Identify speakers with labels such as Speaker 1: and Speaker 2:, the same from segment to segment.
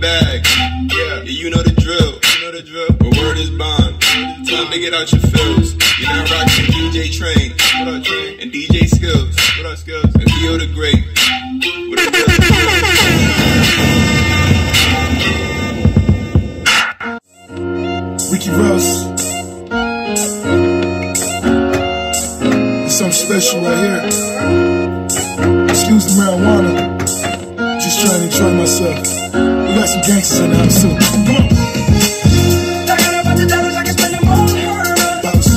Speaker 1: bag. Yeah, you know the drill. You know the drill. But word is bond. Time to get out your feels. You're now rocking DJ Train. What up, Train? And DJ Skills. What up, Skills? And Theo the Great. What up,
Speaker 2: Ricky Ross. There's something special right here. Excuse the marijuana. Just trying to enjoy myself. We got some gangsters in the house too. Come on. Bounce.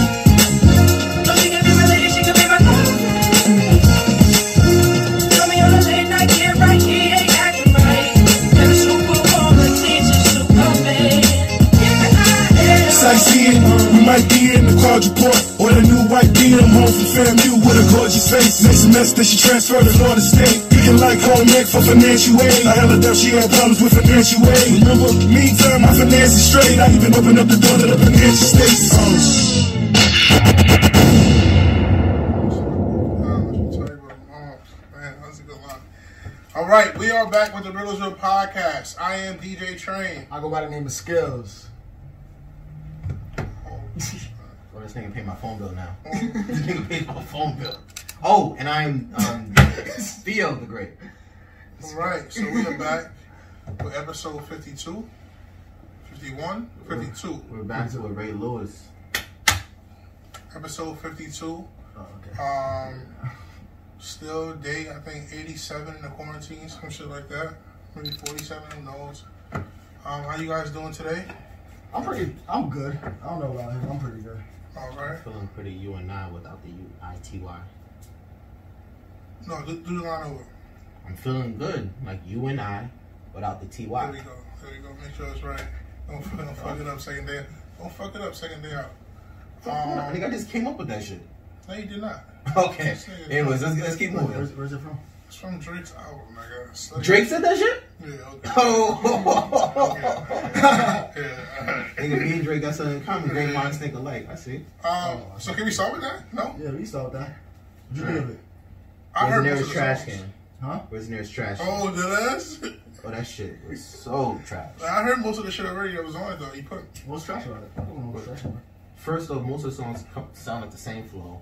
Speaker 2: Sightseeing, we might be in the quadruport Or the new white beam, home from FAMU with a gorgeous face Next semester she transferred to Florida State Picking like home neck for financial aid I held her down, she had problems with financial aid Remember, meantime, my finance is straight I even opened up the door to the financial states Oh,
Speaker 3: All right, we are back with the Riddles Room podcast. I am DJ Train.
Speaker 4: I go by the name of Skills. Well, Oh, this nigga paid my phone bill now. this nigga paid my phone bill. Oh, and I'm um, Theo the Great.
Speaker 3: All right, so we are back with episode 52, 51, 52.
Speaker 4: We're back to with Ray Lewis.
Speaker 3: Episode 52.
Speaker 4: Oh, okay.
Speaker 3: Um, still day, I think, 87 in the quarantine, some shit like that. Maybe 47, who knows. Um, how you guys doing today?
Speaker 2: I'm pretty, I'm good I don't know about him, I'm pretty good
Speaker 3: All right.
Speaker 4: Feeling pretty U and I without the U I T Y.
Speaker 3: No, do, do the line over.
Speaker 4: I'm feeling good, like you and I, without the T
Speaker 3: There we
Speaker 4: Y.
Speaker 3: go. There we go. Make sure it's right. Don't, fuck- don't fuck it up second day. Don't fuck it up second day out.
Speaker 4: I think I
Speaker 3: Um,
Speaker 4: just came up with that shit.
Speaker 3: no, you did not.
Speaker 4: Okay. Anyways, let's, let's keep
Speaker 2: Where's,
Speaker 4: moving.
Speaker 2: where's it from?
Speaker 3: It's from Drake's album, nigga. It's like-
Speaker 4: Drake said that shit.
Speaker 3: Yeah, okay.
Speaker 4: Oh.
Speaker 3: Yeah.
Speaker 4: Nigga, me and Drake got something in common. Great minds think alike. I see.
Speaker 3: Um, so can we start with that? No?
Speaker 2: Yeah, we saw that You did it
Speaker 3: I
Speaker 4: Where's the
Speaker 3: heard most of
Speaker 4: nearest
Speaker 3: the
Speaker 4: trash
Speaker 3: songs.
Speaker 4: can?
Speaker 2: Huh?
Speaker 4: Where's the nearest trash can?
Speaker 3: Oh, did that?
Speaker 4: Oh, that shit was so trash.
Speaker 3: I heard most of the shit already that was on it, though. You put uh,
Speaker 2: What's trash about it? I don't know what's trash about it
Speaker 4: First off, most of the songs co- sound like the same flow.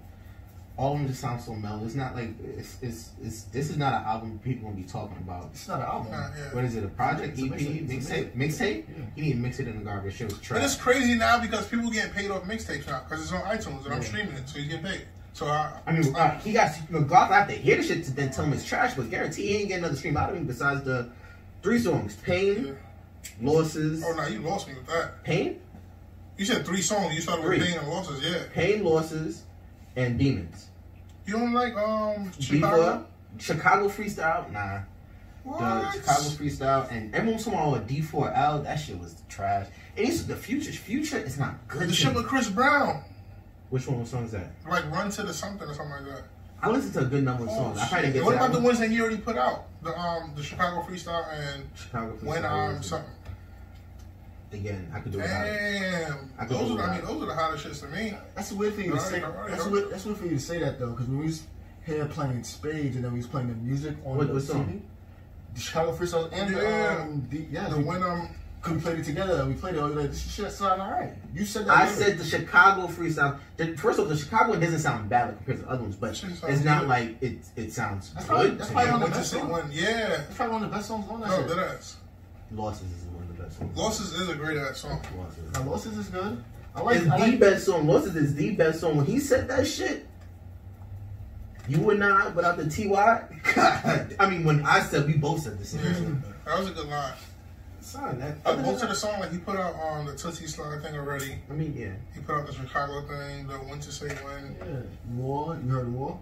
Speaker 4: All of them just sound so mellow. It's not like it's it's, it's this is not an album people gonna be talking about.
Speaker 2: It's not an album
Speaker 3: uh, yeah.
Speaker 4: What is it? A project, EP,
Speaker 2: mixtape. It's a
Speaker 4: mixtape, mixtape? You need to mix it in the garbage. Shit was
Speaker 3: And it's
Speaker 4: trash.
Speaker 3: crazy now because people getting paid off mixtapes now because it's on iTunes and I'm streaming it, so he's getting paid. So I,
Speaker 4: I mean, uh, he got McLaughlin. I have to hear the shit to then tell him it's trash, but guarantee he ain't getting another stream out of me besides the three songs: pain,
Speaker 3: Yeah.
Speaker 4: losses,
Speaker 3: oh no, you lost me with that.
Speaker 4: pain,
Speaker 3: You said three songs. You started with
Speaker 4: Three.
Speaker 3: pain and losses. Yeah.
Speaker 4: pain, losses, and demons.
Speaker 3: You don't like um
Speaker 4: Chicago,
Speaker 3: Chicago?
Speaker 4: Chicago freestyle, nah. the Chicago
Speaker 3: What?
Speaker 4: freestyle, and every once in a while a D4L. That shit was trash. And it's the future. Future is not good.
Speaker 3: The
Speaker 4: to
Speaker 3: shit
Speaker 4: me.
Speaker 3: with Chris Brown,
Speaker 4: Which one? What song is that?
Speaker 3: like Run to the Something or something like that.
Speaker 4: I listened to a good number of songs. I probably didn't get
Speaker 3: Oh, what
Speaker 4: to
Speaker 3: about
Speaker 4: that
Speaker 3: the
Speaker 4: one.
Speaker 3: ones that you already put out? The um the Chicago freestyle and
Speaker 4: Chicago freestyle.
Speaker 3: when um
Speaker 4: was-
Speaker 3: something.
Speaker 4: Again, I could do without it.
Speaker 3: Damn,
Speaker 4: I could
Speaker 3: those
Speaker 4: do
Speaker 3: are the- I mean
Speaker 4: that.
Speaker 3: those are the hottest shits to me.
Speaker 2: That's a weird thing to
Speaker 3: Alright,
Speaker 2: say.
Speaker 3: alright,
Speaker 2: that's,
Speaker 3: alright.
Speaker 2: weird, that's weird for you to say that though, because when we was here playing spades and then we was playing the music on
Speaker 4: What-
Speaker 2: the
Speaker 4: what
Speaker 2: TV,
Speaker 4: song?
Speaker 2: the Chicago Freestyle and
Speaker 3: Yeah.
Speaker 2: the, um, the yeah,
Speaker 3: The
Speaker 2: we,
Speaker 3: when um
Speaker 2: we played it together. We played it. we were like, this shit sound alright. You said that.
Speaker 4: I
Speaker 2: later.
Speaker 4: said the Chicago freestyle. The, first of all, the Chicago one doesn't sound bad like, compared to the other ones, but
Speaker 3: Shit sounds
Speaker 4: it's not
Speaker 3: good.
Speaker 4: like it. It sounds
Speaker 2: That's probably-
Speaker 4: good.
Speaker 2: that's
Speaker 4: to
Speaker 2: probably
Speaker 4: me.
Speaker 2: one of
Speaker 3: went to say one. Yeah,
Speaker 2: That's probably one of the best songs on that.
Speaker 3: no,
Speaker 2: shit.
Speaker 3: that ass.
Speaker 4: Losses is one of the best songs.
Speaker 3: Losses is a great ass song.
Speaker 4: Losses.
Speaker 2: Now, Losses is good. I like.
Speaker 4: It's
Speaker 2: I
Speaker 4: the
Speaker 2: like
Speaker 4: best song. Moses is the best song. When he said that shit, you would not without the TY. God. I mean, when I said, we both said the same
Speaker 3: Yeah,
Speaker 4: shit.
Speaker 3: that was a good line.
Speaker 4: Son, that,
Speaker 3: Uh, most of the song like he put out on the Tootsie Slide thing already.
Speaker 4: I mean, yeah.
Speaker 3: He put out the Chicago thing, the When to Say When.
Speaker 2: yeah. War. You heard War.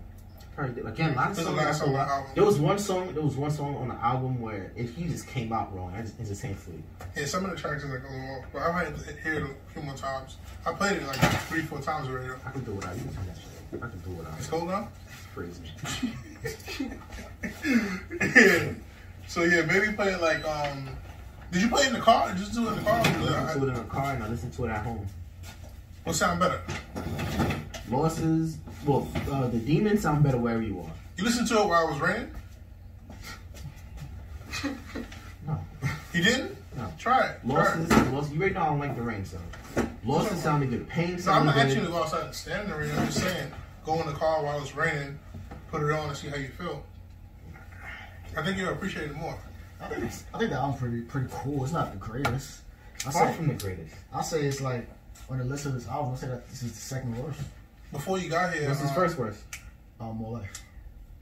Speaker 4: Probably did. Again, a lot of
Speaker 3: There's a
Speaker 4: songs.
Speaker 3: lot of songs on the album.
Speaker 4: There was one song. There was one song on the album where if he just came out wrong, I just, it just ain't flew.
Speaker 3: Yeah, some of the tracks is like a little off, but I might hear it a few more times. I played it like three, four times already.
Speaker 4: I can do without you. That shit. I can do without
Speaker 3: It's
Speaker 4: you.
Speaker 3: cold now.
Speaker 4: It's crazy.
Speaker 3: yeah. So yeah, maybe play it like um. Did you play it in the car? Just do it in the car.
Speaker 4: I listened
Speaker 3: Or
Speaker 4: to it in the car and I listened to it at home.
Speaker 3: what sound better?
Speaker 4: Losses. Well, uh, the demons sound better wherever you are.
Speaker 3: You listened to it while it was raining.
Speaker 4: No.
Speaker 3: You didn't?
Speaker 4: No.
Speaker 3: Try it.
Speaker 4: Lost
Speaker 3: Try
Speaker 4: is
Speaker 3: it.
Speaker 4: lost. You right now I don't like the rain sound. Lost is sounding good. Pain
Speaker 3: No, I'm
Speaker 4: sounding
Speaker 3: not
Speaker 4: good.
Speaker 3: actually go outside and stand in the rain. I'm just saying, go in the car while it's raining, put it on and see how you feel. I think you'll appreciate it more.
Speaker 5: I think, it's- I think that album's pretty pretty cool. It's not the greatest. I
Speaker 4: Far
Speaker 5: say,
Speaker 4: from the greatest.
Speaker 5: I say it's like on the list of this album. I say that this is the second worst.
Speaker 3: Before you got here,
Speaker 4: What's his
Speaker 3: uh,
Speaker 4: first verse?
Speaker 5: Um, more life.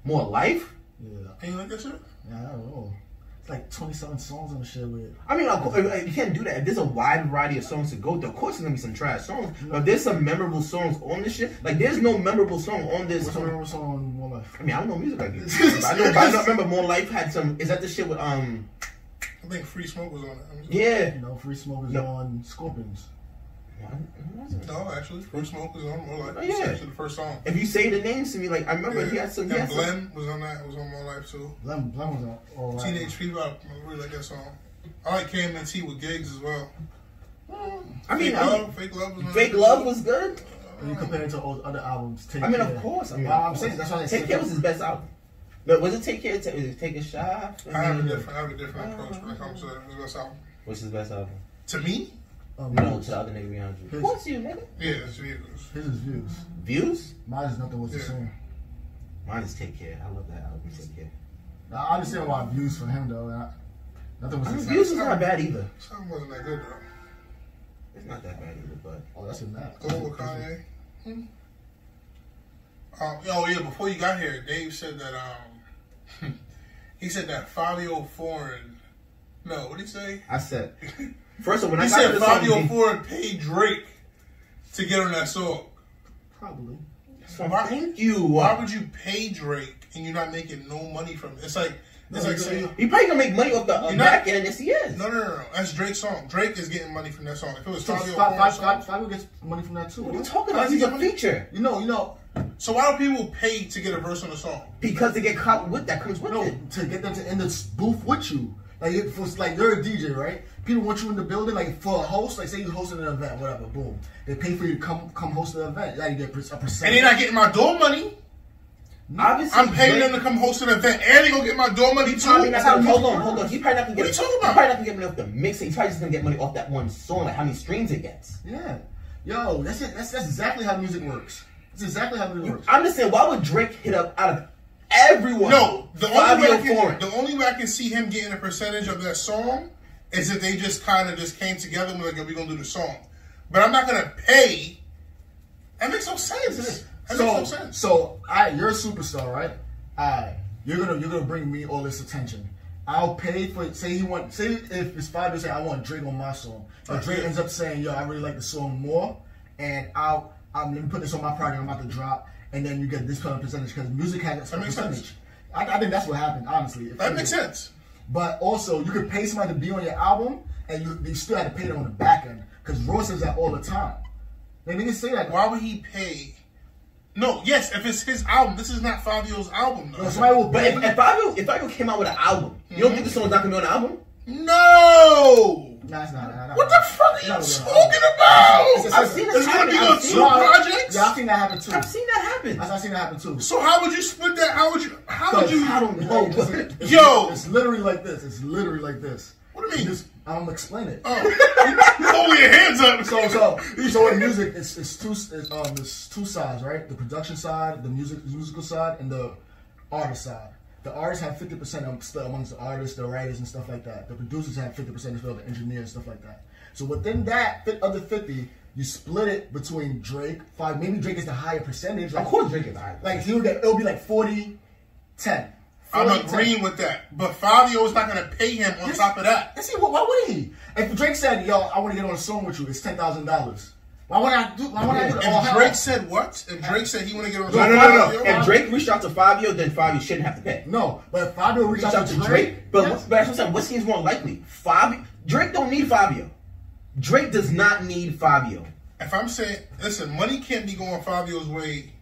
Speaker 4: More life?
Speaker 5: Yeah,
Speaker 3: Can you look this up?
Speaker 5: yeah, I don't know. It's like twenty something songs on the shit with.
Speaker 4: I mean, of course, you can't do that. If there's a wide variety of songs to go through, of course, there's gonna be some trash songs. But if there's some memorable songs on this shit, like there's no memorable song on this.
Speaker 5: What's the
Speaker 4: Song.
Speaker 5: number song on more life?
Speaker 4: I mean, I don't know music like this. I know, but I know, remember More Life had some. Is that the shit with um?
Speaker 3: I think Free Smoke was on it. I'm just-
Speaker 4: Yeah.
Speaker 5: You know, Free Smoke is
Speaker 4: No.
Speaker 5: on Scorpions.
Speaker 4: What? What was it?
Speaker 3: No, actually, Free Smoke was on More Life.
Speaker 4: Oh, yeah.
Speaker 3: It's actually the first song.
Speaker 4: If you say the names to me, like I remember he had some.
Speaker 3: and
Speaker 4: He had some
Speaker 3: Glenn was on that. Was on More Life too.
Speaker 5: Blem, Blem was on all right.
Speaker 3: Teenage Fever. I really like that song. I like KMNT with gigs as well.
Speaker 4: I mean,
Speaker 3: Fake
Speaker 4: I
Speaker 3: Love. Fake Love was on
Speaker 4: Fake
Speaker 3: that.
Speaker 4: Love was good.
Speaker 5: When you compare it to all the other albums, Take
Speaker 4: I mean,
Speaker 5: Care.
Speaker 4: of course. I mean,
Speaker 5: Well, I'm saying that's why I said.
Speaker 4: Take Care was his best album. No, was it Take Care? Ta- was it Take a Shot?
Speaker 3: I have a different. I have a different approach when it comes to this album.
Speaker 4: What's his best album?
Speaker 3: To me,
Speaker 5: Um,
Speaker 4: No, to the other nigga behind you. What's you, nigga?
Speaker 3: yeah, it's Jesus.
Speaker 5: His is views.
Speaker 4: Views?
Speaker 5: Mine is nothing was the
Speaker 3: Yeah.
Speaker 5: same.
Speaker 4: Mine is Take Care. I love that album, Take Care. Now,
Speaker 5: Now, I understand why views for him though. and I, nothing was
Speaker 4: I
Speaker 5: the
Speaker 4: mean,
Speaker 5: same.
Speaker 4: Views is not bad either.
Speaker 3: Something wasn't that good though.
Speaker 4: It's not that bad either, but.
Speaker 5: Oh, that's a map.
Speaker 3: Go with Kanye. Hmm? Um, oh yeah, before you got here, Dave said that um, he said that Fabio Foreign. No, what did he say?
Speaker 4: I said. First of all, when
Speaker 3: He
Speaker 4: I got
Speaker 3: said
Speaker 4: to the
Speaker 3: Fabio
Speaker 4: song,
Speaker 3: Foreign paid Drake to get on that song.
Speaker 5: Probably.
Speaker 3: Why-
Speaker 4: thank you.
Speaker 3: Why would you pay Drake and you're not making no money from it? It's like it's like saying
Speaker 4: He probably gonna make money off the uh,
Speaker 3: You're not-
Speaker 4: back end. Yes, he is.
Speaker 3: no, no, no, no. That's Drake's song. Drake is getting money from that song. If it was
Speaker 5: So
Speaker 3: Fabio
Speaker 5: Fa- Fa-
Speaker 3: Foreign's
Speaker 5: Fa-
Speaker 3: song,
Speaker 5: Fabio gets money from that too.
Speaker 4: What are you talking about? He's a feature.
Speaker 5: You know, you know,
Speaker 3: so why do people pay to get a verse on a song?
Speaker 4: Because to get caught with that comes with
Speaker 5: no,
Speaker 4: it.
Speaker 5: to get them to end the booth with you. Like, it was like you're a DJ, right? People want you in the building, like for a host. Like, say you hosting an event, whatever. Boom, they pay for you to come come host an event. Like, you get a percent.
Speaker 3: And they're not getting my door money.
Speaker 4: Obviously,
Speaker 3: I'm paying
Speaker 4: Drake-
Speaker 3: them to come host an event, and they gonna get my door money too.
Speaker 4: I mean, that's how, hold on, hold on. He probably not gonna get.
Speaker 3: What are you talking
Speaker 4: He
Speaker 3: about?
Speaker 4: probably not gonna get money off the mixtape. He's probably just gonna get money off that one song, like how many streams it gets.
Speaker 5: Yeah, yo, that's it. That's that's exactly how music works. That's exactly how music works.
Speaker 4: I'm just saying, why would Drake hit up out of everyone?
Speaker 3: No, the only, way I
Speaker 4: Fabio
Speaker 3: can,
Speaker 4: Foreign.
Speaker 3: the only way I can see him getting a percentage of that song is if they just kind of just came together and were like, we're going to do the song. But I'm not going to pay. That makes no sense. That
Speaker 5: so,
Speaker 3: makes no sense.
Speaker 5: so I, you're a superstar, right? I, you're gonna, you're gonna bring me all this attention. I'll pay for. Say you want. Say if it's five to say I want Drake on my song, but Drake ends up saying, "Yo, I really like the song more," and I'll, I'm let me put this on my project I'm about to drop, and then you get this kind of percentage because music has a
Speaker 3: That makes
Speaker 5: percentage.
Speaker 3: sense.
Speaker 5: I, I think that's what happened, honestly.
Speaker 3: that makes sense.
Speaker 5: But also, you could pay somebody to be on your album, and you, you still had to pay them on the back end because Royce says that all the time. They didn't say that.
Speaker 3: Why would he pay? No, yes, if it's his album. This is not Fabio's album, though.
Speaker 5: Yo, somebody will
Speaker 4: But
Speaker 5: pay.
Speaker 4: if, if Fabio if Fabio came out with an album, you don't think the song's not gonna be on the album?
Speaker 3: No!
Speaker 5: Nah, it's not. Nah, nah,
Speaker 3: What
Speaker 5: nah.
Speaker 3: the fuck are you
Speaker 5: No, no, no.
Speaker 3: talking about?
Speaker 4: I've seen this
Speaker 3: It's going to
Speaker 4: happen.
Speaker 3: be
Speaker 4: I've
Speaker 3: on
Speaker 4: seen
Speaker 3: two
Speaker 4: it.
Speaker 3: projects?
Speaker 5: Yeah, I've seen that happen too.
Speaker 4: I've seen that happen.
Speaker 5: I've seen that happen too.
Speaker 3: So how would you split that? How would you? How would you?
Speaker 4: I don't know.
Speaker 5: Like,
Speaker 4: but-
Speaker 5: it's- it's-
Speaker 3: Yo!
Speaker 5: it's literally like this. It's literally like this.
Speaker 3: What do you mean?
Speaker 5: Just- I'm gonna explain it.
Speaker 3: Oh, you hold your hands up.
Speaker 5: So, so, so in music, it's it's two it's, um it's two sides, right? The production side, the music the musical side, and the artist side. The artists have fifty percent amongst the artists, the writers, and stuff like that. The producers have fifty percent as well, the engineers, and stuff like that. So within that fi- other fifty, you split it between Drake five. Maybe Drake is the higher percentage. Like,
Speaker 4: of course, Drake is the album.
Speaker 5: like he'll get it'll be like 40, 10.
Speaker 3: I'm
Speaker 5: 40, 10.
Speaker 3: agreeing with that. But Fabio's not going to pay him on top of that.
Speaker 5: And see, why- why would he? If Drake said, "Yo, I want to get on a song with you," it's ten thousand dollars. Why would I do? Why would I do that? Oh,
Speaker 3: If
Speaker 5: hell.
Speaker 3: Drake said what? If Drake said he want to get on
Speaker 4: no, no, no, no.
Speaker 3: Fabio,
Speaker 4: If Drake reached out to Fabio, then Fabio shouldn't have to pay.
Speaker 5: No, but if Fabio reached
Speaker 4: reach out to Drake. But what's, but that's what I'm saying. What seems more likely? Fabio. Drake don't need Fabio. Drake does not need Fabio.
Speaker 3: if I'm saying, listen, money can't be going Fabio's way.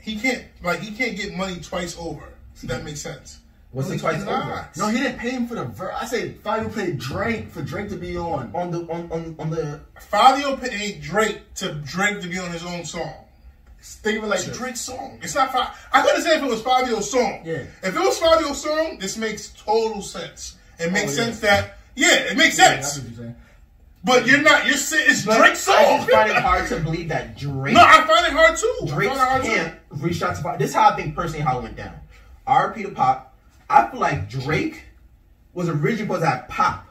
Speaker 3: He can't, like, he can't get money twice over. If that makes sense.
Speaker 4: Was
Speaker 3: No,
Speaker 4: it
Speaker 3: he
Speaker 4: twice over?
Speaker 3: cannot.
Speaker 5: no, he didn't pay him for the verse. I said Fabio played Drake for Drake to be on.
Speaker 4: On the on on, on the
Speaker 3: Fabio paid Drake to Drake to be on his own song.
Speaker 5: Think of it like
Speaker 3: It's
Speaker 5: this.
Speaker 3: Drake's song. It's not. Fa- I couldn't say if it was Fabio's song.
Speaker 5: Yeah.
Speaker 3: If it was Fabio's song, this makes total sense. It makes
Speaker 5: yeah.
Speaker 3: sense that Yeah, it makes
Speaker 5: That's
Speaker 3: sense.
Speaker 5: what you're saying.
Speaker 3: But you're not. You're si- it's Drake's song.
Speaker 4: I just find it hard to believe that Drake.
Speaker 3: No, I find it hard too. I
Speaker 4: Drake's
Speaker 3: find it hard
Speaker 4: camp reached out to Pop. This is how I think personally how it went down. RP to Pop. I feel like Drake was originally supposed to have Pop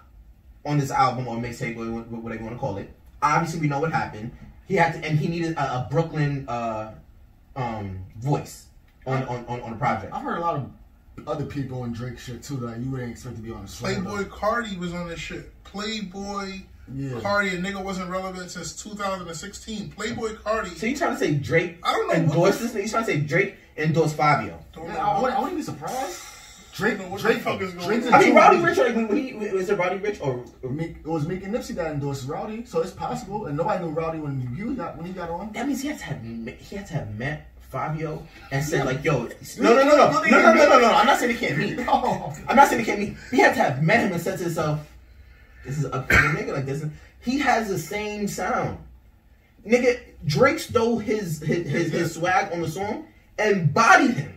Speaker 4: on this album or mixtape, wha- wha- whatever you want to call it. Obviously, we know what happened. He had to, and he needed a, a Brooklyn uh, um, voice on, on, on, on the project.
Speaker 5: I've heard a lot of other people in Drake shit too that you wouldn't expect to be on the show.
Speaker 3: Playboy Cardi was on this shit. Playboy
Speaker 5: Yeah.
Speaker 3: Cardi, a nigga wasn't relevant since 2016. Playboy Cardi.
Speaker 4: So you trying to say Drake
Speaker 3: I don't know what
Speaker 4: endorsed
Speaker 3: the-
Speaker 4: this? You trying to say Drake endorsed Fabio?
Speaker 3: Don't know
Speaker 5: though. Man, I
Speaker 3: what-
Speaker 5: wouldn't, I wouldn't be surprised. Drake,
Speaker 3: What the
Speaker 5: Drake,
Speaker 3: fuck is going
Speaker 5: Drake's
Speaker 3: on?
Speaker 5: a
Speaker 4: I mean,
Speaker 5: two-
Speaker 4: Rowdy Rich. Like, when he, was it Rowdy Rich or? or
Speaker 5: Meek- It was Meek and Nipsey that endorsed Rowdy, so it's possible. And nobody knew Rowdy when you got when he got on.
Speaker 4: That means he had to have me- he had to have met Fabio and said like, "Yo, no, no, no, no, no, no, no, no, no. I'm not saying he can't meet.
Speaker 5: No.
Speaker 4: I'm not saying he can't meet. He had to have met him and said to himself, "This is a nigga like this." He has the same sound, nigga. Drake stole his his, his, his swag on the song and bodied him.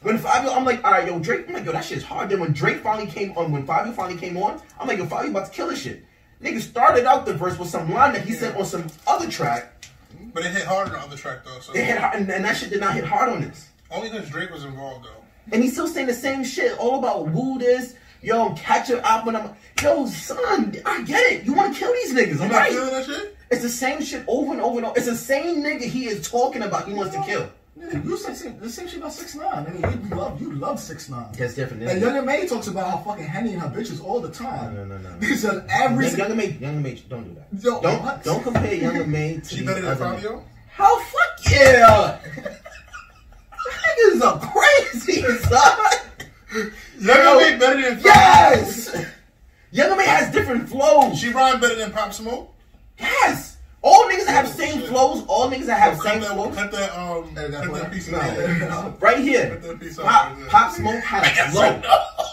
Speaker 4: When Fabio, I'm like, all right, yo, Drake, I'm like, yo, that shit's hard. Then when Drake finally came on, when Fabio finally came on, I'm like, yo, Fabio about to kill this shit. Nigga started out the verse with some line that he said on some other track.
Speaker 3: But it hit hard on the other track though. So
Speaker 4: It hit hard, and, and that shit did not hit hard on this.
Speaker 3: only because Drake was involved though.
Speaker 4: And he's still saying the same shit, all about woo this, yo, catch your up when I'm, yo, son, I get it. You want to kill these niggas,
Speaker 3: You
Speaker 4: I'm
Speaker 3: not feeling
Speaker 4: right?
Speaker 3: that shit?
Speaker 4: It's the same shit over and over and over. It's the same nigga he is talking about. He wants to kill.
Speaker 5: Yeah, you said same, the same shit about six nine. I mean, you love you love six nine.
Speaker 4: That's different,
Speaker 5: And
Speaker 4: yeah.
Speaker 5: Young and May talks about how fucking Henny and her bitches all the time.
Speaker 4: No, no, no, no.
Speaker 5: These are every.
Speaker 4: Young,
Speaker 5: si-
Speaker 4: Young May, Young May, don't do that.
Speaker 5: Yo,
Speaker 4: don't
Speaker 5: what?
Speaker 4: don't compare Young May to
Speaker 3: She
Speaker 4: these
Speaker 3: better than
Speaker 4: other men.
Speaker 3: Fabio.
Speaker 4: How fuck yeah? niggas are crazy, son.
Speaker 3: Young May better than Fabio.
Speaker 4: Yes. Young May has different flows.
Speaker 3: She rhymed better than Pop Smoke.
Speaker 4: Yes. All niggas that have same flows, all niggas that have
Speaker 3: Cut
Speaker 4: same
Speaker 3: that,
Speaker 4: flows.
Speaker 3: cut that, um,
Speaker 5: Hey, that
Speaker 3: cut
Speaker 5: boy-
Speaker 3: that piece of
Speaker 5: no.
Speaker 3: that.
Speaker 4: Right here.
Speaker 3: Cut that piece
Speaker 4: Pop,
Speaker 3: off.
Speaker 4: Pop Smoke had a flow.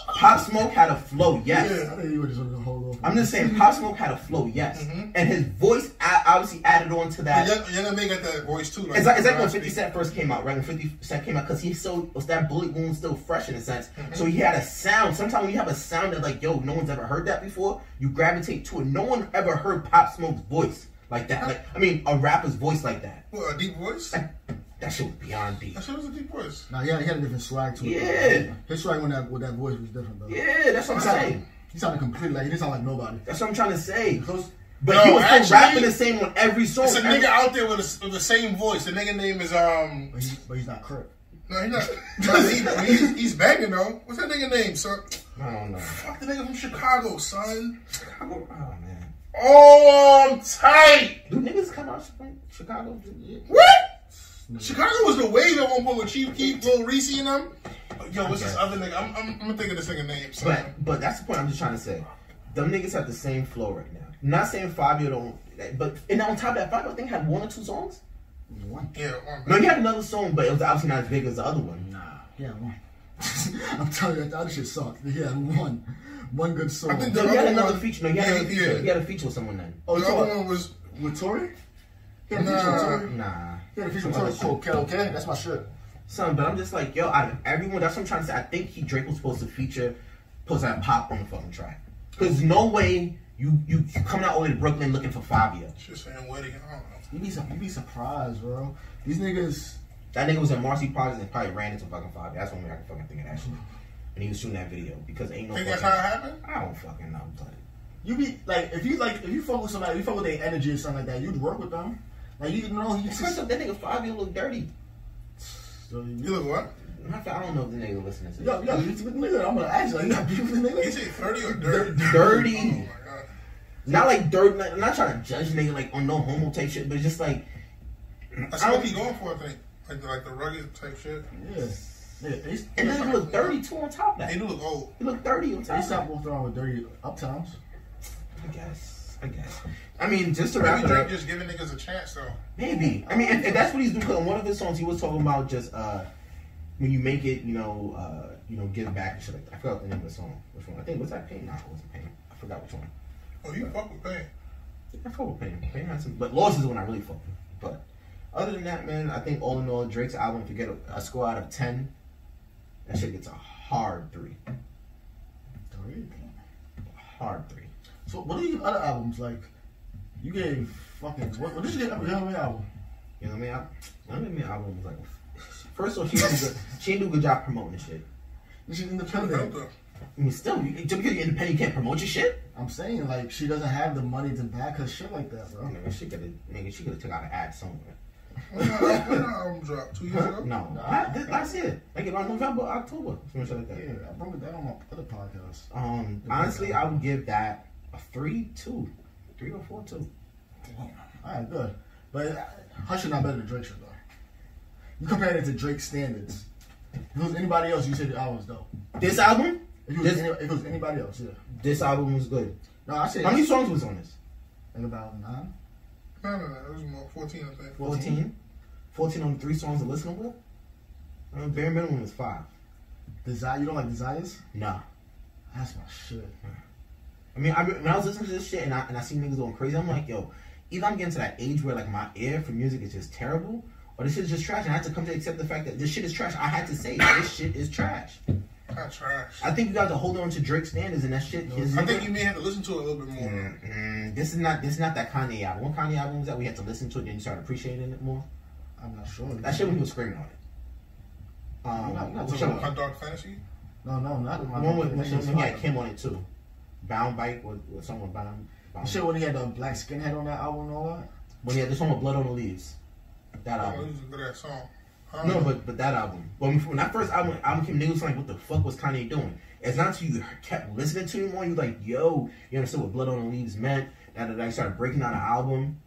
Speaker 4: Pop Smoke had a flow, yes.
Speaker 5: Yeah, I think you were just gonna hold off.
Speaker 4: I'm just saying, Pop Smoke had a flow, yes. And his voice a- obviously added on to that.
Speaker 3: Young, Young and May got that voice too. Like,
Speaker 4: It's like, it's like when
Speaker 3: Nas
Speaker 4: 50
Speaker 3: speak.
Speaker 4: Cent first came out, right? When 50 Cent came out, because he still was that bullet wound still fresh in a sense. So he had a sound. Sometimes when you have a sound that, like, yo, no one's ever heard that before, you gravitate to it. No one ever heard Pop Smoke's voice like that. Like, I mean, a rapper's voice like that.
Speaker 3: What, a deep voice. That
Speaker 4: That shit was beyond deep.
Speaker 3: shit was a deep voice.
Speaker 5: Nah, yeah, he had a different swag to it.
Speaker 4: Yeah.
Speaker 5: His swag when that with that voice was different though.
Speaker 4: Yeah, that's what I'm
Speaker 5: He sounded,
Speaker 4: saying.
Speaker 5: he sounded complete like he didn't sound like nobody.
Speaker 4: That's what I'm trying to say.
Speaker 5: Because
Speaker 4: But
Speaker 3: No,
Speaker 4: he was still
Speaker 3: actually,
Speaker 4: rapping the same on every song.
Speaker 3: It's a
Speaker 4: Every-
Speaker 3: nigga out there with, a, with the same voice. The nigga name is um.
Speaker 5: but, he, but he's not crip.
Speaker 3: No, he's not. But he, but he's, he's banging though. What's that nigga name, son?
Speaker 4: I don't know.
Speaker 3: Fuck the nigga from Chicago, son.
Speaker 4: Oh, man.
Speaker 3: Oh, I'm tight.
Speaker 4: Do niggas come out from Chicago? Yeah.
Speaker 3: What? Chicago was the wave at one point with Chief Keef, Lil Reese, and them. Yo, what's this other nigga? I'm, I'm, I'm gonna think of this nigga name. Son.
Speaker 4: But but that's the point I'm just trying to say. Them niggas have the same flow right now. not saying Fabio don't, but and on top of that, Fabio I think had one or two songs.
Speaker 5: One.
Speaker 3: yeah, one.
Speaker 4: No, he had another song, but it was obviously not as big as the other one.
Speaker 5: Nah. Yeah, one. I'm telling you, that other shit sucked. Yeah, one. One good song.
Speaker 3: think
Speaker 4: No,
Speaker 3: The
Speaker 4: he had
Speaker 3: other
Speaker 4: another
Speaker 3: one-
Speaker 4: feature. No, he had
Speaker 3: yeah,
Speaker 4: another feature.
Speaker 3: yeah.
Speaker 4: He had a feature with someone then.
Speaker 5: oh, you
Speaker 3: the
Speaker 5: talking
Speaker 3: other
Speaker 5: about
Speaker 3: one was
Speaker 5: with Tori? He had a
Speaker 3: Nah.
Speaker 5: feature with Tori.
Speaker 4: Nah.
Speaker 5: He had a feature
Speaker 4: Some
Speaker 5: with
Speaker 4: other
Speaker 5: Tori.
Speaker 4: shit.
Speaker 5: Cool, okay, okay, that's my shit.
Speaker 4: Son, but I'm just like, yo, out of everyone, that's what I'm trying to say. I think he Drake was supposed to feature, supposed to have pop on the fucking track. Cause no way you you, you coming out all the way to Brooklyn looking for Fabio.
Speaker 3: Shit, saying wedding. I don't know.
Speaker 5: You be su- you be surprised, bro. These niggas.
Speaker 4: That nigga was in Marcy Project and probably ran into fucking Fabio. That's one way I can fucking think of that shit. And he was shooting that video because ain't no.
Speaker 3: Think that's
Speaker 4: fucking,
Speaker 3: how it happened?
Speaker 4: I don't fucking know, but
Speaker 5: You be like if you like if you fuck with somebody, if you fuck with their energy or something like that. You'd work with them. Like you know, you
Speaker 4: first
Speaker 5: just.
Speaker 4: up, that nigga Fabio look dirty.
Speaker 3: You look what?
Speaker 4: Matter of fact, I don't know if the nigga listening to this.
Speaker 5: Yo, yo, you- nigga, I'm gonna ask you. Like, you got beef with the
Speaker 3: You
Speaker 5: nigga?
Speaker 3: say thirty or dirty?
Speaker 4: Dirty.
Speaker 3: Oh my god.
Speaker 4: Not like dirt. Not, I'm not trying to judge nigga like on no homo type shit, but just like
Speaker 3: That's what he going for, I think. Like the, like the rugged type shit.
Speaker 5: Yeah. Nigga, they,
Speaker 4: and
Speaker 5: they,
Speaker 4: then he look dirty too on top of that.
Speaker 3: They do look old.
Speaker 4: He look dirty on top.
Speaker 5: they
Speaker 4: Of that.
Speaker 5: stopped walking around with dirty uptowns.
Speaker 4: I guess. I guess. I mean, just to wrap
Speaker 3: Maybe
Speaker 4: it
Speaker 3: Drake
Speaker 4: up,
Speaker 3: just giving niggas a chance though.
Speaker 4: maybe. I mean, if, if that's what he's doing, 'cause on one of his songs, he was talking about just uh, when you make it, you know, uh, you know, give back and shit like that. I forgot the name of the song. Which one? I think was that Pain? Nah, it wasn't Pain. I forgot which one.
Speaker 3: Oh, you fuck with pain.
Speaker 4: I fuck with Pain. Pain had some, but Lost is the one I really fuck with. But other than that, man, I think all in all, Drake's album, if you get a, a score out of ten, that shit gets a hard three.
Speaker 5: Dirty.
Speaker 4: Hard three.
Speaker 5: So what are your other albums like? You gave fucking what? What did you give every other album?
Speaker 4: You know what I mean? I, I mean, my album was like, first of all, she didn't do good, she didn't do a good job promoting this shit.
Speaker 5: This is
Speaker 3: Help
Speaker 5: independent.
Speaker 3: them.
Speaker 4: I mean, still, you, just because you're independent, you can't promote your shit.
Speaker 5: I'm saying like she doesn't have the money to back her shit like that,
Speaker 4: I
Speaker 5: bro.
Speaker 4: mean, she could have, nigga, she could have took out an ad somewhere.
Speaker 3: When our- when our album dropped two years ago.
Speaker 4: No, I, this, last year, like around November, October, something like that.
Speaker 5: Yeah, I broke it down on my other podcast.
Speaker 4: Um, honestly, I would give that a three, two, three or four, two.
Speaker 5: All right, good. But uh, Hush is not better than Drake shit though. You compare it to Drake's standards. If it was anybody else, you say the album's dope.
Speaker 4: This album,
Speaker 5: If it was,
Speaker 4: This-
Speaker 5: any, if it was anybody else, yeah.
Speaker 4: this album was good.
Speaker 5: No, I say
Speaker 4: How many songs was on this?
Speaker 5: like about nine.
Speaker 3: No, no, no. It was more 14, I think.
Speaker 4: 14? 14 on three songs to listen with? Uh, bare minimum is five.
Speaker 5: Desire, you don't like desires?
Speaker 4: Nah.
Speaker 5: That's my shit.
Speaker 4: I mean, I, re- when I was listening to this shit and I, and I seen niggas going crazy, I'm like, yo, either I'm getting to that age where like my ear for music is just terrible, or this shit is just trash. And I had to come to accept the fact that this shit is trash. I had to say this shit is trash.
Speaker 3: Not trash.
Speaker 4: I think you guys are holding on to Drake's standards and that shit. is-
Speaker 3: I think you may have to listen to it a little bit more.
Speaker 4: Mm, this is not this is not that Kanye album. What Kanye album was that? We had to listen to it, then you started appreciating it more.
Speaker 5: I'm not sure.
Speaker 4: That shit when he was screaming on it. Um,
Speaker 5: I'm not- I'm not
Speaker 4: what's
Speaker 5: talking
Speaker 4: your-
Speaker 3: My Dark Fantasy.
Speaker 5: No, no, not my
Speaker 4: The one with
Speaker 5: that
Speaker 4: when,
Speaker 5: shit's
Speaker 4: when he had
Speaker 5: fire.
Speaker 4: Kim on it too. Bound Bike with, with someone bound.
Speaker 5: The
Speaker 4: bound.
Speaker 5: Shit, when he had the black skinhead on that album and all that.
Speaker 4: When he had this one with Blood on the Leaves. That
Speaker 3: Oh, it
Speaker 4: album.
Speaker 3: was a good ass song. I don't
Speaker 4: No,
Speaker 3: know.
Speaker 4: but but that album. When, when that first album, album came, niggas was like, what the fuck was Kanye doing? It's not until you kept listening to him more, you like, yo, you understood what Blood on the Leaves meant. That that you started breaking down the album.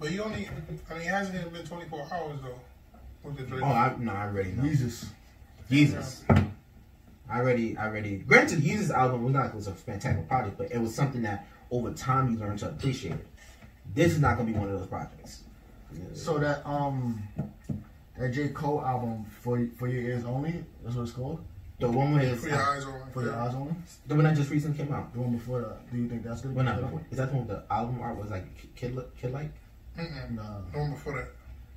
Speaker 3: But he only, I mean, it hasn't even been 24 hours though. With the Drake.
Speaker 4: Oh, I, no, I already know.
Speaker 5: Jesus.
Speaker 4: Jesus. I already, I already. Granted, Jesus album was not was a spectacular project, but it was something that over time you learn to appreciate. It. This is not gonna be one of those projects.
Speaker 5: So that um, that J Cole album for for your ears only. That's what it's called.
Speaker 4: The one with his,
Speaker 3: Put your eyes on.
Speaker 5: For your eyes only.
Speaker 4: the one that just recently came out.
Speaker 5: The one before that. Do you think that's good?
Speaker 4: Well, not before. Is that the one with the album art was like kid, kid like?
Speaker 3: Mm-mm.
Speaker 5: No.
Speaker 3: The one before that.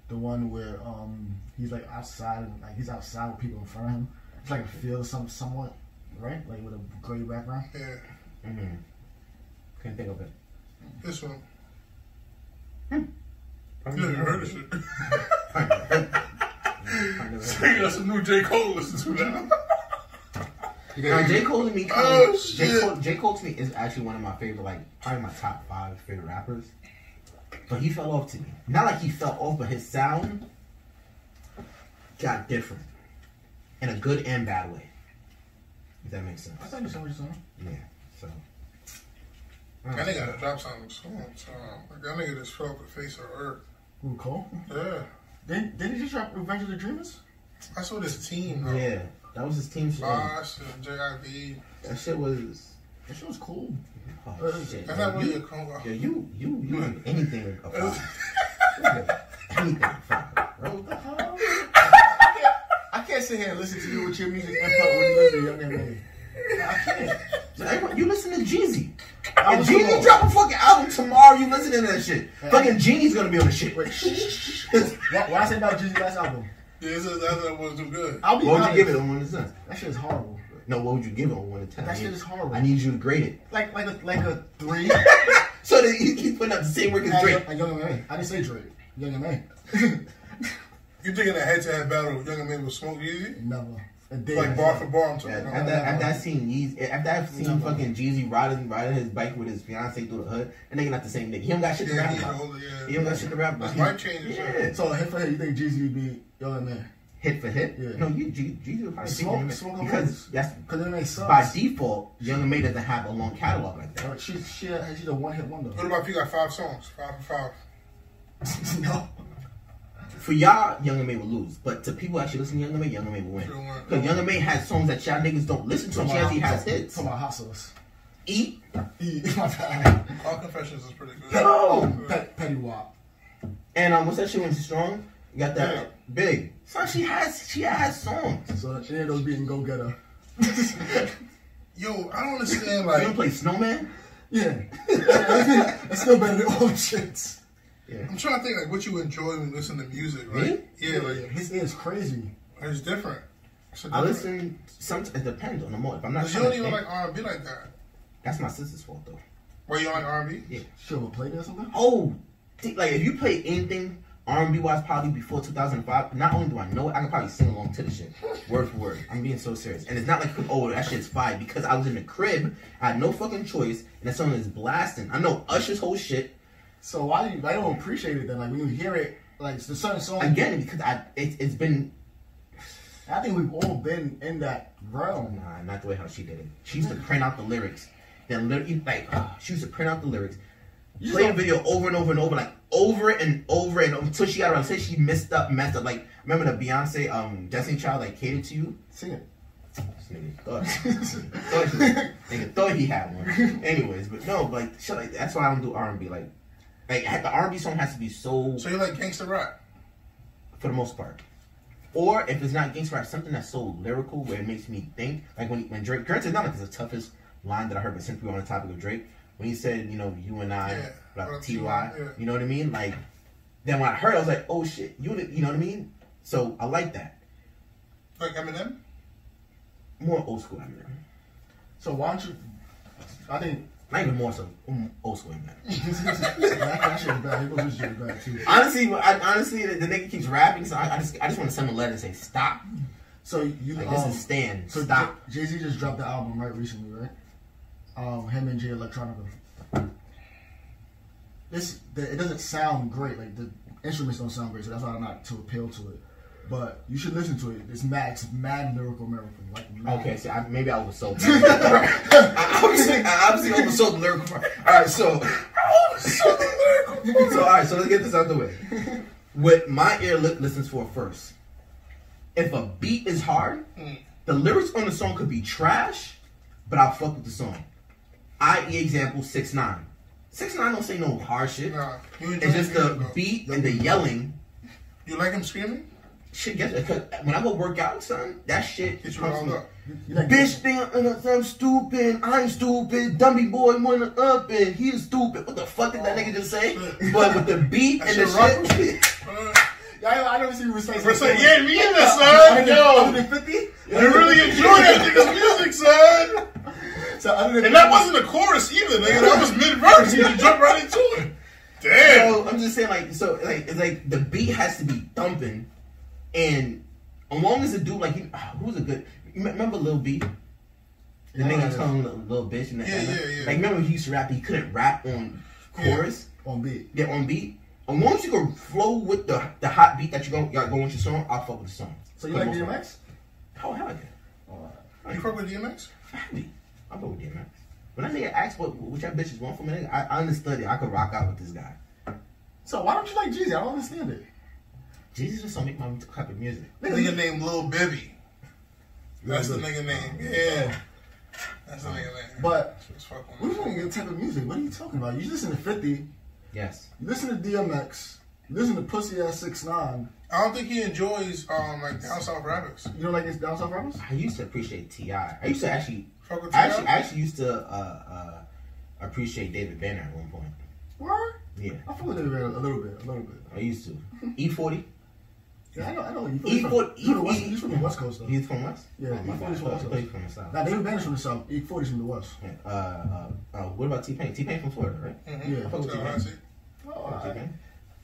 Speaker 5: The one where um he's like outside and like he's outside with people in front of him. It's like a field some somewhat, right? Like with a gray background.
Speaker 3: Yeah.
Speaker 4: Mm-hmm. Can't think of it.
Speaker 3: This one. You
Speaker 4: Probably
Speaker 3: never heard
Speaker 4: never-
Speaker 3: this shit.
Speaker 4: probably never heard it. Probably never heard it.
Speaker 3: That's some new J. Cole to listen to now.
Speaker 4: Now, J. Cole to me, kind
Speaker 3: Oh,
Speaker 4: of, J.
Speaker 3: shit.
Speaker 4: Cole, J. Cole to me is actually one of my favorite, like probably my top five favorite rappers. But he fell off to me. Not like he fell off, but his sound got different in a good and bad way. If that makes sense.
Speaker 5: I thought you said what you're saying.
Speaker 4: Yeah. So.
Speaker 3: That nigga had to drop something soon. So, like, that nigga just fell off the face of the earth.
Speaker 5: Who Cole?
Speaker 3: Yeah.
Speaker 5: Did did he just drop Revenge of the Dreamers?
Speaker 3: I saw this team. Though.
Speaker 4: Yeah, that was his team shit.
Speaker 3: Bosh and JID.
Speaker 4: That shit was.
Speaker 5: That shit was cool.
Speaker 4: Oh shit.
Speaker 3: That's
Speaker 4: yo,
Speaker 3: not really a
Speaker 4: you,
Speaker 3: Cole.
Speaker 4: yo, you, you, you give anything a five. You give anything a five, bro.
Speaker 5: I can't sit here and listen to you with your music input when you listen to Young and Me. I can't.
Speaker 4: Like, you listen to Jeezy.
Speaker 5: I
Speaker 4: If
Speaker 5: was
Speaker 4: Jeezy
Speaker 5: wrong.
Speaker 4: drop a fucking album tomorrow, you listening to that shit. Fucking Jeezy's gonna be on the shit.
Speaker 5: Wait, shh, shh, shh. Why, why I say about Jeezy's last album?
Speaker 3: Yeah, this is, that that was too good.
Speaker 5: I'll be
Speaker 4: What would you
Speaker 5: honest.
Speaker 4: give it on one to ten?
Speaker 5: That shit is horrible.
Speaker 4: No, what would you give it on one to ten?
Speaker 5: That
Speaker 4: I need-
Speaker 5: shit is horrible.
Speaker 4: I need you to grade it.
Speaker 5: Like like a like a three.
Speaker 4: So that you keep putting up the same work as Drake.
Speaker 5: Like Young and Me. I didn't say Drake. Young and Me.
Speaker 3: You thinking a head-to-head battle with Young and Man with Smoke Yeezy?
Speaker 5: Never. And then-
Speaker 3: Like bar for bar, I'm talking
Speaker 4: Yeah,
Speaker 3: about.
Speaker 4: After, after I seen Yeezy, eh, after I've seen fucking Jeezy riding riding his bike with his fiance through the hood, and they not the same nigga. He don't got shit to
Speaker 3: Yeah,
Speaker 4: rap
Speaker 3: he
Speaker 4: about.
Speaker 3: older, yeah.
Speaker 4: He don't got shit to rap about.
Speaker 3: His life changes,
Speaker 4: Yeah.
Speaker 5: So hit for hit, you think Jeezy would be Young and Me?
Speaker 4: Hit for hit.
Speaker 5: Yeah.
Speaker 4: No, you Jeezy Jeezy would probably
Speaker 5: Smoke-
Speaker 4: be
Speaker 5: smoke on
Speaker 4: because
Speaker 5: roots.
Speaker 4: that's
Speaker 5: Because Young and Me
Speaker 4: by
Speaker 5: sucks.
Speaker 4: default, Young and May doesn't have a long catalog like that.
Speaker 5: Uh, She, she, she's a one hit wonder.
Speaker 3: What about if you got five songs? Five for five.
Speaker 5: no.
Speaker 4: For y'all, Young and May will lose, but to people actually listening to Young and May, Young and May will win.
Speaker 3: Sure won't.
Speaker 4: Because Young and May has songs that y'all niggas don't listen to. and She actually has hits.
Speaker 5: Talking about hot sauce.
Speaker 4: Eat.
Speaker 5: E- my bad.
Speaker 3: All Confessions is pretty good.
Speaker 5: Oh, Pe- Petty Wop.
Speaker 4: And um, what's that shit when she's strong? You got that
Speaker 3: Yeah.
Speaker 4: big. So she has she has songs.
Speaker 5: So any of those beating Go Getter.
Speaker 3: Yo, I don't understand,
Speaker 4: You don't
Speaker 3: like,
Speaker 4: play Snowman?
Speaker 5: Yeah. It's still better than all shits.
Speaker 4: Yeah.
Speaker 3: I'm trying to think, like, what you enjoy when you listen to music, right?
Speaker 4: Me?
Speaker 3: Yeah, like,
Speaker 5: His ears crazy.
Speaker 3: it's different. It's a
Speaker 4: I
Speaker 3: different.
Speaker 4: listen. Some it depends on the mood. If I'm not
Speaker 3: But you
Speaker 4: trying to
Speaker 3: don't even
Speaker 4: think,
Speaker 3: like R&B like that.
Speaker 4: that's my sister's fault though.
Speaker 3: Were you on R&B?
Speaker 4: Yeah.
Speaker 5: Sure, we'll play that sometime.
Speaker 4: Oh, th- like if you play anything R&B wise, probably before 2005. Not only do I know it, I can probably sing along to the shit, word for word. I'm being so serious, and it's not like oh that shit's fire because I was in the crib, I had no fucking choice, and that song is blasting. I know Usher's whole shit
Speaker 5: So why do you, why don't appreciate it then? Like when you hear it, like it's the certain song.
Speaker 4: again because I it, it's been
Speaker 5: I think we've all been in that realm.
Speaker 4: Nah, not the way how she did it. She used to print out the lyrics. Then literally, like, she used to print out the lyrics, play the video over and over and over, like over and over and over until she got around. Say she messed up, messed up. Like, remember the Beyonce, um, Destiny Child, like catered to you.
Speaker 5: Sing it.
Speaker 4: This nigga thought, thought he, nigga thought he had one. Anyways, but no, but like, shit, like that's why I don't do R and B. Like, like the R and B song has to be so
Speaker 3: So you like gangster rap?
Speaker 4: for the most part. Or if it's not gangster rap, something that's so lyrical where it makes me think. Like when when Drake, granted, not like it's the toughest line that I heard, but since we were on the topic of Drake, when he said, you know, you and I,
Speaker 3: Yeah,
Speaker 4: like
Speaker 3: or
Speaker 4: T.Y.,
Speaker 3: yeah.
Speaker 4: you know what I mean? Like, then when I heard, it, I was like, oh shit, you, li- you know what I mean? So I like that.
Speaker 3: Like Eminem?
Speaker 4: More old school Eminem.
Speaker 5: So why don't you? I think
Speaker 4: Not even more so, mm, old school Eminem.
Speaker 5: that, that shit was bad. People just shit was bad too.
Speaker 4: honestly, I, honestly, the, the nigga keeps rapping, so I, I just I just want to send him a letter and say stop.
Speaker 5: So you
Speaker 4: Like,
Speaker 5: um,
Speaker 4: this is Stan.
Speaker 5: So
Speaker 4: Stop.
Speaker 5: Jay Z just dropped the album right recently, right? Um, him and Jay Electronica. This the, it doesn't sound great. Like the instruments don't sound great, so that's why I'm not too appeal to it. But you should listen to it. It's mad, it's mad lyrical miracle. Like mad.
Speaker 4: Okay, so I, maybe I oversold. I obviously, I obviously oversold the lyrical part. All right, so so all right, so let's get this out the way. What my ear li- listens for first. If a beat is hard,
Speaker 3: Hmm.
Speaker 4: the lyrics on the song could be trash, but I'll fuck with the song. I.e. example six nine. Six nine don't say no hard shit.
Speaker 3: Nah, you enjoy
Speaker 4: it's just
Speaker 3: the music,
Speaker 4: the
Speaker 3: bro.
Speaker 4: beat and the yelling.
Speaker 3: You like him screaming?
Speaker 4: Shit, guess cause when I go work out, son, that shit
Speaker 3: Get you
Speaker 4: pumps
Speaker 3: riled
Speaker 4: me.
Speaker 3: up.
Speaker 5: You like
Speaker 4: Bitch, think I'm stupid. I'm stupid. Dummy boy wanna up and he's stupid. What the fuck did that nigga just say? But with the beat and the
Speaker 3: That
Speaker 4: shit.
Speaker 3: Uh,
Speaker 5: Yeah, I, I never see you recite.
Speaker 3: we're saying, yeah, me and the
Speaker 5: Other
Speaker 3: son,
Speaker 5: than- other
Speaker 3: yo.
Speaker 5: than 50?
Speaker 3: I really enjoy that nigga's music, son.
Speaker 5: So other than
Speaker 3: And that wasn't a chorus either, nigga. That was mid verse. He just jumped right into it. Damn.
Speaker 4: So I'm just saying, like, so like, it's like the beat has to be thumping, and as long as the dude, like, he, ah, who's a good? you me- Remember Lil B? The
Speaker 5: Yeah.
Speaker 4: nigga calling little, little bitch and that.
Speaker 3: Yeah,
Speaker 4: and that.
Speaker 3: yeah, yeah.
Speaker 4: Like, remember he used to rap, he couldn't rap on chorus.
Speaker 5: on beat.
Speaker 4: get on beat. As long as you can flow with the the hot beat that you go y'all go with your song, I'll fuck with the song.
Speaker 5: So you like
Speaker 4: For the most
Speaker 5: DMX?
Speaker 4: part. Oh hell
Speaker 3: You fuck with DMX?
Speaker 4: yeah, happy. I fuck with DMX. When that nigga asked what what y'all bitches want from a nigga, I, I understood it. I could rock out with this guy.
Speaker 5: So why don't you like Jeezy? I don't understand it.
Speaker 4: Jesus just don't make my type of music.
Speaker 3: Nigga named Lil Bibby. That's the nigga name. Yeah. That's the nigga name.
Speaker 5: But
Speaker 3: Let's fuck with
Speaker 5: we're
Speaker 3: him.
Speaker 5: doing your type of music. What are you talking about? You listen to 50, you
Speaker 4: Yes.
Speaker 5: listen to DMX, you listen to Pussy Ass 6 9
Speaker 3: I don't think he enjoys um like down south rappers.
Speaker 5: You don't like this Down South rappers?
Speaker 4: I used to appreciate Ti. I used to actually,
Speaker 3: Fuck with
Speaker 4: I actually,
Speaker 3: T.I.?
Speaker 4: I actually used to uh, uh, appreciate David Banner at one point.
Speaker 5: What?
Speaker 4: Yeah,
Speaker 5: I feel like a little, a little bit, a little bit.
Speaker 4: I used to. E forty.
Speaker 5: Yeah, I know, I know. You
Speaker 4: E
Speaker 5: from,
Speaker 4: forty.
Speaker 5: you from the West, you from the West Coast, though.
Speaker 4: He's from West.
Speaker 5: Yeah,
Speaker 4: Oh, my
Speaker 5: E40
Speaker 4: bad.
Speaker 5: is from
Speaker 4: I
Speaker 5: West
Speaker 4: thought he was from the South.
Speaker 5: Now, David Banner's from the South. E 40's from the West.
Speaker 4: Uh, uh, uh, what about T Pain? T Pain from Florida, right?
Speaker 5: Yeah.
Speaker 4: I fuck with
Speaker 3: So,
Speaker 4: T
Speaker 3: Mm-hmm. I
Speaker 4: Pain.
Speaker 3: see.
Speaker 5: Oh,
Speaker 4: T-Pain.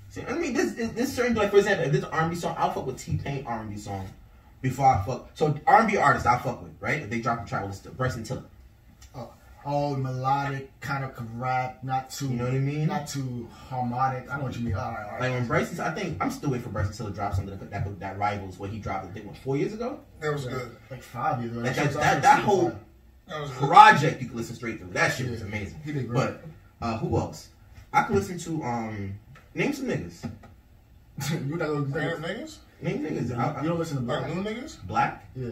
Speaker 4: See, I mean, this, this this certain like for example, if this R and B song, I'll fuck with T Pain R and B song before I fuck. So R and B artists, I fuck with right. If they drop a track, it's Bryson Tiller.
Speaker 5: Oh, all melodic, kind of rap, not too.
Speaker 4: You know what I mean?
Speaker 5: Not too harmonic. I know what you mean. All right, all right.
Speaker 4: Like when Bryson, I think I'm still waiting for Bryson Tiller to drop something that that, that rivals what he dropped. I think what four years ago.
Speaker 3: That was good.
Speaker 5: like five years ago.
Speaker 4: Like
Speaker 5: shit
Speaker 4: that,
Speaker 5: was out
Speaker 4: that,
Speaker 5: there
Speaker 4: that
Speaker 5: too,
Speaker 4: whole
Speaker 5: man.
Speaker 3: That was good.
Speaker 4: project you could listen straight through. That shit was
Speaker 5: Yeah,
Speaker 4: amazing.
Speaker 5: he did great.
Speaker 4: But uh, who else? I could listen to um name some niggas.
Speaker 5: you not gonna
Speaker 3: Random niggas?
Speaker 4: Name niggas. I,
Speaker 5: You
Speaker 4: I,
Speaker 5: don't listen to
Speaker 3: Like
Speaker 4: uh,
Speaker 5: black.
Speaker 3: new niggas?
Speaker 4: black.
Speaker 5: Yeah.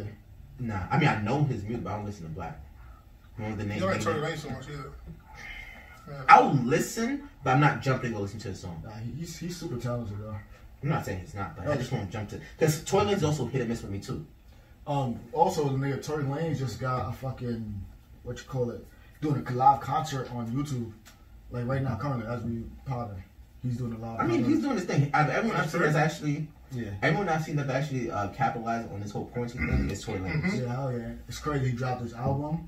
Speaker 4: Nah, I mean I know his music, but I don't listen to Black. You know the name.
Speaker 3: You don't like
Speaker 4: name-
Speaker 3: Tory Lane so much either.
Speaker 4: I'll listen, but I'm not jumping to go listen to his song.
Speaker 5: Nah, he's he's super talented though.
Speaker 4: I'm not saying it's not, but I just won't jump to because Toy Lane's also hit and miss with me too.
Speaker 5: Um. Also, the nigga Tory Lanez just got a fucking what you call it, doing a live concert on YouTube, like right now currently as we powder. He's doing a live.
Speaker 4: I mean,
Speaker 5: concert.
Speaker 4: he's doing his thing. Out of everyone I've seen that's actually,
Speaker 5: Yeah.
Speaker 4: everyone I've seen that's actually uh, capitalized on this whole quarantine thing is Toy Lane.
Speaker 5: Mm-hmm. Yeah, hell yeah. It's crazy. He dropped his album,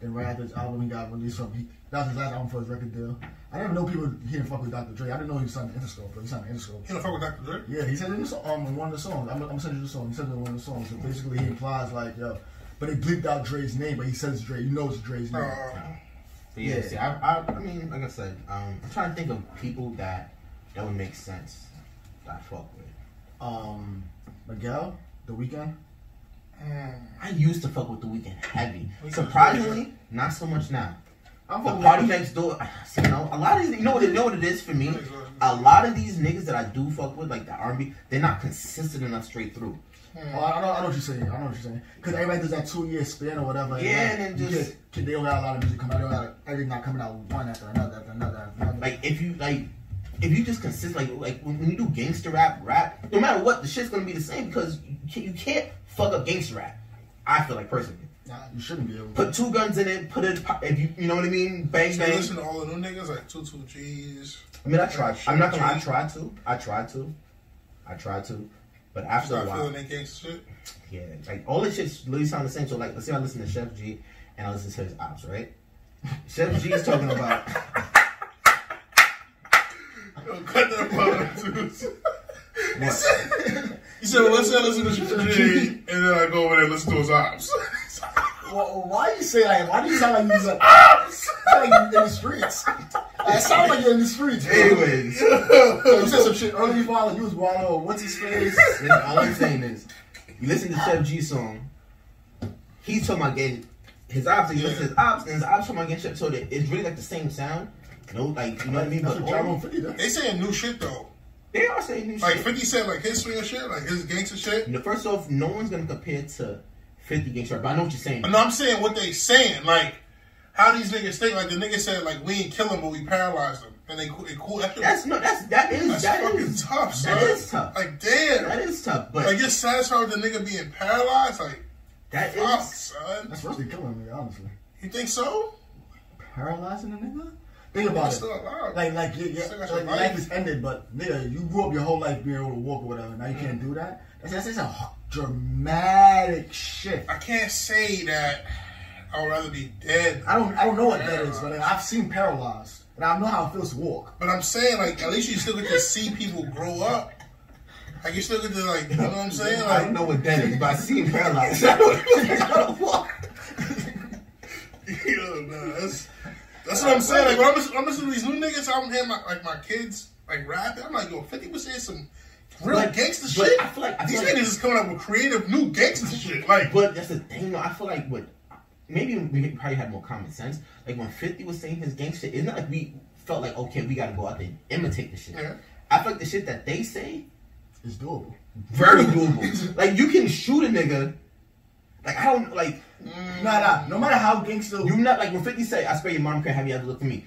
Speaker 5: then right after his album, he got released from. He, That was his last album for his record deal. I didn't even know people he didn't fuck with Dr. Dre. I didn't know he was signed to Interscope, but he signed to Interscope.
Speaker 3: You know, fuck with Dr. Dre.
Speaker 5: Yeah, he said in the song, um, in one of the songs. I'm, I'm gonna send you the song. He said it in one of the songs. So basically, he implies like, yo, but he bleeped out Dre's name, but he says Dre. You know it's Dre's name.
Speaker 3: Uh,
Speaker 4: But yeah, see, I, I, I mean, like I said, um, I'm trying to think of people that that would make sense that I fuck with.
Speaker 5: Um, Miguel, The Weeknd.
Speaker 3: mm.
Speaker 4: I used to fuck with the weekend heavy. Surprisingly, not so much now.
Speaker 5: I'm
Speaker 4: The
Speaker 5: fucking
Speaker 4: party
Speaker 5: with-
Speaker 4: next door. See, you know, a lot of these, you know what, you know what it is for me. A lot of these niggas that I do fuck with, like the R&B, they're not consistent enough straight through.
Speaker 5: Oh, I, I know, I know what you're saying. I know what you're saying. Because everybody does that two year span or whatever.
Speaker 4: Yeah,
Speaker 5: like,
Speaker 4: and then
Speaker 5: you
Speaker 4: just-
Speaker 5: get- they don't got a lot of music coming out. They don't got everything not coming out one after another after another after another.
Speaker 4: Like if you like, if you just consist like like when, when you do gangster rap rap, no matter what, the shit's gonna be the same because you can't, you can't fuck up gangster rap. I feel like personally.
Speaker 5: Nah, you shouldn't be able. to.
Speaker 4: Put two guns in it. Put it. If you you know what I mean. Bang
Speaker 3: you
Speaker 4: bang.
Speaker 3: listen to all the new niggas like Two Two G's.
Speaker 4: I mean, I tried. I'm not gonna. lie, I tried to. I tried to. I tried to. But after a
Speaker 3: Start
Speaker 4: while,
Speaker 3: feeling that gangster shit.
Speaker 4: yeah, like all this shit's really sound the same. So like, let's say I listen to Chef G and I listen to his ops, right? Chef G is talking about.
Speaker 3: Yo, cut that part out, too. He said, well, let's say I listen to Triple G, and then I go over there and listen to his ops.
Speaker 5: Well, why you say like? Why do you sound like uh, you're like, sound like you in the streets? Like, It sounds like you're in the streets. bro.
Speaker 4: Anyways,
Speaker 5: you said some shit earlier. While you was wild, or what's his face?
Speaker 4: listen, all I'm saying is, you listen to Chef G song. He's talking about getting his ops. and You listen to his ops, and his ops talking about getting Chef. So that it's really like the same sound. No, like you know what I mean.
Speaker 5: That's
Speaker 4: But
Speaker 5: what John
Speaker 4: all,
Speaker 5: Wall Fifty does.
Speaker 3: they saying new shit, though.
Speaker 4: they are saying new
Speaker 3: Like
Speaker 4: shit.
Speaker 3: 50 Cent, like his swing shit, like his gangster shit.
Speaker 4: No, First off, no one's gonna compare to 50 Gang Strap, but I know what you're saying.
Speaker 3: No, I'm saying what they saying. Like, how these niggas think. Like, the nigga said, like, we ain't kill him, but we paralyzed him. And they cool. They cool that shit-
Speaker 4: That's no, that's that is
Speaker 3: that's
Speaker 4: that
Speaker 3: fucking
Speaker 4: is
Speaker 3: tough, son.
Speaker 4: That is tough.
Speaker 3: Like, damn.
Speaker 4: that is tough,
Speaker 3: like,
Speaker 4: but
Speaker 3: you're satisfied with the nigga being paralyzed? Like,
Speaker 4: that
Speaker 3: fuck,
Speaker 4: is
Speaker 3: son.
Speaker 5: That's Rusty killing me, honestly.
Speaker 3: You think so?
Speaker 5: Paralyzing a nigga. Think about it.
Speaker 3: Still alive.
Speaker 5: Like, like, yeah, yeah,
Speaker 3: Still got
Speaker 5: like
Speaker 3: your
Speaker 5: your
Speaker 3: life.
Speaker 5: life is ended, but nigga, you grew up your whole life being able to walk or whatever. Now you can't
Speaker 3: Mm-hmm.
Speaker 5: do that. That's, that's, that's a h- dramatic shift.
Speaker 3: I can't say that I would rather be dead.
Speaker 5: I don't, I don't know what that is, but like, I've seen paralyzed, and I know how it feels to walk.
Speaker 3: But I'm saying, like, at least you still get to see people grow up. Like, you still get to, like, you know what I'm saying?
Speaker 4: I don't
Speaker 3: Like,
Speaker 4: know what that is, but I seen paralyzed. I don't know.
Speaker 3: you know, nah, that's, that's what I'm saying. Like, when I'm, listen- I'm listening to these new niggas, I'm hearing, my, like, my kids, like, rapping. I'm like, yo, 50 was saying some real
Speaker 4: Like,
Speaker 3: gangster
Speaker 4: but
Speaker 3: shit.
Speaker 4: I feel like- I
Speaker 3: these
Speaker 4: feel like-
Speaker 3: niggas is coming up with creative new gangster shit. Like,
Speaker 4: But that's the thing, though. I feel like what maybe we probably had more common sense. Like when 50 was saying his gang shit, it's not like we felt like okay, we gotta go out there and imitate the shit.
Speaker 3: Yeah.
Speaker 4: I feel like the shit that they say
Speaker 5: It's doable.
Speaker 4: very doable. like you can shoot a nigga. Like I don't like
Speaker 5: Nah, nah. No matter how gangster,
Speaker 4: you not like when Fifty say I swear your mom can't have you ever look for me.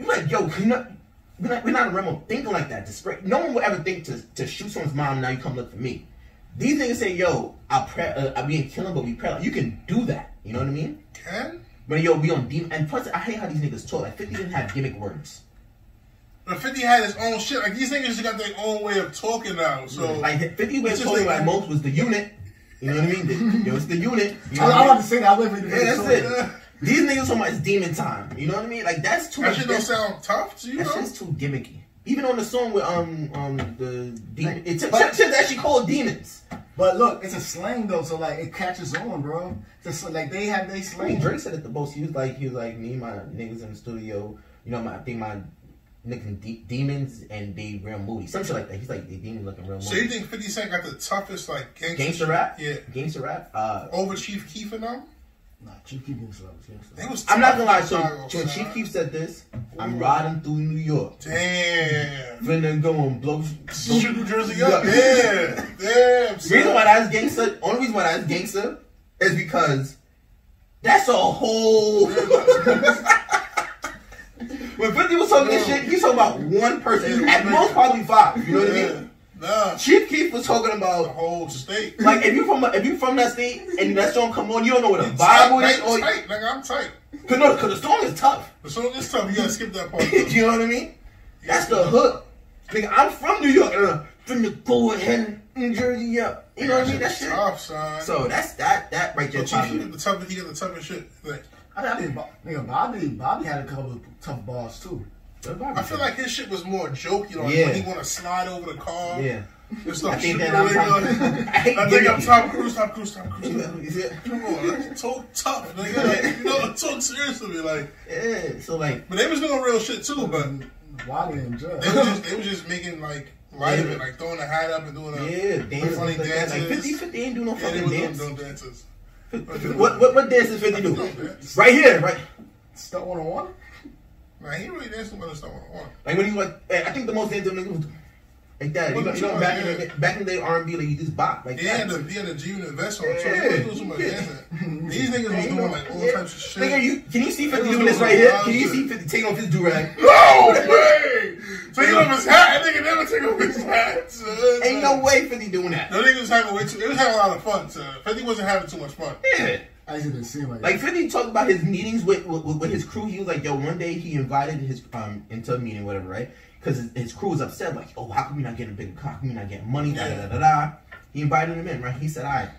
Speaker 4: You like yo, you not. We're not, we're not in the realm of thinking like that. to spread- no one would ever think to, to shoot someone's mom. Now you come look for me. These niggas say, "Yo, I pray, uh, I being killing, but we pray." Like, you can do that. You know what I mean?
Speaker 3: can?
Speaker 4: But yo, we on demon. And plus, I hate how these niggas talk. Like Fifty didn't have gimmick words.
Speaker 3: But 50 had his own shit. Like, these niggas just got their own way of talking now. So,
Speaker 4: Like Fifty was
Speaker 3: It's just
Speaker 4: talking
Speaker 3: like-
Speaker 4: like most was the unit. You know what I mean? The- yo, it's the unit. You
Speaker 5: I,
Speaker 4: know what
Speaker 5: I
Speaker 4: I
Speaker 5: want
Speaker 4: mean?
Speaker 5: to say that. I live in the
Speaker 4: Yeah, that's it. These niggas talking about it's demon time. You know what I mean? Like that's too
Speaker 3: that
Speaker 4: much
Speaker 3: shit don't
Speaker 4: dis-
Speaker 3: sound tough to you,
Speaker 4: That
Speaker 3: though.
Speaker 4: shit's too gimmicky. Even on the song with um um the demon, it's
Speaker 5: But-
Speaker 4: shit's actually called demons.
Speaker 5: But look, it's a slang though, so like it catches on, bro. Just like they have they
Speaker 4: I mean,
Speaker 5: slang.
Speaker 4: Drake said at the most. He was like, he was like, me, and my niggas in the studio. You know, my I think my niggas in de- demons and they real moody, some shit like that. He's like, they demon looking real moody.
Speaker 3: So you think 50 Cent got the toughest like gangster,
Speaker 4: gangster rap?
Speaker 3: Yeah.
Speaker 4: gangster rap. Uh,
Speaker 3: Over Chief Keef and them?
Speaker 5: Nah, Chief Keef is slow.
Speaker 3: They was
Speaker 4: I'm not gonna lie.
Speaker 3: tough
Speaker 4: So,
Speaker 3: in Chicago,
Speaker 4: so when
Speaker 3: son.
Speaker 4: Chief Keef said this, I'm riding through New York.
Speaker 3: Damn.
Speaker 4: Finna go and blow.
Speaker 3: Shoot New Jersey up.
Speaker 4: Yeah.
Speaker 3: Damn. Damn.
Speaker 4: The reason
Speaker 3: Son.
Speaker 4: why that's gangster, only reason why that's gangster is because that's a whole. when 50 was talking this shit, he's talking about one person. At most, probably five. You know what I
Speaker 3: Yeah.
Speaker 4: mean?
Speaker 3: Nah.
Speaker 4: Chief Keef was talking
Speaker 3: The
Speaker 4: about.
Speaker 3: whole state.
Speaker 4: Like if you from if you from that state and that song come on, you don't know what a Bible is
Speaker 3: tight,
Speaker 4: or
Speaker 3: tight. Like I'm tight.
Speaker 4: cause no, cause the song is tough.
Speaker 3: But so this time you gotta skip that part.
Speaker 4: Do you know what I mean? That's the hook. Nigga, I'm from New York and I'm from the go ahead New Jersey up. You know what I mean? That shit.
Speaker 3: Tough, son.
Speaker 4: So that's that that right
Speaker 3: so
Speaker 4: there.
Speaker 3: Chief
Speaker 4: probably-
Speaker 3: Keef got the toughest. He got the toughest shit. Like,
Speaker 5: I I, I think Bo- nigga, Bobby Bobby had a couple of tough bars too.
Speaker 3: I feel like his shit was more jokey, like
Speaker 4: Yeah.
Speaker 3: when he want to slide over the car.
Speaker 4: Yeah.
Speaker 3: This stuff.
Speaker 4: I think
Speaker 3: shooting
Speaker 4: that I'm
Speaker 3: at
Speaker 4: Tom-
Speaker 3: niggas.
Speaker 4: I hate
Speaker 3: I think I'm
Speaker 4: gimmicky.
Speaker 3: Tom Cruise. Tom Cruise. Tom Cruise. Tom Cruise.
Speaker 4: yeah.
Speaker 3: Come on, that's so tough, nigga. Like, you know, talk seriously, like.
Speaker 4: yeah. So like
Speaker 3: But they was doing real shit too, but
Speaker 5: Bobby and Judge.
Speaker 3: they was just, they was just making like light of it, like throwing a hat up and doing a
Speaker 4: yeah, dance
Speaker 3: funny
Speaker 4: like that. Like 50, 50 ain't do no
Speaker 3: Yeah, they
Speaker 4: fucking
Speaker 3: was doing
Speaker 4: dance.
Speaker 3: doing dances.
Speaker 4: What what what dance is 50 do? Right here, right.
Speaker 5: Stunt one on one.
Speaker 3: Man, he really danced with us on one.
Speaker 4: Like when you like, eh, I think the most dance them niggas was like that. You know, you know back in the back in the day R and B, like you just bop like
Speaker 3: He
Speaker 4: that.
Speaker 3: had the he had the G Unit vest on, so
Speaker 4: Yeah.
Speaker 3: he was doing so much dancing. These niggas was doing like all
Speaker 4: Yeah.
Speaker 3: types of shit.
Speaker 4: Nigga, you, can you see 50
Speaker 3: was
Speaker 4: doing this
Speaker 3: doing
Speaker 4: right here?
Speaker 3: wild
Speaker 4: Can you
Speaker 3: shit.
Speaker 4: see 50 taking off his durag?
Speaker 3: No way! Take off his hat. That nigga never take off his hat. son.
Speaker 4: Ain't no way 50 doing that.
Speaker 3: No nigga was having way too. They was having a lot of fun. Son. Fifty wasn't having too much fun.
Speaker 4: Yeah.
Speaker 5: I just didn't seem like,
Speaker 4: Like 50 talked about his meetings with, with with his crew. He was like, yo, one day he invited his um into a meeting, whatever, right? Because his, his crew was upset, like, oh, how come we not getting a bigger car? How come we not getting money? Da, da, da, da, da. He invited him in, right? He said, all right,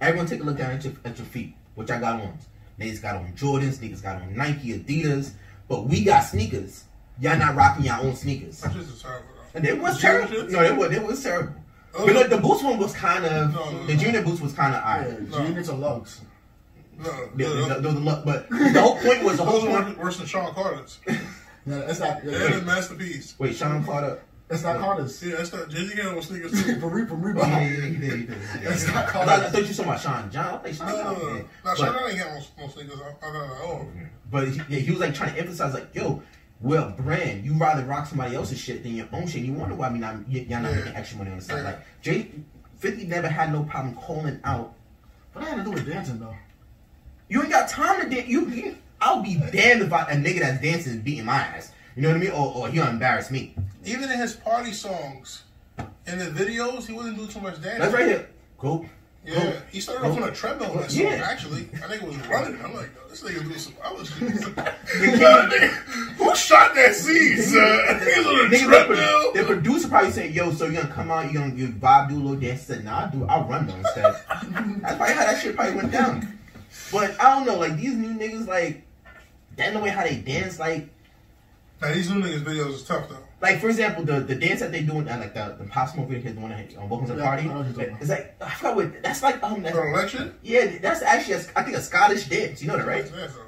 Speaker 4: everyone take a look down at your, at your feet, which I got on. Niggas got on Jordans, niggas got on Nike, Adidas, but we got sneakers. Y'all not rocking your own sneakers.
Speaker 3: That shit was terrible. though.
Speaker 4: And it was
Speaker 3: Junior
Speaker 4: terrible.
Speaker 3: shit?
Speaker 4: No, it was it was terrible.
Speaker 3: Oh.
Speaker 4: But like, the boots one was kind of
Speaker 3: No, no,
Speaker 4: the
Speaker 3: no.
Speaker 4: junior boots was kind of
Speaker 5: yeah,
Speaker 4: alright.
Speaker 3: No.
Speaker 5: units or lugs.
Speaker 3: No,
Speaker 4: Yeah,
Speaker 3: no,
Speaker 4: the,
Speaker 3: no.
Speaker 4: the, the- but the whole point was the whole
Speaker 3: Those
Speaker 4: point.
Speaker 3: were worse than Sean Carter's.
Speaker 5: No, that's not.
Speaker 3: They had a
Speaker 5: Yeah,
Speaker 3: masterpiece.
Speaker 4: Wait, Sean caught up.
Speaker 5: that's not Carter's.
Speaker 3: Yeah, that's not. Jizzy got on sneakers too.
Speaker 5: From Re- from
Speaker 4: Yeah,
Speaker 5: Reebok.
Speaker 4: yeah, he did, he did. I
Speaker 5: That's not
Speaker 4: thought, I
Speaker 5: Carter's.
Speaker 4: thought you were talking about Sean John. I'm like, Sean
Speaker 3: No, no,
Speaker 4: John.
Speaker 3: no,
Speaker 4: yeah.
Speaker 3: no. Nah, Sean
Speaker 4: but,
Speaker 3: Carter ain't got on, on sneakers. I, I got oh.
Speaker 4: but he, yeah, he was like trying to emphasize like, yo, we're a brand. You rather rock somebody else's shit than your own shit. You wonder why we not y- y'all not
Speaker 3: Yeah.
Speaker 4: making extra money on the side.
Speaker 3: Yeah.
Speaker 4: Like Jay Fifty never had no problem calling out.
Speaker 5: What that had to do with dancing though?
Speaker 4: You ain't got time to dance. You, you, I'll be damned if I, a nigga that's dancing is beating my ass. You know what I mean? Or, or he'll embarrass me.
Speaker 3: Even in his party songs, in the videos, he wasn't doing too much dancing.
Speaker 4: That's right here. Go.
Speaker 3: Yeah, he started off on a treadmill in that song,
Speaker 4: Yeah.
Speaker 3: actually. I think it was running. I'm like, yo, this nigga doing some other shit. Yo, nigga, Who shot that seed, son? He was on a
Speaker 4: Nigga, the, pro-
Speaker 3: treadmill.
Speaker 4: the producer probably said, "Yo, so you gonna come out? You gonna give Bob do a little dance?" He said, "Nah, I do. I'll run though instead." That's probably how that shit probably went down. But I don't know, like these new niggas, like that the way how they dance, like
Speaker 3: Now, these new niggas' videos is tough, though.
Speaker 4: like for example, the the dance that they doing, uh, like the the pop smoke video kids doing on Welcome to the
Speaker 5: Yeah,
Speaker 4: Party.
Speaker 5: I know what you're talking
Speaker 4: It's like I forgot what that's like. Um, that's,
Speaker 3: For an election?
Speaker 4: yeah, that's actually a, I think a Scottish dance. You know that, right?
Speaker 3: Yeah, so.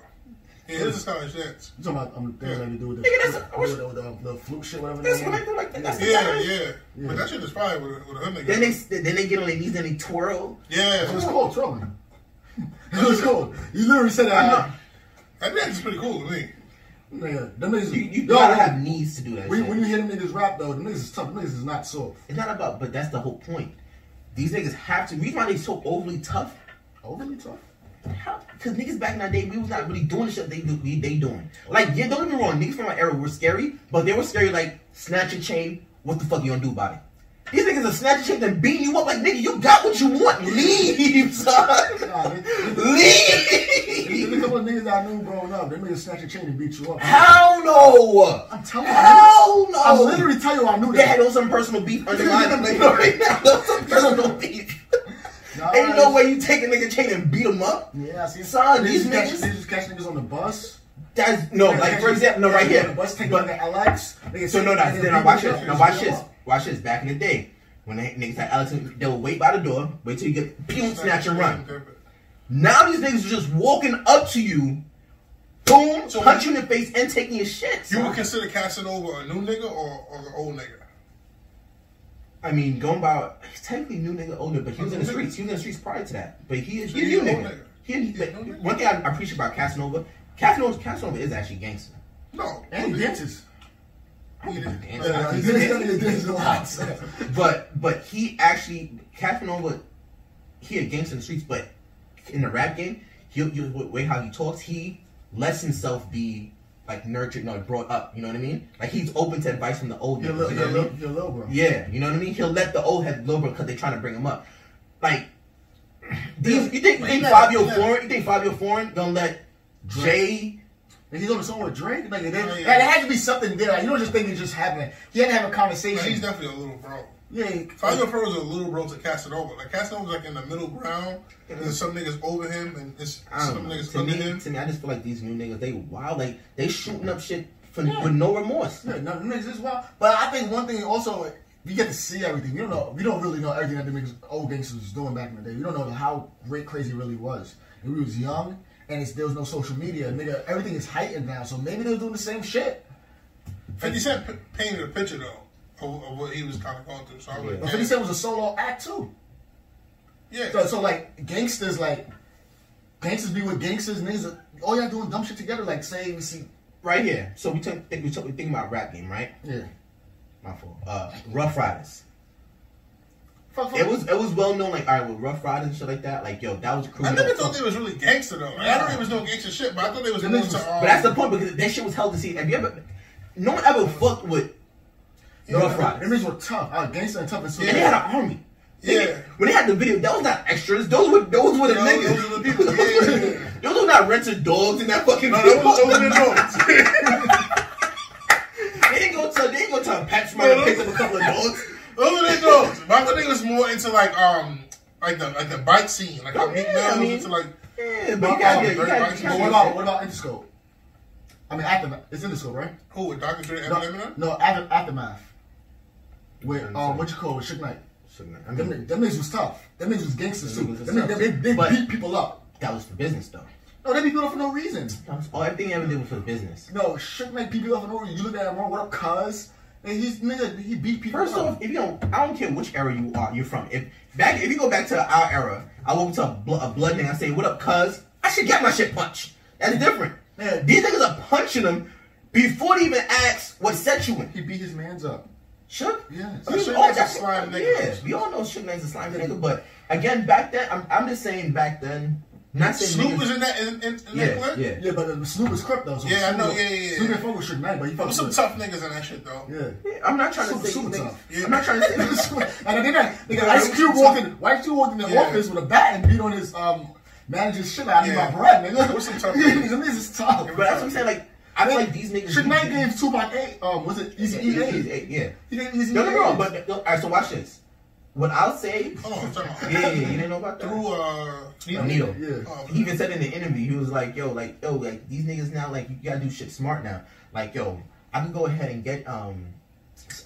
Speaker 3: Yeah, it is a Scottish dance.
Speaker 5: You talking about um, things like you do with the,
Speaker 4: Nigga, that's- I wish-
Speaker 5: with the, with the, the flute shit, whatever.
Speaker 4: That's
Speaker 5: they
Speaker 4: what
Speaker 5: want.
Speaker 4: I do, like that. That's
Speaker 3: Yeah, yeah. But that shit is fire with a, with a hood nigga.
Speaker 4: Then they then they get on their knees and they twirl.
Speaker 3: yeah,
Speaker 5: It was cold, trolling. It was cold. You literally said that.
Speaker 3: that dance is pretty cool to me.
Speaker 5: Nigga, them niggas.
Speaker 4: You, you
Speaker 5: Yo,
Speaker 4: gotta
Speaker 5: when-
Speaker 4: have knees to do that.
Speaker 5: When,
Speaker 4: shit.
Speaker 5: when you hear them niggas rap though, them niggas is tough. Them niggas is not soft.
Speaker 4: It's not about, but that's the whole point. These niggas have to. Reason why they so overly tough?
Speaker 5: Overly tough.
Speaker 4: Because niggas back in that day, we was not really doing the shit they do, we, they doing. Like, yeah, don't get me wrong, niggas from my era were scary, but they were scary like snatch a chain. What the fuck you gonna do about it? These niggas are snatching chain and beating you up like nigga. You got what you want. Leave, son.
Speaker 5: Nah, they- they-
Speaker 4: Leave.
Speaker 5: there's a couple of niggas I knew growing up. Them niggas snatch a chain and beat you up.
Speaker 4: Hell no.
Speaker 5: I'm telling you,
Speaker 4: Hell no.
Speaker 5: I literally tell you I knew
Speaker 4: They had
Speaker 5: that.
Speaker 4: on some personal beef underlying. Like, right now, that's some personal beef.
Speaker 5: Nah,
Speaker 4: Ain't no way you take a nigga chain and beat him up.
Speaker 5: Yeah, I see.
Speaker 4: Son,
Speaker 5: They
Speaker 4: these
Speaker 5: just catch- They
Speaker 4: niggas.
Speaker 5: just catch niggas on the bus.
Speaker 4: That's no,
Speaker 5: They
Speaker 4: like
Speaker 5: catch
Speaker 4: for
Speaker 5: niggas-
Speaker 4: example, no,
Speaker 5: they
Speaker 4: right
Speaker 5: catch
Speaker 4: here.
Speaker 5: niggas On the bus, take
Speaker 4: But-
Speaker 5: them to LX. Niggas
Speaker 4: so no, no,
Speaker 5: take them
Speaker 4: then
Speaker 5: to
Speaker 4: I watch
Speaker 5: Vegas,
Speaker 4: this. Now
Speaker 5: they
Speaker 4: watch
Speaker 5: beat them
Speaker 4: this.
Speaker 5: up.
Speaker 4: Watch this. Back in the day, when they, niggas had Alex, they'll wait by the door, wait till you get pew, snatch and run. Now these niggas are just walking up to you, boom,
Speaker 3: So-
Speaker 4: punch you in the face and taking your shit.
Speaker 3: You would
Speaker 4: son.
Speaker 3: consider Casanova a new nigga or, or an old nigga?
Speaker 4: I mean, going by he's technically new nigga older, but he was in the streets. He was in the streets prior to that. But he is
Speaker 3: So
Speaker 4: he's
Speaker 3: he's
Speaker 4: new
Speaker 3: an old
Speaker 4: nigga.
Speaker 3: nigga.
Speaker 4: He, he,
Speaker 3: He's
Speaker 4: but
Speaker 3: an old nigga.
Speaker 4: one thing I I appreciate about Casanova, Casanova, Casanova is actually gangster.
Speaker 3: No.
Speaker 5: And he dances.
Speaker 3: He didn't.
Speaker 4: Dance.
Speaker 3: Yeah,
Speaker 5: Nah,
Speaker 3: he
Speaker 5: These
Speaker 3: didn't.
Speaker 5: niggas dances a lot. son.
Speaker 4: But but he actually Casanova, he a gangster in the streets, but in the rap game, he you way how he talks, he lets himself be like nurtured, not brought up. You know what I mean? Like he's open to advice from the old
Speaker 5: Your
Speaker 4: niggas.
Speaker 5: little,
Speaker 4: You know
Speaker 5: your
Speaker 4: what I
Speaker 5: little,
Speaker 4: mean?
Speaker 5: your little bro.
Speaker 4: Yeah, you know what I mean. He'll let the old head lower because they're trying to bring him up. Like these, you think you think
Speaker 3: Yeah,
Speaker 4: Fabio
Speaker 3: yeah.
Speaker 4: Foreign, you think Fabio Foreign gonna let Jay?
Speaker 5: And he's on the song with Drake. Like, it,
Speaker 3: Yeah, yeah.
Speaker 5: like, it had to be something there. Like, you don't just think it just happened. He had to have a
Speaker 3: Nah,
Speaker 5: conversation.
Speaker 3: He's definitely a little bro.
Speaker 5: Yeah,
Speaker 3: Fabio Pro is a little bro to Casanova. Like Casanova's like in the middle ground, and there's some niggas over him, and there's
Speaker 4: I don't
Speaker 3: some
Speaker 4: know.
Speaker 3: niggas
Speaker 4: To
Speaker 3: under
Speaker 4: me,
Speaker 3: him.
Speaker 4: to me, I just feel like these new niggas, they wild. Like they shooting up shit for, for no remorse.
Speaker 5: yeah, no, niggas is wild. But I think one thing also, you get to see everything. We don't know. We don't really know everything that the niggas, old gangsters was doing back in the day. We don't know how great crazy really was. And we was young, and it's, there was no social media. Nigga, everything is heightened now. So maybe they were doing the same shit.
Speaker 3: Fifty Cent p- painted a picture though of, of what he was kind of going through. So I
Speaker 4: Yeah.
Speaker 3: would,
Speaker 5: But 50 Cent was a solo act too.
Speaker 3: yeah.
Speaker 5: So, so like gangsters, like gangsters be with gangsters, niggas. are- All y'all doing dumb shit together. Like say we see,
Speaker 4: Right here. So we think we talk, we think about rap game, right?
Speaker 5: yeah.
Speaker 4: My fault. Uh, Rough Riders.
Speaker 5: Fuck, fuck.
Speaker 4: It was it was well known. Like all right, with Rough Riders and shit like that. Like yo, that was a crew.
Speaker 3: I
Speaker 4: that
Speaker 3: never
Speaker 4: was
Speaker 3: thought
Speaker 4: fuck-
Speaker 3: they was really gangster though. Like, I don't think it was no gangster shit, but I thought they was
Speaker 5: The
Speaker 3: more
Speaker 5: niggas
Speaker 3: to.
Speaker 5: was-
Speaker 3: Um,
Speaker 4: But that's the point because that shit was held to see. Have you ever? No one ever fucked with Rough Riders.
Speaker 5: Them niggas were tough. Our gangster and tough. And so
Speaker 4: And they had an army. Nigga,
Speaker 3: Yeah.
Speaker 4: When they had the video, that was not extras. Those were those were the
Speaker 3: Those-
Speaker 4: niggas.
Speaker 3: those were the people, yeah, yeah, yeah.
Speaker 4: those were not rented dogs in that fucking
Speaker 3: no,
Speaker 4: video.
Speaker 3: that was over the notes.
Speaker 4: they didn't go to they didn't go to a pet smart and pick up a couple of dogs.
Speaker 3: Those are the dogs. My thing was more into like um like the like the bike scene, like how Meek
Speaker 4: Oh, Yeah,
Speaker 3: Mill
Speaker 4: I
Speaker 3: was
Speaker 4: mean-
Speaker 3: into like
Speaker 4: Yeah, but
Speaker 5: But
Speaker 4: you gotta get,
Speaker 3: Very
Speaker 4: you gotta,
Speaker 3: much
Speaker 4: you
Speaker 5: But
Speaker 4: gotta
Speaker 5: what about what about Interscope? I mean, aftermath. It's Interscope, right?
Speaker 3: who with Dr. Dre and
Speaker 5: No,
Speaker 3: Eminem.
Speaker 5: no after, aftermath. With
Speaker 4: I'm
Speaker 5: um,
Speaker 4: sorry.
Speaker 5: what you call it, Suge Knight.
Speaker 4: I
Speaker 5: Them,
Speaker 4: mean,
Speaker 5: niggas- them niggas was tough. Them niggas was gangsters
Speaker 4: Them
Speaker 5: too.
Speaker 4: niggas was
Speaker 5: Them niggas,
Speaker 4: tough.
Speaker 5: they, they
Speaker 4: But-
Speaker 5: beat people up.
Speaker 4: that was for business though.
Speaker 5: No, they beat people up for no reason.
Speaker 4: That was all everything they ever did was for business.
Speaker 5: No, Suge Knight beat people up for no reason. You look at him wrong. What up, Cuz? And he's nigga, he beat people.
Speaker 4: First
Speaker 5: up.
Speaker 4: off, if you don't, I don't care which era you are, you're from. If back, if you go back to our era, I walk up to a, bl- a blood nigga, I say, "What up, cuz?" I should get my shit punched. That's different.
Speaker 5: Yeah.
Speaker 4: These niggas are punching them before they even ask what set you in.
Speaker 5: he beat his man's up.
Speaker 4: Shook?
Speaker 5: Yes.
Speaker 4: I mean,
Speaker 3: Suge
Speaker 4: all
Speaker 3: Knight's a
Speaker 4: that-
Speaker 3: slime nigga.
Speaker 4: yeah, we all know Shook Knight's a slime nigga, but again, back then, I'm, I'm just saying back then, not saying
Speaker 3: Snoop
Speaker 4: niggas-
Speaker 3: was in that in, in, in that
Speaker 4: yeah,
Speaker 3: clip.
Speaker 4: yeah.
Speaker 5: Yeah, but uh, Snoop was clipped though. So
Speaker 3: Yeah, I
Speaker 5: Snoop
Speaker 3: know,
Speaker 5: was-
Speaker 3: yeah, yeah, yeah.
Speaker 5: Snoop didn't fuck with Suge Knight, but he
Speaker 3: There was
Speaker 5: fucked
Speaker 3: some
Speaker 5: with.
Speaker 3: tough niggas in that shit though.
Speaker 5: Yeah.
Speaker 4: Yeah, I'm not trying
Speaker 5: Super-
Speaker 4: to say
Speaker 5: super
Speaker 4: niggas.
Speaker 5: tough.
Speaker 3: Yeah.
Speaker 4: I'm not trying to say niggas.
Speaker 5: and then that nigga Ice Cube walked in, Ice Cube walked in the
Speaker 3: Yeah.
Speaker 5: office with a bat and beat on his um manager's shit out of
Speaker 3: Yeah.
Speaker 5: my bread, nigga.
Speaker 3: What's some tough
Speaker 5: Yeah,
Speaker 3: niggas?
Speaker 5: nigga, this is tough.
Speaker 4: But that's what I'm saying. Like, I feel like these niggas.
Speaker 5: Should Knight gave Tupac eight. Um, was it Easy E eight?
Speaker 4: Yeah, yeah.
Speaker 5: He gave Easy
Speaker 4: No, no,
Speaker 5: E eight.
Speaker 4: no. But all right, so watch this. What I'll say.
Speaker 3: Hold on, I'm talking about
Speaker 4: Yeah, yeah, you didn't know about that.
Speaker 3: through uh
Speaker 4: A needle.
Speaker 5: Yeah.
Speaker 3: Oh,
Speaker 4: He even said in the interview, he was like, "Yo, like, yo, like these niggas now, like, you gotta do shit smart now. Like, yo, I can go ahead and get um,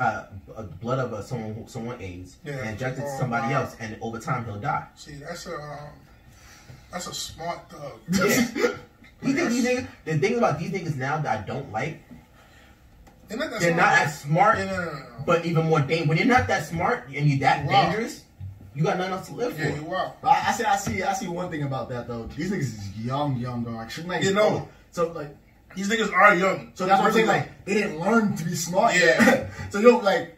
Speaker 4: uh, uh, blood of uh, someone who, someone AIDS
Speaker 3: Yeah.
Speaker 4: and inject it to
Speaker 3: Oh,
Speaker 4: somebody
Speaker 3: wow.
Speaker 4: else, and over time he'll die."
Speaker 3: see that's a um, that's a smart thug.
Speaker 4: Yeah. you think these niggas? The thing about these niggas now that I don't like,
Speaker 3: They're not that
Speaker 4: they're not as smart,
Speaker 3: Yeah, no, no, no, no.
Speaker 4: but even more dangerous. When you're not that smart and you're that
Speaker 3: Wow.
Speaker 4: dangerous, you got nothing else to live
Speaker 3: Yeah,
Speaker 4: for.
Speaker 3: you are.
Speaker 5: But I, I see, I see, I see one thing about that though. These niggas is young, young dog. Like, Suge Knight,
Speaker 3: You know.
Speaker 5: So like,
Speaker 3: These niggas are young.
Speaker 5: So that's what I'm saying. Like they didn't learn to be smart.
Speaker 3: Yeah.
Speaker 5: so you don't like.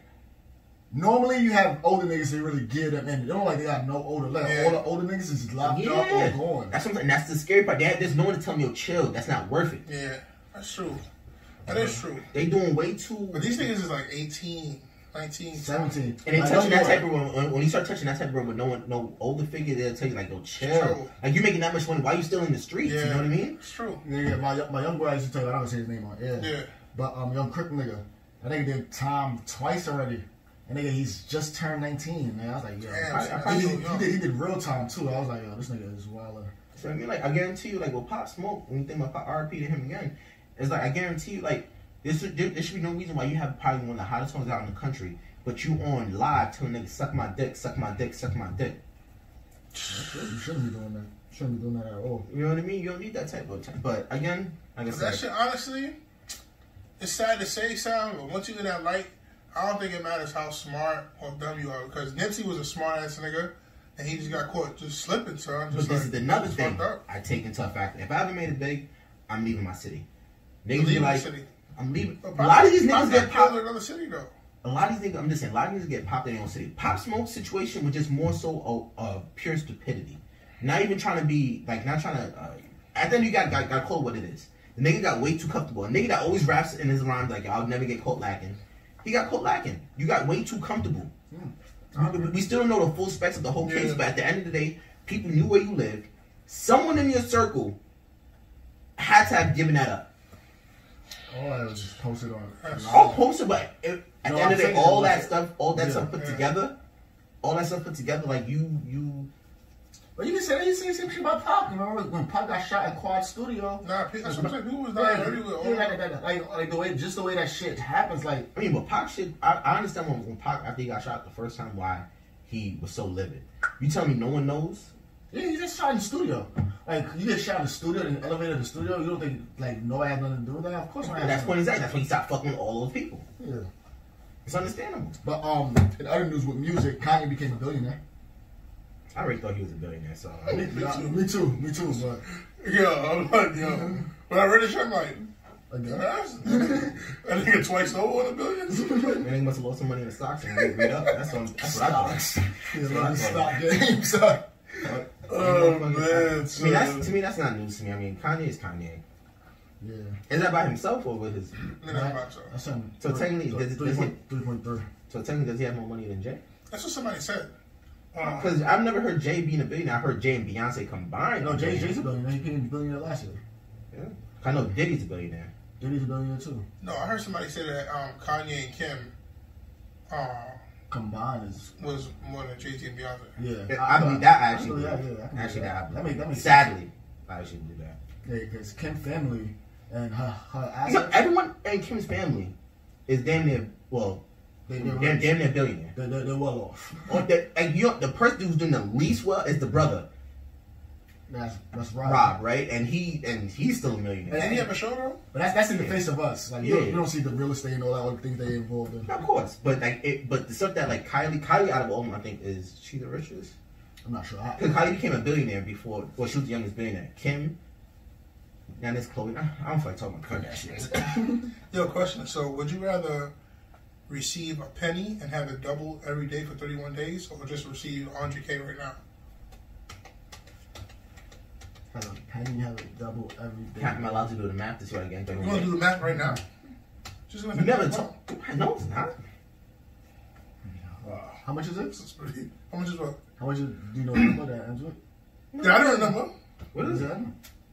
Speaker 5: Normally you have older niggas that really give them in. They don't like they got no older left.
Speaker 3: Yeah.
Speaker 5: All the older niggas is locked up or
Speaker 4: Yeah,
Speaker 5: gone.
Speaker 4: that's what I'm saying. That's the scary part. They had, there's no one to tell me, "Yo, chill. That's not worth it."
Speaker 3: yeah, that's true. That is true.
Speaker 4: They doing way too.
Speaker 3: But these niggas is like 18, 19.
Speaker 5: Seventeen.
Speaker 4: And they
Speaker 5: Like,
Speaker 4: touching
Speaker 5: don't
Speaker 4: that
Speaker 5: you
Speaker 4: type of
Speaker 5: want-
Speaker 4: room. When, when you start touching that type of room with no one, no older figure, they'll tell you like, "Yo,
Speaker 3: True.
Speaker 4: chill. Like you making that much money. Why you still in the streets?
Speaker 3: Yeah,
Speaker 4: You know what I mean?
Speaker 3: It's true.
Speaker 5: Nigga, my my young boy I used to tell you, I don't wanna say his name on. Yeah.
Speaker 3: Yeah.
Speaker 5: But um, young crip nigga, that nigga did time twice already. And nigga, he's just turned nineteen. Man, I was like, yo,
Speaker 3: Damn,
Speaker 5: I-
Speaker 3: so
Speaker 5: I-
Speaker 3: that's
Speaker 5: he,
Speaker 3: so
Speaker 5: did, he,
Speaker 3: young.
Speaker 5: did, he did real time too. I was like, yo, this nigga is wilder.
Speaker 4: So I mean, like I guarantee you, like with Pop Smoke, when you think about Pop R.P. to him again, it's like I guarantee you, like this should- there, there should be no reason why you have probably one of the hottest songs out in the country, but you on live telling niggas suck my dick, suck my dick, suck my dick.
Speaker 5: You shouldn't be doing that. You shouldn't be doing that at all.
Speaker 4: You know what I mean? You don't need that type of. time. But again, like I
Speaker 3: That
Speaker 4: said,
Speaker 3: shit, honestly, it's sad to say, Sam, but once you get that light, I don't think it matters how smart or dumb you are because Nipsey was a smart ass nigga and he just got caught just slipping, son.
Speaker 4: But
Speaker 3: Just
Speaker 4: this
Speaker 3: like,
Speaker 4: is another
Speaker 3: just
Speaker 4: thing
Speaker 3: fucked up.
Speaker 4: I take into fact. If I haven't made it big, I'm leaving my city. Niggas be
Speaker 3: Leaving the
Speaker 4: like,
Speaker 3: city.
Speaker 4: I'm leaving.
Speaker 3: But
Speaker 4: a lot of these
Speaker 3: Pop- Pop
Speaker 4: niggas get
Speaker 3: got
Speaker 4: popped.
Speaker 3: killed in another city though.
Speaker 4: A lot of these niggas, I'm just saying, a lot of niggas get popped in their own city. Pop Smoke situation was just more so a, a pure stupidity. Not even trying to be like, not trying to. Uh, at the end, you got got, got called what it is. The nigga got way too comfortable. A nigga that always raps in his rhymes like, "I'll never get caught lacking." He got caught lacking. You got way too comfortable. We,
Speaker 5: Mm-hmm.
Speaker 4: we still don't know the full specs of the whole case,
Speaker 3: Yeah.
Speaker 4: but at the end of the day, people knew where you lived. Someone in your circle had to have given that up.
Speaker 5: All that was just posted on.
Speaker 4: All posted, but it, at the
Speaker 5: No,
Speaker 4: end
Speaker 5: I'm
Speaker 4: of the day,
Speaker 5: saying
Speaker 4: all
Speaker 5: it
Speaker 4: that
Speaker 5: was-
Speaker 4: stuff, all that
Speaker 5: Yeah.
Speaker 4: stuff put together, all that stuff put together, like you, you.
Speaker 5: But you didn't say that. You said the same shit about Pop. You know, like when Pop got shot in Quad Studio.
Speaker 3: Nah, pe- that's what I'm saying. People was
Speaker 5: Yeah,
Speaker 3: not dirty with
Speaker 5: yeah,
Speaker 3: all
Speaker 5: like,
Speaker 3: that.
Speaker 5: like, like, like the way, just the way that shit happens, like
Speaker 4: I mean, but Pac shit. I, I understand when, when Pac after he got shot the first time, why he was so livid. You tell me no one knows.
Speaker 5: Yeah, you just shot in the studio. Like you get shot in the studio in the elevator of the studio. You don't think like no I had nothing to do with that? Of course not.
Speaker 4: And that's when exactly that's when he stopped fucking with all those people.
Speaker 5: Yeah.
Speaker 4: It's understandable.
Speaker 5: But um, in other news with music, Kanye became a billionaire.
Speaker 4: I already thought he was a billionaire, so I mean,
Speaker 5: Me too. Me too. Me too. But
Speaker 3: Yo, I'm like, yo. When I read this, shit, I'm like,
Speaker 5: again,
Speaker 3: that's I nigga twice over on the billions.
Speaker 4: man, he must have lost some money in the stocks and made it up. That's what, that's what I thought.
Speaker 5: yeah,
Speaker 4: what I
Speaker 5: let me stop
Speaker 4: thought.
Speaker 5: games. Stop.
Speaker 3: Oh,
Speaker 4: I mean,
Speaker 3: man,
Speaker 4: I mean, that's,
Speaker 3: son.
Speaker 4: to me, that's not news to me. I mean, Kanye is Kanye.
Speaker 5: Yeah.
Speaker 4: Is that by himself or with his?
Speaker 3: Nigga, I'm about to-
Speaker 5: That's something.
Speaker 4: So technically, does it-
Speaker 5: three
Speaker 4: does
Speaker 5: point
Speaker 4: it-
Speaker 5: three point three.
Speaker 4: So technically, does he have more money than Jay?
Speaker 3: That's what somebody said. Um,
Speaker 4: Because I've never heard Jay being a billionaire. I heard Jay and Beyonce combined.
Speaker 5: No, Jay
Speaker 4: Yeah.
Speaker 5: Jay's a billionaire. He became a billionaire last year.
Speaker 4: Yeah. I know Diddy's a billionaire.
Speaker 5: Diddy's a billionaire too.
Speaker 3: no, I heard somebody say that um, Kanye and Kim uh,
Speaker 5: Combined is.
Speaker 3: was more than Jay Z and Beyonce.
Speaker 5: Yeah,
Speaker 4: I, believe that I actually.
Speaker 5: Yeah,
Speaker 4: believe.
Speaker 5: yeah, I can
Speaker 4: actually,
Speaker 5: do
Speaker 4: that, I
Speaker 5: that. That
Speaker 4: believe.
Speaker 5: make- that makes
Speaker 4: sadly, I actually believe that.
Speaker 5: because Kim family and her her
Speaker 4: So
Speaker 5: assets.
Speaker 4: everyone in Kim's family is damn near well,
Speaker 5: They,
Speaker 4: damn,
Speaker 5: they're,
Speaker 4: damn
Speaker 5: rich.
Speaker 4: near billionaire.
Speaker 5: They're, they're, they're well off.
Speaker 4: Or the, and you, the person who's doing the least well is the brother
Speaker 5: That's that's Rob.
Speaker 4: Rob, right? And he and he's still a
Speaker 5: And
Speaker 4: millionaire.
Speaker 3: Did he have a show though?
Speaker 5: But that's that's in the face of us. Like you, don't,
Speaker 4: Yeah.
Speaker 5: you don't see the real estate and all that other things they involved in.
Speaker 4: Of course, but like, it, but the stuff that like Kylie, Kylie out of all of them, I think is she the richest.
Speaker 5: I'm not sure. I,
Speaker 4: Because Kylie became a billionaire before, well, she was the youngest billionaire. Kim, now this Chloe. I I don't feel like talking about Kardashians.
Speaker 3: Yo, question. So, would you rather receive a penny and have it double every day for 31 days, or just receive 100k right now?
Speaker 5: have a penny, have it double every day.
Speaker 4: Am I allowed to do the math this way again?
Speaker 3: You want to do the math right now? Just
Speaker 4: You never talk. No, it's not.
Speaker 5: How much is it?
Speaker 3: How much is what?
Speaker 5: How much is, do you know the number that ends with?
Speaker 3: Did I don't remember.
Speaker 4: What is it?
Speaker 5: Yeah.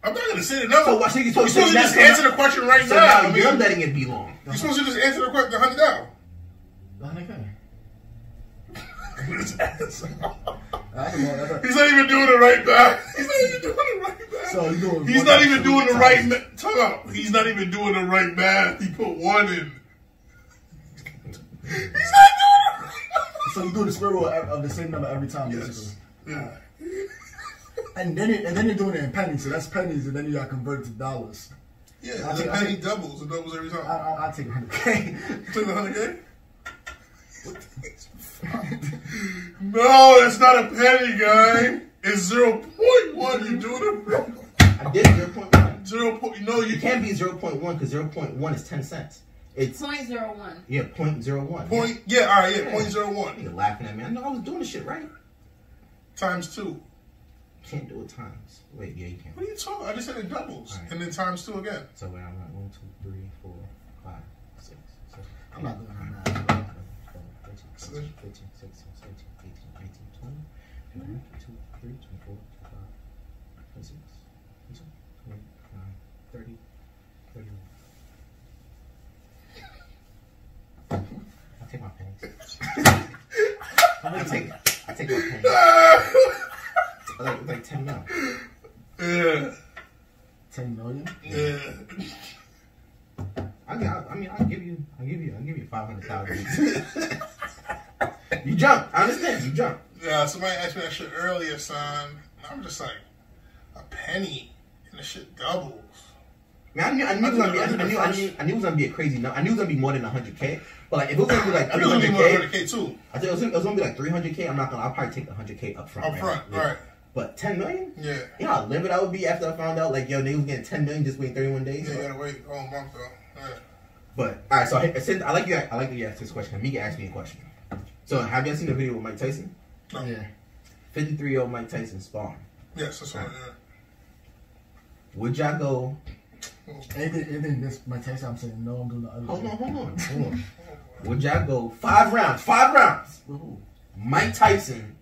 Speaker 3: I'm not gonna say the number.
Speaker 4: So, what- so you- so
Speaker 3: are
Speaker 4: you-
Speaker 3: supposed to
Speaker 4: so
Speaker 3: just
Speaker 4: that's-
Speaker 3: answer the question right
Speaker 4: So
Speaker 3: now.
Speaker 4: now
Speaker 3: I mean,
Speaker 4: you're letting it be long.
Speaker 3: you're supposed to just answer the question. The hundred down.
Speaker 5: The hundred K.
Speaker 3: Just answer.
Speaker 5: That's a lot. That's a,
Speaker 3: He's not even doing it right back. He's not even doing it right back.
Speaker 5: So you doing
Speaker 3: He's
Speaker 5: one
Speaker 3: not
Speaker 5: or
Speaker 3: even
Speaker 5: two
Speaker 3: doing the
Speaker 5: times?
Speaker 3: right. ma- Time out. He's not even doing the right math. He put one in. He's not doing
Speaker 5: so you do the square root of, of the same number every time,
Speaker 3: it. right.
Speaker 5: basically.
Speaker 3: Yes. Yeah.
Speaker 5: And then it, and then you're doing it in pennies, so that's pennies, and then you got converted to dollars.
Speaker 3: Yeah.
Speaker 5: I
Speaker 3: The
Speaker 5: think- I
Speaker 3: penny
Speaker 5: think-
Speaker 3: doubles. It doubles every
Speaker 5: I,
Speaker 3: time.
Speaker 5: I, I take hundred K.
Speaker 3: Took the hundred k. No, that's not a penny, guy. It's zero point one. You're doing it wrong.
Speaker 4: I did 0.1.
Speaker 3: Zero point. No, you
Speaker 4: It
Speaker 3: can't.
Speaker 4: can't be 0.1 because 0.1 is 10 cents. It's,
Speaker 6: Point zero one.
Speaker 4: yeah, 0.01.
Speaker 3: Point. Yeah. All right. Yeah. Point zero
Speaker 4: Yeah.
Speaker 3: one
Speaker 4: You're laughing at me. I know I was doing the shit right.
Speaker 3: times two.
Speaker 4: Can't do it times. Wait, yeah, you can.
Speaker 3: What are you talking? I just said it doubles,
Speaker 4: Alright.
Speaker 3: and then times two again.
Speaker 4: So wait, I'm like one, two, three, four, five, six, seven.
Speaker 5: I'm not doing that.
Speaker 4: I take my pennies. I take, I take my pennies. I like, like ten now.
Speaker 3: Yeah.
Speaker 5: Ten million.
Speaker 3: Yeah.
Speaker 4: I, I, I mean, I'll give you, I'll give you, I'll give you five hundred thousand. you jump. I understand. You jump.
Speaker 3: Yeah. Somebody asked me that shit earlier, son. And I'm just like, a penny, and the shit doubles.
Speaker 4: Man, I knew, I knew, it was gonna be, I knew, I knew, I knew, I knew it was gonna be a crazy number. I knew it was gonna be more than 100k. But like, if it was gonna be like
Speaker 3: I knew it was gonna be more than
Speaker 4: 300k,
Speaker 3: 100k too.
Speaker 4: I think it was, it was gonna be like 300k. I'm not gonna. I'll probably take the 100k up front.
Speaker 3: Up front,
Speaker 4: now.
Speaker 3: right.
Speaker 4: But 10 million?
Speaker 3: Yeah.
Speaker 4: You know how livid I would be after I found out like yo, they was getting 10 million just waiting 31 days.
Speaker 3: Yeah. You gotta wait a whole month though. Yeah.
Speaker 4: But all right, so I- since I like you, I like that you asked this question. Mika asked me a question. So have y'all seen the video with Mike Tyson?
Speaker 3: No.
Speaker 5: Oh, Yeah.
Speaker 4: 53 year old Mike Tyson sparring.
Speaker 3: Yes. That's right.
Speaker 4: Would y'all go?
Speaker 5: Anything, anything. This my text. I'm saying no. I'm doing the other.
Speaker 4: Hold on,
Speaker 5: thing.
Speaker 4: hold on, hold on. Would y'all go five rounds? Five rounds.
Speaker 5: With who?
Speaker 4: Mike Tyson.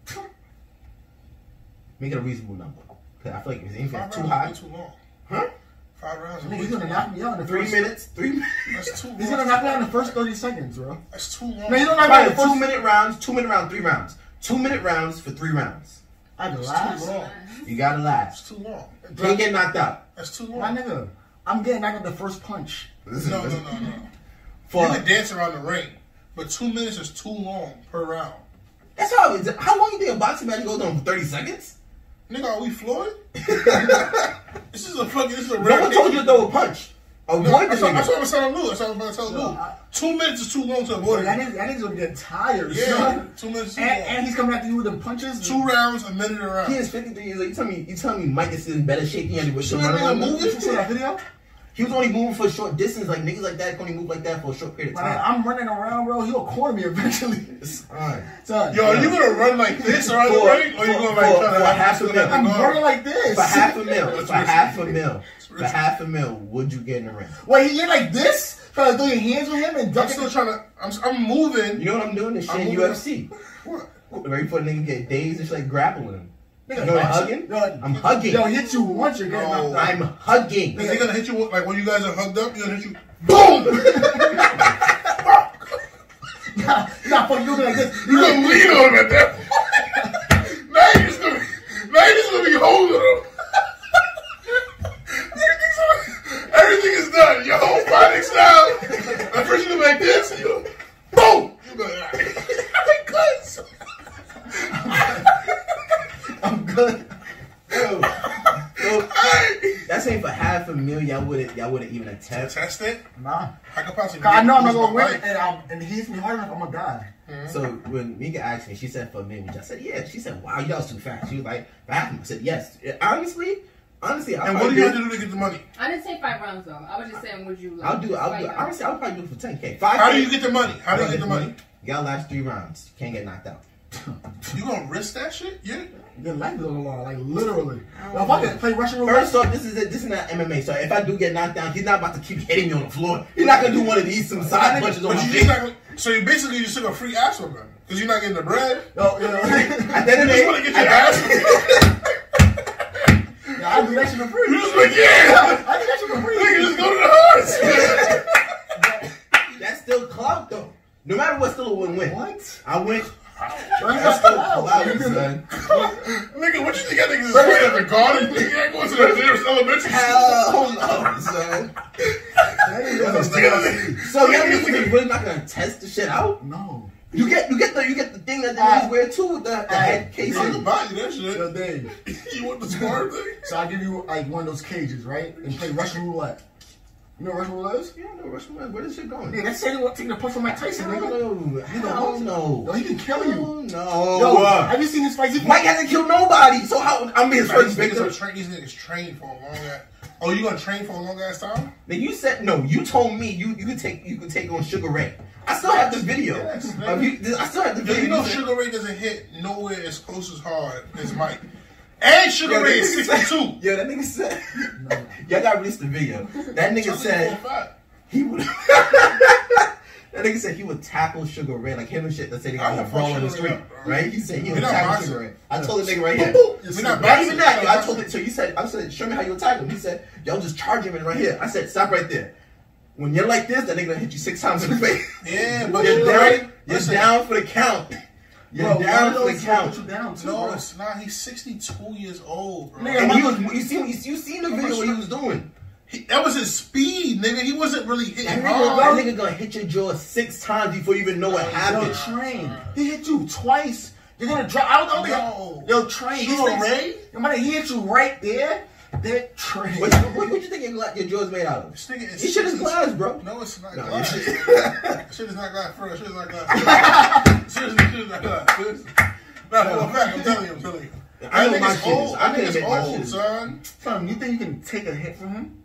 Speaker 4: Make it a reasonable number. Cause I feel like if it's anything
Speaker 3: Five
Speaker 4: too
Speaker 3: rounds
Speaker 4: high,
Speaker 3: is way too long.
Speaker 4: huh?
Speaker 3: Five rounds.
Speaker 5: Nigga, he's gonna knock me out in the
Speaker 4: Three
Speaker 5: first.
Speaker 4: minutes. Three minutes.
Speaker 3: That's too long.
Speaker 5: He's gonna knock me out in the first thirty seconds, bro.
Speaker 3: That's too long.
Speaker 5: No, you don't knock me out
Speaker 4: Right,
Speaker 5: in the first.
Speaker 4: two minute rounds. Two minute round. Three rounds. Two minute rounds for three rounds.
Speaker 5: I can
Speaker 3: That's too
Speaker 5: last.
Speaker 3: long.
Speaker 4: You gotta last.
Speaker 3: That's too long.
Speaker 4: Can't get knocked out.
Speaker 3: That's too
Speaker 5: My
Speaker 3: long.
Speaker 5: nigga, I'm getting knocked out the first punch.
Speaker 4: Listen,
Speaker 3: No, no,
Speaker 4: listen.
Speaker 3: no, no.
Speaker 4: For
Speaker 3: You can dance around the ring, but two minutes is too long per round.
Speaker 4: that's how. It's, how long you think a boxing match goes on? Thirty seconds.
Speaker 3: Nigga, are we Floyd? this is a fucking. This is a
Speaker 4: No
Speaker 3: rare.
Speaker 4: one told you to throw a punch. Avoid the
Speaker 3: That's what,
Speaker 4: nigga.
Speaker 3: that's what I'm telling Lou. That's what I'm about to tell Lou.
Speaker 5: I-
Speaker 3: Two minutes is too long to
Speaker 5: Boy,
Speaker 3: avoid
Speaker 5: that
Speaker 3: it.
Speaker 5: nigga, that nigga's gonna get tired.
Speaker 3: Yeah,
Speaker 5: son.
Speaker 3: two minutes is too
Speaker 5: And, and
Speaker 3: long.
Speaker 5: he's coming after you with the punches.
Speaker 3: Two rounds, a minute a round.
Speaker 4: He is 53 years old. You tell me, you tell me Mike is in better shape than Andy with
Speaker 3: So
Speaker 4: Shimano.
Speaker 3: that nigga
Speaker 5: You see that video?
Speaker 4: He was only moving for a short distance. Like niggas like that can only move like that for a short period of
Speaker 5: My
Speaker 4: time.
Speaker 5: nigga, I'm running around, bro. He'll corner me eventually.
Speaker 4: Alright.
Speaker 5: Son,
Speaker 3: Yo, are you gonna run like this around the
Speaker 4: For-
Speaker 3: ring, or you
Speaker 4: for-
Speaker 3: gonna like
Speaker 4: for-
Speaker 3: try
Speaker 4: for
Speaker 3: to
Speaker 4: half a minute.
Speaker 5: I'm
Speaker 3: Oh.
Speaker 4: No.
Speaker 5: running like this.
Speaker 4: For half a mil,
Speaker 3: That's
Speaker 4: for
Speaker 3: risky.
Speaker 4: half a mil, for
Speaker 3: risky.
Speaker 4: half a mil, would you get in the ring?
Speaker 5: Wait, you're like this? Trying to throw your hands with him and
Speaker 3: I'm
Speaker 5: duck
Speaker 3: still trying to. I'm, I'm moving.
Speaker 4: You know what I'm doing? This shit
Speaker 3: I'm
Speaker 4: in
Speaker 3: moving
Speaker 4: UFC.
Speaker 3: What?
Speaker 4: Where you put a nigga get dazed, it's like grappling. You
Speaker 5: Nigga,
Speaker 4: know what I'm
Speaker 5: box-
Speaker 4: hugging?
Speaker 5: Yo,
Speaker 4: I'm hugging.
Speaker 5: Yo, hit you once, you're getting
Speaker 3: No.
Speaker 5: knocked out.
Speaker 4: I'm hugging.
Speaker 3: Is he gonna hit you with- like when you guys are hugged up? You gonna hit you?
Speaker 5: Nah, nah, fuck you doing like this.
Speaker 3: You gonna lean on him at that point? now you just gonna, now you just gonna be holding him. Everything's- Everything is done. Your whole body's down. At first you look like this, and you boom. You go, "Ah." I'm good.
Speaker 4: I'm good. Yo, yo, that's ain't for half a mil. Y'all wouldn't. Y'all wouldn't even attempt.
Speaker 3: Test it.
Speaker 5: Nah.
Speaker 3: I could possibly.
Speaker 5: I know I'm not gonna
Speaker 3: lose my
Speaker 5: win,
Speaker 3: life.
Speaker 5: and, I'm, and he hits me hard enough, I'm oh gonna die.
Speaker 4: So when Mika asked me, she said for me, I said yeah. She said wow, y'all was too fast. She was like bathroom. I said yes. Honestly, honestly, I'll
Speaker 3: And what
Speaker 4: probably
Speaker 3: do you
Speaker 4: do
Speaker 3: have to do to get the money?
Speaker 6: I didn't say five rounds though. I was just saying, would you? Like,
Speaker 4: I'll do. I'll do.
Speaker 6: fight them?
Speaker 4: Honestly, I'll probably do it for ten k. Five.
Speaker 3: How do you get the money? How do you get the money?
Speaker 4: Y'all last three rounds. Can't get knocked out.
Speaker 3: You gonna risk that shit? Yeah.
Speaker 5: Your life is on the line, like literally. Yo, if I could play Russian roulette,
Speaker 4: First off, this is it. This is not MMA. So if I do get knocked down, he's not about to keep hitting me on the floor. He's not gonna do one of these some side punches on
Speaker 3: But
Speaker 4: my
Speaker 3: you just
Speaker 4: face.
Speaker 3: not gonna, so you basically just took a free ass from them because you're not getting the bread.
Speaker 5: yo, yo, yo,
Speaker 4: At the end
Speaker 3: You
Speaker 4: of the
Speaker 3: just want to get
Speaker 4: day,
Speaker 3: your ass.
Speaker 5: I do that shit for free.
Speaker 3: You just like yeah.
Speaker 5: I do that shit for free.
Speaker 3: Nigga, just go to the horse.
Speaker 4: that's still clout though. No matter what, still a win-win.
Speaker 5: What?
Speaker 4: I went. That's
Speaker 5: That's
Speaker 4: still
Speaker 5: You
Speaker 4: clout,
Speaker 5: can-
Speaker 4: son.
Speaker 3: nigga, what you think I think is playing at the garden? Nigga, I go to the nearest elementary school.
Speaker 5: Oh,
Speaker 4: Hell no, son.
Speaker 5: that ain't gonna-
Speaker 3: This nigga,
Speaker 4: So y'all niggas is really not gonna test the shit out.
Speaker 5: No.
Speaker 4: You get you get the you get the thing that they
Speaker 5: Alright.
Speaker 4: wear too with the, the head
Speaker 3: nigga,
Speaker 4: case.
Speaker 3: I can buy you that
Speaker 5: Yo,
Speaker 3: shit.
Speaker 5: Dave.
Speaker 3: You want the smart thing?
Speaker 5: So I give you like one of those cages, right? And play Russian roulette. You know what Russian roulette is?
Speaker 4: Yeah, no, Rushmore, where this shit going?
Speaker 5: Yeah, that's saying what taking a punch from Mike Tyson,
Speaker 4: Hell
Speaker 5: nigga.
Speaker 4: no. Hell
Speaker 5: Hell
Speaker 4: no.
Speaker 5: Yo, he can kill you.
Speaker 4: Hell no.
Speaker 5: Yo, have you seen his fights? He-
Speaker 4: Mike hasn't killed nobody, so how I'm his
Speaker 3: These
Speaker 4: first
Speaker 3: niggas
Speaker 4: victim.
Speaker 3: are trained. These niggas train for a long ass. Oh, you gonna train for a long ass time?
Speaker 4: Then you said no. You told me you you could take you could take on Sugar Ray. I still have the video.
Speaker 3: Yes, man.
Speaker 4: Of you- I still have the
Speaker 3: Yo,
Speaker 4: video.
Speaker 3: you know
Speaker 4: said-
Speaker 3: Sugar Ray doesn't hit nowhere as close as hard as Mike. And Sugar Ray is 62.
Speaker 4: Yo, that nigga said. Y'all gotta release the video. That nigga said he would. That nigga said he would tackle Sugar Ray, like him and shit. Let's say they
Speaker 3: I
Speaker 4: got a
Speaker 3: would
Speaker 4: brawl
Speaker 3: fuck
Speaker 4: on the
Speaker 3: Sugar
Speaker 4: street,
Speaker 3: Ray up, bro.
Speaker 4: right? He said he
Speaker 3: We're
Speaker 4: would
Speaker 3: not
Speaker 4: tackle
Speaker 3: boxing.
Speaker 4: Sugar Ray. I told the nigga right here.
Speaker 3: We're not
Speaker 4: Not
Speaker 3: boxing.
Speaker 4: even that. Yo, I
Speaker 3: We're
Speaker 4: told
Speaker 3: not
Speaker 4: it. So you said, I said, show me how you attack him. He said, yo, just charge him in right here. I said, stop right there. When you're like this, that nigga gonna hit you six times in the face.
Speaker 3: Yeah, but
Speaker 4: you're
Speaker 3: Sugar
Speaker 4: down,
Speaker 3: Ray-
Speaker 4: you're
Speaker 3: listen.
Speaker 4: down for the count. You're
Speaker 5: Bro,
Speaker 4: down
Speaker 5: one of
Speaker 4: for the
Speaker 5: those will put you
Speaker 4: count.
Speaker 5: down too,
Speaker 3: No,
Speaker 5: bro.
Speaker 3: it's not. He's 62 years old, bro.
Speaker 5: Nigga,
Speaker 4: And he was, you seen, you, you seen the video what he was doing.
Speaker 3: He- that was his speed, nigga. He wasn't really
Speaker 4: That
Speaker 3: hitting
Speaker 4: nigga,
Speaker 3: hard.
Speaker 4: that nigga gonna hit your jaw six times before you even know what
Speaker 5: Yo,
Speaker 4: happened.
Speaker 5: train. He hit you twice. You're gonna drop. I don't, I don't think.
Speaker 3: Yo.
Speaker 5: Yo, train.
Speaker 3: You
Speaker 5: These
Speaker 3: know
Speaker 5: things-
Speaker 3: Ray?
Speaker 5: Yo, man, he hit you right there. That train.
Speaker 4: What you, what, what you think your, gla- your jaw's made out of?
Speaker 3: This nigga is
Speaker 4: Your shit
Speaker 3: 60.
Speaker 4: is glass, bro.
Speaker 3: No, it's not
Speaker 4: No,
Speaker 3: glass.
Speaker 4: your
Speaker 3: Shit. is not glass, for real. Shit is not glass. Seriously, shit is not glass. Seriously. No, for a fact, I'm telling you, I'm telling you.
Speaker 4: I know
Speaker 3: That
Speaker 4: my
Speaker 3: nigga's
Speaker 4: shit is-
Speaker 3: old.
Speaker 4: I
Speaker 3: That
Speaker 4: can't
Speaker 3: nigga's
Speaker 4: admit my
Speaker 3: old,
Speaker 4: shit is-
Speaker 3: son.
Speaker 5: Son, you think you can take a hit from him?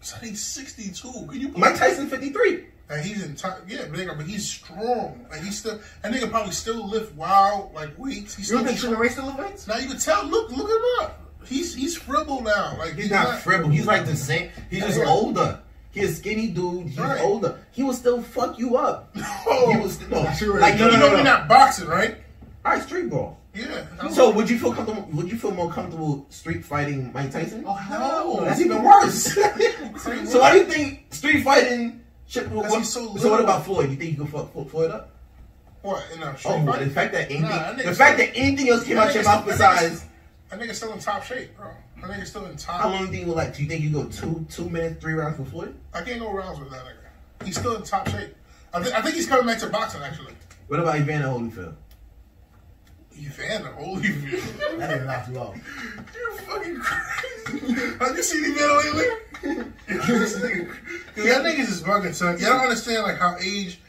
Speaker 3: Son, he's 62. Can you
Speaker 4: Mike Tyson 53.
Speaker 3: And he's in top, yeah, but, nigga, but he's strong. Like he's still, that nigga probably still lift wild like weights. He's still
Speaker 5: You don't think
Speaker 3: strong.
Speaker 5: Sugar Ray still fights?
Speaker 3: Now you can tell. Look, look him up. He's he's fribble now. Like
Speaker 4: He's not fribble. He's like the same. He's just
Speaker 3: Right.
Speaker 4: older. He's a skinny dude. He's
Speaker 3: Right.
Speaker 4: older. He will still fuck you up.
Speaker 3: No.
Speaker 4: He was no,
Speaker 5: Sure.
Speaker 4: like
Speaker 3: You
Speaker 4: no, no,
Speaker 3: know
Speaker 4: no,
Speaker 3: we're
Speaker 4: no.
Speaker 3: not boxing, right?
Speaker 4: All right, street brawl.
Speaker 3: Yeah. I'm-
Speaker 4: So would you feel comfortable? Would you feel more comfortable street fighting Mike Tyson?
Speaker 5: Oh hell
Speaker 4: Oh,
Speaker 5: no!
Speaker 4: that's even worse. so why do you think street fighting? Shit, what,
Speaker 3: Because he's so
Speaker 4: so what
Speaker 3: little.
Speaker 4: about Floyd? You think you can fuck fuck Floyd up?
Speaker 3: What? In a street
Speaker 4: Oh,
Speaker 3: fight?
Speaker 4: the fact that anything,
Speaker 3: Nah, that
Speaker 4: the
Speaker 3: nigga's-
Speaker 4: fact that anything else came
Speaker 3: that
Speaker 4: out your
Speaker 3: nigga's-
Speaker 4: mouth
Speaker 3: that nigga's-
Speaker 4: besides
Speaker 3: That nigga's still in top shape, bro. That nigga's still in top.
Speaker 4: how long do you like? Do you think you go two two minutes, three rounds with Floyd?
Speaker 3: I can't go rounds with that nigga. He's still in top shape. I, th- I think he's coming back to boxing, actually.
Speaker 4: What about Evander Holyfield?
Speaker 3: Evander Holyfield.
Speaker 5: That didn't knock you out.
Speaker 3: You're fucking crazy. Have you seen Evander lately? This nigga- Y'all niggas is bugging, son. Y'all don't understand, like, how age...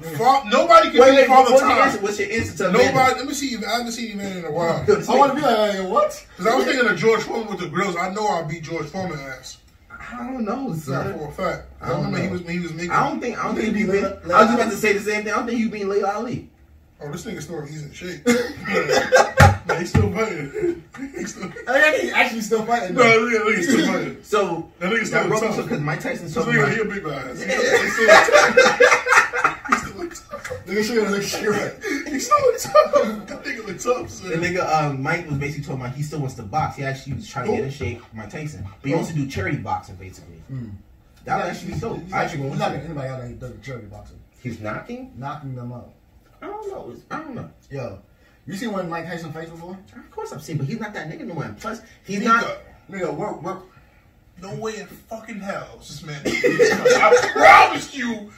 Speaker 3: Fa- nobody can
Speaker 4: Wait,
Speaker 3: be
Speaker 4: wait, what's
Speaker 3: father
Speaker 4: your
Speaker 3: time.
Speaker 4: answer? What's your answer to
Speaker 3: Nobody.
Speaker 4: Evander?
Speaker 3: Let me see. you- I haven't seen you man in a while.
Speaker 4: Yo, this
Speaker 5: I want to be like, like, what?
Speaker 3: Because I was thinking of George Foreman with the grills. I know I'll beat George Foreman ass.
Speaker 4: I don't know,
Speaker 3: Not
Speaker 4: son.
Speaker 3: for a fact. I,
Speaker 4: I don't
Speaker 3: remember he
Speaker 4: know.
Speaker 3: was he was making.
Speaker 4: I don't think I don't think you beat. I
Speaker 5: Lay-
Speaker 4: was
Speaker 5: Lay
Speaker 4: just about
Speaker 5: Ali.
Speaker 4: to say the same thing. I don't think you beat Leila Ali.
Speaker 3: Oh, this nigga still he's in shape. nah, he's still fighting. He's still.
Speaker 5: I think he's actually still fighting.
Speaker 3: No,
Speaker 5: though.
Speaker 3: look at- look at- he's still fighting.
Speaker 4: So
Speaker 3: That nigga's
Speaker 4: that
Speaker 3: still
Speaker 4: rubber
Speaker 3: tough.
Speaker 4: because Mike Tyson's
Speaker 3: This
Speaker 4: talking
Speaker 3: nigga,
Speaker 4: about
Speaker 3: he a big man. He's still- he's still tough. He's still look tough.
Speaker 5: Nigga, she gonna look shit right.
Speaker 3: He's still look tough. That nigga look tough, son.
Speaker 4: The nigga, um, Mike was basically talking about he still wants to box. He actually was trying to get in shape with Mike Tyson. But he wants to do charity boxing, basically. That would actually be dope.
Speaker 5: He's
Speaker 4: I
Speaker 5: not
Speaker 4: actually
Speaker 5: he's
Speaker 4: want
Speaker 5: not gonna
Speaker 4: to.
Speaker 5: anybody out there that does a charity boxing,
Speaker 4: He's knocking?
Speaker 5: knocking them out.
Speaker 4: I don't know. It's- I don't know.
Speaker 5: Yo, you seen when Mike Tyson fights before?
Speaker 4: Of course I've seen, but he's not that nigga no more. And plus, he's not.
Speaker 5: Nigga, work, work.
Speaker 3: No way in fucking hell is this man. I promise you.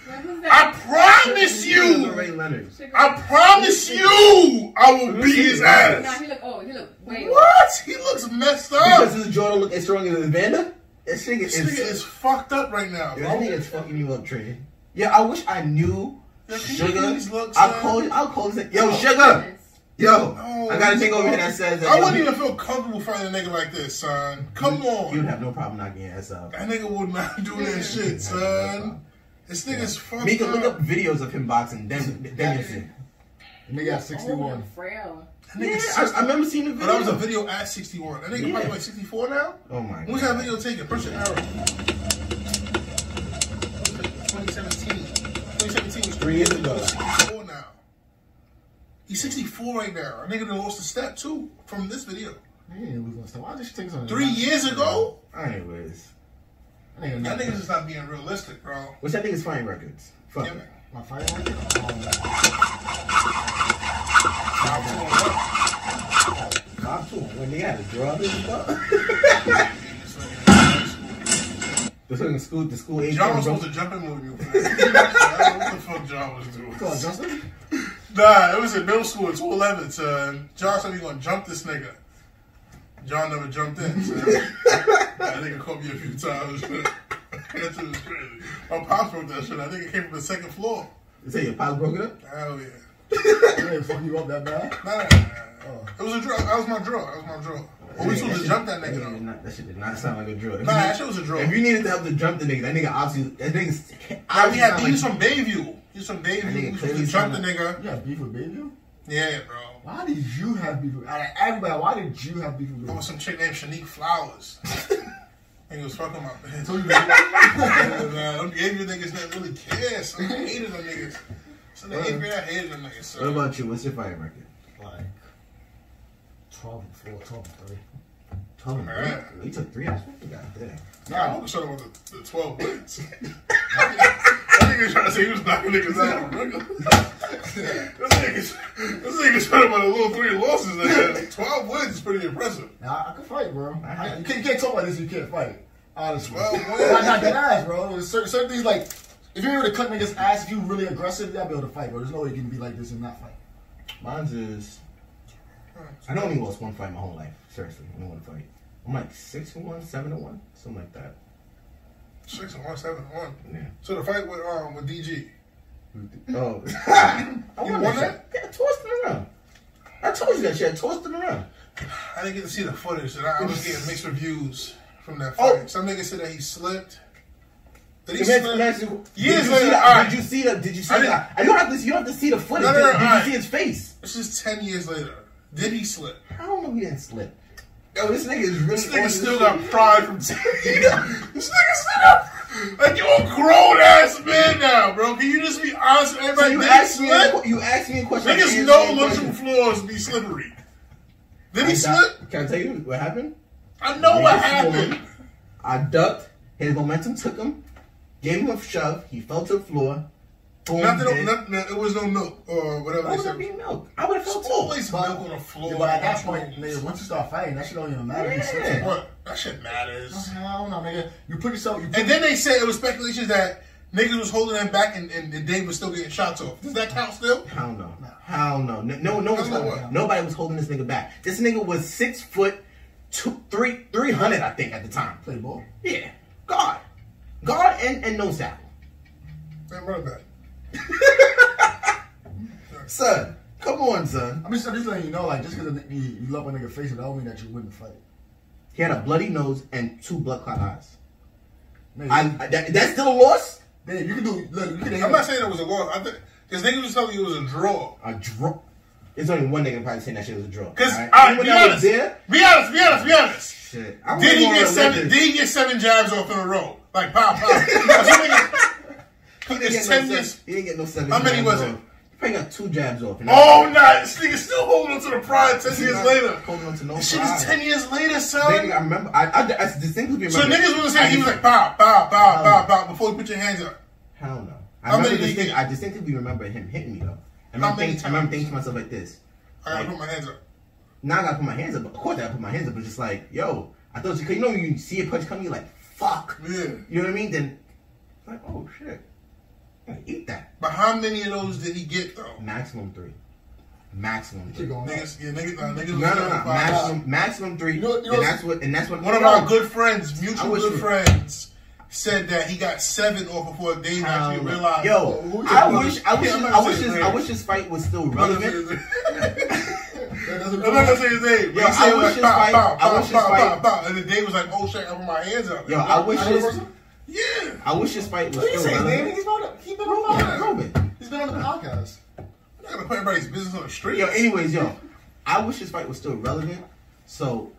Speaker 3: I promise you.
Speaker 4: Ray Leonard.
Speaker 3: I promise you, I will beat his
Speaker 6: Nah,
Speaker 3: ass.
Speaker 6: he look old. He look way old.
Speaker 3: What? He looks messed
Speaker 4: Because
Speaker 3: up.
Speaker 4: his jaw don't look as strong as Evander? This nigga
Speaker 3: This nigga is
Speaker 4: is.
Speaker 3: fucked up right now,
Speaker 4: That
Speaker 3: bro.
Speaker 4: nigga is fucking you up, Trey. Yeah, I wish I knew.
Speaker 3: Yeah, can you
Speaker 4: Sugar,
Speaker 3: please look,
Speaker 4: I'll
Speaker 3: son?
Speaker 4: call. I'll call. this- Yo, sugar. Yo,
Speaker 3: No,
Speaker 4: I got a
Speaker 3: he's
Speaker 4: thing over here
Speaker 3: fucked.
Speaker 4: that says. That
Speaker 3: I
Speaker 4: yo,
Speaker 3: wouldn't
Speaker 4: you-
Speaker 3: even feel comfortable fighting a nigga like this, son. Come
Speaker 4: You'd
Speaker 3: on.
Speaker 4: have no problem knocking your ass out.
Speaker 3: That nigga would not do that shit, son. This nigga's fucked
Speaker 4: Mika, look up
Speaker 3: up.
Speaker 4: videos of him boxing. Then, then you see.
Speaker 5: Nigga got
Speaker 6: Old
Speaker 5: 61.
Speaker 6: and frail.
Speaker 3: That nigga's
Speaker 4: I, I
Speaker 3: sick.
Speaker 4: remember seeing the
Speaker 3: But
Speaker 4: video.
Speaker 3: that was a video at 61. That nigga
Speaker 4: Yeah.
Speaker 3: probably like 64 now?
Speaker 4: Oh my
Speaker 3: When was
Speaker 4: God.
Speaker 3: that video taken? Press your arrow. 2017. 2017 was
Speaker 4: Three years ago.
Speaker 3: 64 now. He's 64 right now. A nigga done lost a step too from this video.
Speaker 5: He didn't lose no step. Why did she take something?
Speaker 3: Three
Speaker 4: Mm-hmm.
Speaker 3: years ago?
Speaker 4: Anyways,
Speaker 5: That nigga,
Speaker 3: That
Speaker 5: not-
Speaker 3: nigga's just not being realistic, bro.
Speaker 4: which I think is fine records. Fuck
Speaker 3: Yeah,
Speaker 4: it.
Speaker 3: man.
Speaker 5: My fire record? Um,
Speaker 3: Nah, come on, bro.
Speaker 4: Cop to him when they had to draw this fuck.
Speaker 3: This nigga-
Speaker 4: The fucking school, the school age.
Speaker 3: John was supposed to jump in with you. man. I don't know what the fuck John was doing.
Speaker 5: come on, Justin.
Speaker 3: Nah, it was in middle school at 211, son. John said he gonna jump this nigga. John never jumped in, son. that nigga called me a few times. son. that shit was crazy. My pops wrote that shit. I think it came from the second floor.
Speaker 4: Say your pop broke it up.
Speaker 3: Hell yeah.
Speaker 5: That nigga fuck you up that bad?
Speaker 3: Nah, nah, nah, nah. It was a drill. That was my drill. That was my drill. But we supposed to
Speaker 4: shit-
Speaker 3: jump that
Speaker 4: shit
Speaker 3: nigga,
Speaker 4: did
Speaker 3: though.
Speaker 4: not- That shit did not sound like a drill. If
Speaker 3: Nah,
Speaker 4: you-
Speaker 3: that shit was a drill.
Speaker 4: If you needed to help to jump the nigga, that nigga obviously that nigga's.
Speaker 3: Ah, we had,
Speaker 4: obviously
Speaker 3: he was
Speaker 4: not
Speaker 3: from Bayview. He was from
Speaker 4: That
Speaker 3: Bayview.
Speaker 4: nigga
Speaker 3: We supposed
Speaker 4: clearly
Speaker 3: to jump the
Speaker 4: tryna-
Speaker 3: nigga.
Speaker 5: You have beef with Bayview?
Speaker 3: Yeah, bro.
Speaker 5: Why did you have beef with out of everybody? Why did you have beef with
Speaker 3: There was
Speaker 5: Bayview?
Speaker 3: some chick named Shanique Flowers. Nigga was fucking my man.
Speaker 5: So you was-
Speaker 3: Nah, them gave you niggas that really care. So I hated them niggas. So the eighth grade, I hated them niggas.
Speaker 4: What
Speaker 3: So
Speaker 4: about you? What's your fire record?
Speaker 5: like 12 and 4, 12 and 3.
Speaker 4: Twelve. and
Speaker 3: Alright.
Speaker 4: three? You took three hours. God damn.
Speaker 3: nah, I'm gonna show them with the, the 12 wins. that nigga trying to say he was knocking niggas out. nigga. this nigga, this nigga showed him with a little three losses. Nigga. 12 wins is pretty impressive.
Speaker 5: Nah, I can fight, bro. I, you, can't, you can't talk about this if you can't fight. Honestly.
Speaker 3: Well, well.
Speaker 5: I got that ass, bro. There's certain, certain things like, if you're able to cut niggas' ass, if you really aggressive, y'all be able to fight, bro. There's no way you can be like this and not fight.
Speaker 4: Mine's is. I don't even lost one fight my whole life. Seriously, only one fight. I'm like six and one, seven and one, something like that.
Speaker 3: Six and one, seven and one.
Speaker 4: Yeah.
Speaker 3: So the fight with um with DG.
Speaker 4: Oh. I
Speaker 3: You
Speaker 4: won
Speaker 3: won
Speaker 4: that. shit. Yeah, I tossed him around. I told you that shit. I tossed him around.
Speaker 3: I didn't get to see the footage, and I, I was getting mixed reviews from that
Speaker 4: Oh.
Speaker 3: fight. Some niggas said that he slipped. Did he
Speaker 4: Imagine,
Speaker 3: slip?
Speaker 4: imagine,
Speaker 3: Years
Speaker 4: did you
Speaker 3: later,
Speaker 4: see the,
Speaker 3: all right.
Speaker 4: Did you see the? Did you see
Speaker 3: I
Speaker 4: the?
Speaker 3: didn't-
Speaker 4: I don't have to. You don't have to see the footage.
Speaker 3: No, no,
Speaker 4: Did-
Speaker 3: no,
Speaker 4: did
Speaker 3: all
Speaker 4: you
Speaker 3: right.
Speaker 4: see his face?
Speaker 3: This is 10 years later. Did he slip?
Speaker 4: I don't know. He didn't slip. Yo, this nigga is really.
Speaker 3: This nigga
Speaker 4: on
Speaker 3: still
Speaker 4: shit.
Speaker 3: got pride from 10 years. This nigga still got. Like, you a grown ass man now, bro. Can you just be honest with
Speaker 4: So
Speaker 3: everybody?
Speaker 4: you
Speaker 3: Did he
Speaker 4: asked me. A,
Speaker 3: slip?
Speaker 4: que- you asked me a question. I
Speaker 3: Niggas
Speaker 4: answered
Speaker 3: know
Speaker 4: your
Speaker 3: lunchroom
Speaker 4: question.
Speaker 3: floors be slippery. Did
Speaker 4: I
Speaker 3: he slip?
Speaker 4: ducked- Can I tell you what happened?
Speaker 3: I know what
Speaker 4: Nigga
Speaker 3: happened.
Speaker 4: slid. I ducked. His momentum took him, gave him a shove. He fell to the floor. Boom.
Speaker 3: Nothing,
Speaker 4: dead.
Speaker 3: nothing, it was no milk or whatever they
Speaker 4: Why would there
Speaker 3: said.
Speaker 4: be milk? I would have fell
Speaker 3: It's
Speaker 4: too.
Speaker 3: always milk on the floor.
Speaker 5: Yeah, but at that point,
Speaker 3: That's
Speaker 5: nigga, once you start fighting, that shit don't even matter. You
Speaker 4: Yeah.
Speaker 5: said-
Speaker 3: What? That shit matters.
Speaker 5: I don't know, nigga. You put yourself. You put
Speaker 3: And then they said it was speculations that niggas was holding him back and, and, and Dave was still getting shots off. Does that count still?
Speaker 4: Hell no. Hell no. No, no, no one's
Speaker 3: Hell no
Speaker 4: holding-
Speaker 3: what?
Speaker 4: nobody was holding this nigga back. This nigga was six foot two, three, 300, I think, at the time.
Speaker 5: play ball.
Speaker 4: Yeah. God. God and, and no saddle.
Speaker 3: Man, run back.
Speaker 4: Son, come on, son.
Speaker 5: I'm just, I'm just letting you know, like, just because you, you love a nigga face, it don't mean that you wouldn't fight.
Speaker 4: He had a bloody nose and two blood clot eyes.
Speaker 5: Nigga,
Speaker 4: I, I- that, that's still a loss?
Speaker 5: man, you can do. Look, you can.
Speaker 3: I'm not saying it was a loss. I think because niggas was telling you it was a draw.
Speaker 4: A draw. There's only one nigga probably saying that shit was a draw.
Speaker 3: Because
Speaker 4: alright?
Speaker 3: all right,
Speaker 4: Anyone
Speaker 3: be
Speaker 4: that was
Speaker 3: honest.
Speaker 4: there?
Speaker 3: Be honest. Be honest. Be honest.
Speaker 4: Shit. I'm
Speaker 3: Did he
Speaker 4: gonna
Speaker 3: get
Speaker 4: let
Speaker 3: seven?
Speaker 4: this-
Speaker 3: Did he get seven jabs off in a row? Like pow pow. Because he niggas-
Speaker 4: He didn't
Speaker 3: it's
Speaker 4: get no
Speaker 3: ten
Speaker 4: seven-
Speaker 3: years.
Speaker 4: He didn't get no seven.
Speaker 3: How many
Speaker 4: jabs
Speaker 3: was
Speaker 4: off.
Speaker 3: it?
Speaker 4: He probably got two jabs off. and
Speaker 3: Oh no, this nigga still holding on to the pride ten
Speaker 4: He
Speaker 3: years
Speaker 4: not
Speaker 3: later.
Speaker 4: holding on to no
Speaker 3: This shit
Speaker 4: pride.
Speaker 3: is ten years later,
Speaker 4: Nigga, I
Speaker 3: son.
Speaker 4: remember. I, I, I distinctly remember.
Speaker 3: So niggas was saying he was like pow pow pow pow pow before you put your hands up.
Speaker 4: Hell no. I
Speaker 3: How
Speaker 4: remember
Speaker 3: many did he
Speaker 4: distinct,
Speaker 3: get?
Speaker 4: I distinctly remember him hitting me though. I
Speaker 3: How
Speaker 4: remember,
Speaker 3: many
Speaker 4: think, I
Speaker 3: times?
Speaker 4: remember thinking to myself like this.
Speaker 3: I gotta
Speaker 4: Like,
Speaker 3: put my hands up.
Speaker 4: now I gotta put my hands up. Of course I gotta put my hands up, but just like, yo, I thought you could. You know, when you see a punch coming, you're like, fuck.
Speaker 3: Yeah.
Speaker 4: You know what I mean? Then, like, oh shit, I'm gonna eat that.
Speaker 3: But how many of those did he get though?
Speaker 4: Maximum three. Maximum three.
Speaker 5: Keep
Speaker 4: No,
Speaker 5: going.
Speaker 3: Niggas, yeah, niggas, nah, niggas. was
Speaker 4: no, no.
Speaker 3: telling five.
Speaker 4: Maximum, maximum three.
Speaker 5: You know- you know
Speaker 4: and
Speaker 5: what's-
Speaker 4: that's what. And that's what.
Speaker 3: One of
Speaker 4: Yo,
Speaker 3: our good friends,
Speaker 4: I
Speaker 3: mutual
Speaker 4: wish
Speaker 3: good
Speaker 4: we-
Speaker 3: friends, said that he got seven off before Dave
Speaker 4: hell
Speaker 3: actually
Speaker 4: no.
Speaker 3: realized.
Speaker 4: um, Yo,
Speaker 5: Who-
Speaker 4: I wish, I
Speaker 3: Yeah,
Speaker 4: wish,
Speaker 3: I'm
Speaker 4: this-
Speaker 3: not
Speaker 4: I wish,
Speaker 3: saying
Speaker 4: this,
Speaker 3: that.
Speaker 4: I wish this fight was still
Speaker 3: I'm not
Speaker 4: relevant.
Speaker 3: gonna say his name.
Speaker 4: Yo,
Speaker 3: He said
Speaker 4: I wish
Speaker 3: like,
Speaker 4: this
Speaker 3: "Bow,
Speaker 4: fight-
Speaker 3: bow,
Speaker 4: I
Speaker 3: bow,
Speaker 4: wish this
Speaker 3: bow, bow,
Speaker 4: fight-
Speaker 3: bow." And then Dave was like, "Oh shit, I put my hands up."
Speaker 4: Yo, I wish this.
Speaker 3: yeah.
Speaker 4: I wish this fight was
Speaker 5: You
Speaker 4: still
Speaker 5: say his name?
Speaker 4: relevant.
Speaker 5: He's been on the- he's been on the podcast.
Speaker 4: Roman.
Speaker 5: He's been on the podcast.
Speaker 3: I'm not gonna put everybody's business on the street.
Speaker 4: Yo, anyways, yo, I wish this fight was still relevant, so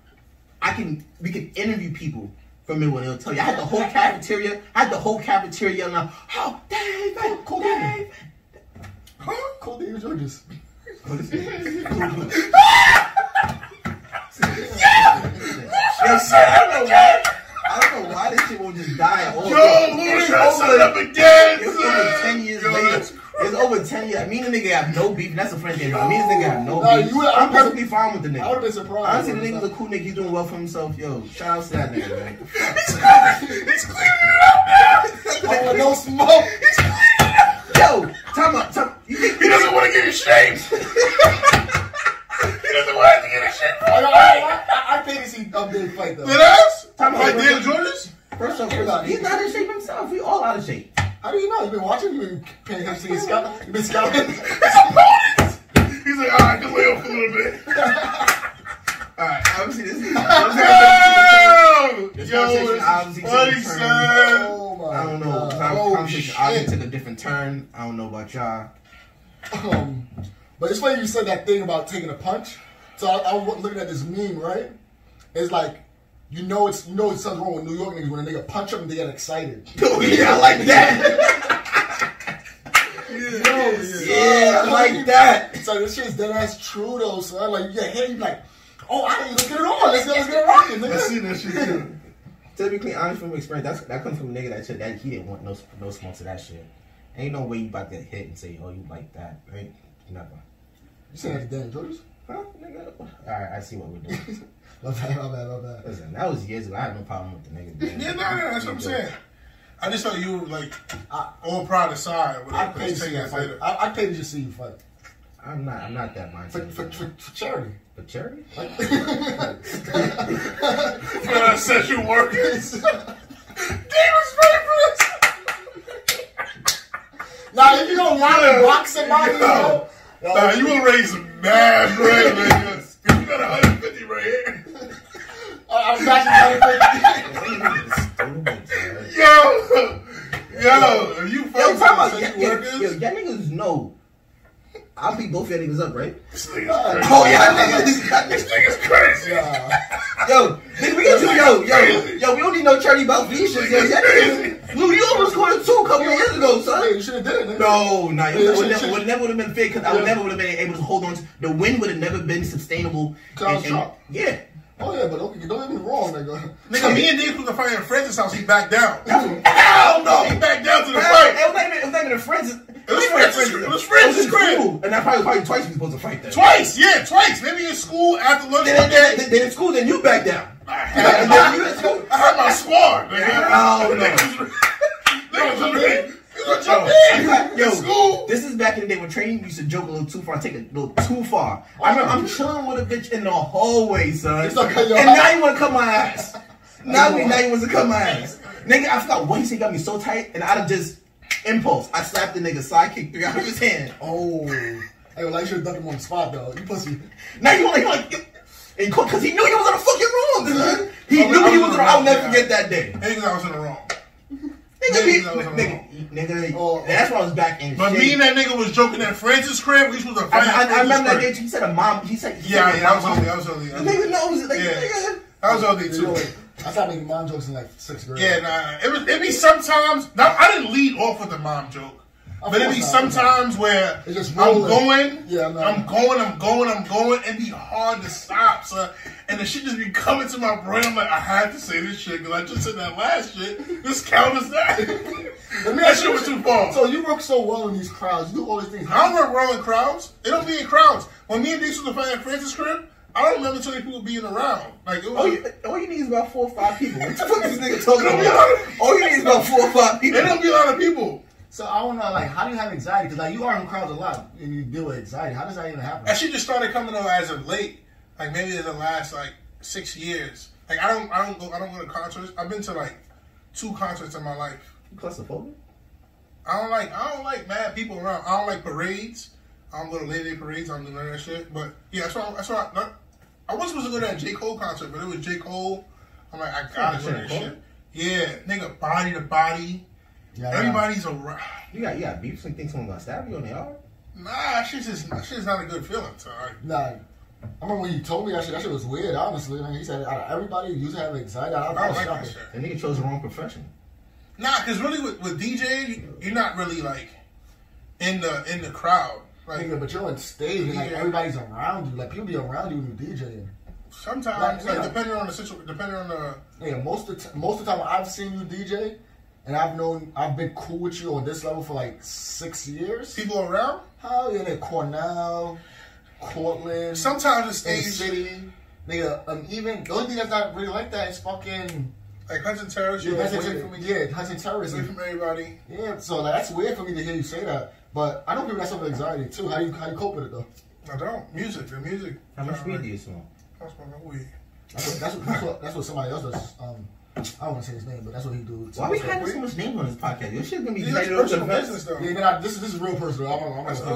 Speaker 4: I can we can interview people from it when they'll tell you. I had the whole cafeteria. I had the whole cafeteria yelling out, "Oh, Dave, Dave,
Speaker 5: Cool
Speaker 4: Dave!"
Speaker 3: Huh?
Speaker 5: Call David Georges.
Speaker 4: Yo, shit, I don't know why. I don't know why this shit won't just die. All
Speaker 3: Yo, Luda tried to set it up again.
Speaker 4: It's
Speaker 3: son.
Speaker 4: over ten years
Speaker 3: Yo,
Speaker 4: later.
Speaker 3: that's crazy.
Speaker 4: It's over ten years. Me and the nigga have no beef. and That's a friend thing. bro. Me and this nigga have no
Speaker 5: Nah,
Speaker 4: beef.
Speaker 5: you would- I
Speaker 4: I'm
Speaker 5: would've
Speaker 4: perfectly
Speaker 5: been-
Speaker 4: fine with the nigga.
Speaker 5: I would've been surprised.
Speaker 4: Honestly, the nigga's a cool nigga. He's doing well for himself. Yo, shout out to that nigga, man.
Speaker 3: He's cleaning it up now.
Speaker 5: Oh, no smoke.
Speaker 3: He's cleaning it up.
Speaker 4: Yo, time up, time. You think
Speaker 3: He doesn't want to get in shape. he doesn't want to get in shape.
Speaker 5: I, I, I, I think it's he up there fight though.
Speaker 3: Did us?
Speaker 4: Time out.
Speaker 3: Like Dan Jordan's?
Speaker 4: first off, first off, he's not in shape himself. We all out of shape.
Speaker 5: How do you know? You've been watching. You've been paying attention to your scout. You've been scouting.
Speaker 3: He's like, all right, just lay off a little bit.
Speaker 4: All right, obviously this. Is,
Speaker 3: Yo,
Speaker 4: This
Speaker 3: yo,
Speaker 4: conversation
Speaker 3: it's
Speaker 4: obviously
Speaker 3: funny,
Speaker 4: took a turn.
Speaker 3: son.
Speaker 5: oh my.
Speaker 4: I don't know.
Speaker 5: God.
Speaker 4: Time,
Speaker 3: Oh,
Speaker 4: conversation obviously
Speaker 3: shit.
Speaker 4: took a different turn. I don't know about y'all.
Speaker 5: Um, but it's funny you said that thing about taking a punch. So I, I was looking at this meme, right? It's like, you know, it's you know, it's something wrong with New York niggas when a nigga punch them, they get excited.
Speaker 4: Oh, yeah, I like that. Yeah, I like that.
Speaker 5: So this shit's dead ass true though. So I'm like, you get hit, you like, oh, I didn't even get it on. Let's get, let's get it rocking,
Speaker 3: I seen
Speaker 5: nigga.
Speaker 3: that shit too.
Speaker 4: Typically, honest from experience, that's, that comes from a nigga that said that he didn't want no no smoke to that shit. Ain't no way you about to get hit and say, oh, you like that, right? Never.
Speaker 5: You saying that's Dan Georges?
Speaker 4: Huh, nigga? All right, I see what we're doing.
Speaker 5: My bad, my bad, my bad.
Speaker 4: Listen, that was years ago. I had no problem with the nigga. doing
Speaker 3: Yeah,
Speaker 4: that.
Speaker 3: no, no, that's what I'm
Speaker 4: Yeah.
Speaker 3: saying. I just thought you were like
Speaker 5: I-
Speaker 3: all proud aside.
Speaker 5: I
Speaker 3: Whatever,
Speaker 5: paid to
Speaker 3: let's take
Speaker 5: see you
Speaker 3: that
Speaker 5: fight.
Speaker 3: later.
Speaker 5: I, I paid to just see you fight
Speaker 4: I'm not. I'm not that
Speaker 5: for,
Speaker 4: mindset.
Speaker 5: for, for, for charity.
Speaker 4: But charity?
Speaker 3: For our sexual workers. Davis ready
Speaker 5: Now, if you don't lie and block somebody, you know,
Speaker 3: for this. Nah, you gonna raise some mad bread, nigga. You got 150 right here.
Speaker 5: I- I'm back in
Speaker 4: yo,
Speaker 3: Yo, yo, if you
Speaker 4: talking
Speaker 3: fight for
Speaker 4: about
Speaker 3: sexual
Speaker 4: yo, yo,
Speaker 3: workers,
Speaker 4: yo, y'all niggas know. I'll beat both y'all niggas up, right?
Speaker 3: this nigga's crazy.
Speaker 4: Oh yeah, niggas.
Speaker 3: This nigga's crazy.
Speaker 4: Yo, nigga, we get you, yo, yo, yo, we don't need no charity about these shit, yo. That nigga, Lou, you almost scored a two a couple of years ago, son.
Speaker 5: fair. You should have did it. nigga.
Speaker 4: No, no,
Speaker 5: Yeah,
Speaker 4: it
Speaker 5: you
Speaker 4: would
Speaker 5: shoulda-
Speaker 4: never, would never would have been fair because I would never would have been able to hold on to the win. Would have never been sustainable.
Speaker 5: Cause I was drunk.
Speaker 4: yeah,
Speaker 5: Oh yeah, but don't, don't get me wrong, nigga.
Speaker 3: Nigga, me and Dave was fighting at Francis' house. He backed down.
Speaker 4: hell no.
Speaker 3: He backed down to the
Speaker 4: Right.
Speaker 3: fight.
Speaker 4: It was not even, it was not even a friends. It
Speaker 3: was friends, nigga. It was friends, it's
Speaker 4: just
Speaker 3: cool.
Speaker 4: cool. And that probably probably twice we supposed to fight that.
Speaker 3: Twice, yeah, twice. Maybe in school after lunch.
Speaker 4: Then,
Speaker 3: one day.
Speaker 4: then, then, then in school, then you back down.
Speaker 3: I
Speaker 4: And then you in school.
Speaker 3: had my squad. Nigga.
Speaker 4: Oh, no.
Speaker 3: Niggas was big. You gonna jump in?
Speaker 4: Yo,
Speaker 3: In school.
Speaker 4: this is back in the day when training we used to joke a little too far, take it a little too far. I remember I'm chilling with a bitch in the hallway, son.
Speaker 5: It's okay, yo.
Speaker 4: and now you wanna cut my ass. Now we now you want to cut my ass. Nigga, I forgot one thing got me so tight and out of just impulse. I slapped the nigga sidekick three out of his hand.
Speaker 5: Oh, hey, well, I should have ducked him on the spot though. You pussy.
Speaker 4: Now you wanna like and cause 'cause he knew he was in the fucking wrong, dude. He
Speaker 3: I was-
Speaker 4: knew
Speaker 3: I
Speaker 4: he
Speaker 3: was in
Speaker 4: Oh, was in
Speaker 3: the
Speaker 4: the I'll
Speaker 3: wrong,
Speaker 4: never
Speaker 3: yeah.
Speaker 4: forget that day.
Speaker 3: Niggas, I was in the wrong.
Speaker 4: Nigga, he,
Speaker 3: I was in the wrong.
Speaker 4: nigga, nigga,
Speaker 5: Oh.
Speaker 4: that's why I was back in
Speaker 3: But
Speaker 4: shape.
Speaker 3: me and that nigga was joking at Francis' crib. We supposed to
Speaker 4: I,
Speaker 3: fight.
Speaker 4: I,
Speaker 3: at
Speaker 4: I remember that
Speaker 3: Francis'
Speaker 4: day.
Speaker 3: crib.
Speaker 4: He said a mom. He said, he
Speaker 3: Yeah,
Speaker 4: said,
Speaker 3: yeah, I was only, I was only.
Speaker 4: The nigga knows it. Like,
Speaker 3: Yeah.
Speaker 4: nigga.
Speaker 3: I was only
Speaker 5: You know,
Speaker 3: too.
Speaker 5: I stopped making mom jokes in like sixth grade.
Speaker 3: Yeah, nah. It, was, it be sometimes. Now, I didn't lead off with the mom joke,
Speaker 5: Of
Speaker 3: but it
Speaker 5: course
Speaker 3: be
Speaker 5: not.
Speaker 3: sometimes where
Speaker 5: It's just
Speaker 3: I'm
Speaker 5: rolling.
Speaker 3: going,
Speaker 5: Yeah, I know.
Speaker 3: I'm going, I'm going, I'm going. It be hard to stop, son. And the shit just be coming to my brain. I'm like, I had to say this shit because I just said that last shit. This count is that.
Speaker 5: Let me
Speaker 3: that
Speaker 5: ask
Speaker 3: shit
Speaker 5: you
Speaker 3: was
Speaker 5: a-
Speaker 3: too far.
Speaker 5: So you work so well in these crowds. You do all these things.
Speaker 3: I don't remember rolling crowds. It don't be in crowds. When me and Dix was the fight at Francis crib, I don't remember too many people being around. Like it was.
Speaker 5: Oh,
Speaker 4: All you, all you need is about four or five people. What the fuck is this nigga talking
Speaker 3: Don't be
Speaker 4: about?
Speaker 3: honest.
Speaker 4: All you need is about four or five people.
Speaker 3: It don't be a lot of people.
Speaker 5: So I want to know, like, how do you have anxiety? Because like you are in crowds a lot and you deal with anxiety. How does that even happen?
Speaker 3: That shit just started coming on as of late. Like maybe in the last like six years. Like I don't I don't go I don't go to concerts. I've been to like two concerts in my life.
Speaker 4: You claustrophobic?
Speaker 3: I don't like I don't like mad people around. I don't like parades. I don't go to Labor Day parades. I don't do none of that shit. But yeah, that's why that's why I, not, I was supposed to go to that J Cole concert, but it was J Cole. I'm like I gotta go to that
Speaker 4: J. Cole?
Speaker 3: shit. Yeah, nigga, body to body.
Speaker 5: Yeah, I know.
Speaker 3: Everybody's around.
Speaker 4: You got, you got beefs and think someone gonna stab you on the yard?
Speaker 3: Nah, she's just that shit's not a good feeling. So like,
Speaker 5: Nah, I remember when you told me that shit. That shit was weird. Honestly, like, he said out of everybody you have anxiety. I, I,
Speaker 3: I don't
Speaker 5: was
Speaker 3: like that
Speaker 5: shocked.
Speaker 3: shit.
Speaker 4: The nigga chose the wrong profession.
Speaker 3: Nah, cause really with, with DJ, you're not really like in the in the crowd. Like
Speaker 5: Nigga, but you're on stage and like
Speaker 3: Yeah.
Speaker 5: everybody's around you. Like people be around you when you're DJing.
Speaker 3: sometimes, like
Speaker 5: Yeah.
Speaker 3: depending on the situation, depending on the
Speaker 5: Yeah, most of the t- most of the time I've seen you DJ, and I've known I've been cool with you on this level for like six years.
Speaker 3: people around.
Speaker 5: How yeah, nigga, Cornell, Cortland,
Speaker 3: Sometimes the
Speaker 5: in the
Speaker 3: stage,
Speaker 5: city, nigga. Um, even the only thing that's not really like that is fucking
Speaker 3: like Hudson Terrace,
Speaker 5: yeah,
Speaker 3: you're
Speaker 5: that's
Speaker 3: away
Speaker 5: away
Speaker 3: from
Speaker 5: from
Speaker 3: me,
Speaker 5: yeah, Hudson
Speaker 3: away
Speaker 5: terrorism.
Speaker 3: from everybody.
Speaker 5: Yeah, so like, that's weird for me to hear you say that. But I know people that suffer anxiety too. How you how you cope with it though?
Speaker 3: I don't music. The music.
Speaker 4: How much
Speaker 3: Uh,
Speaker 4: weed
Speaker 3: like,
Speaker 4: do you smoke?
Speaker 3: I smoke no weed.
Speaker 5: That's what that's what, that's what, that's what somebody else does. Um, I don't want to say his name, but that's what he do.
Speaker 4: Why we
Speaker 5: So-
Speaker 4: having so much names on this podcast? Your shit gonna be
Speaker 3: Yeah, That's
Speaker 4: headed over to
Speaker 3: personal business,
Speaker 4: the
Speaker 3: though.
Speaker 5: Yeah, then I, this, this is real personal. I'm, I'm, I'm,
Speaker 3: That's
Speaker 5: I'm,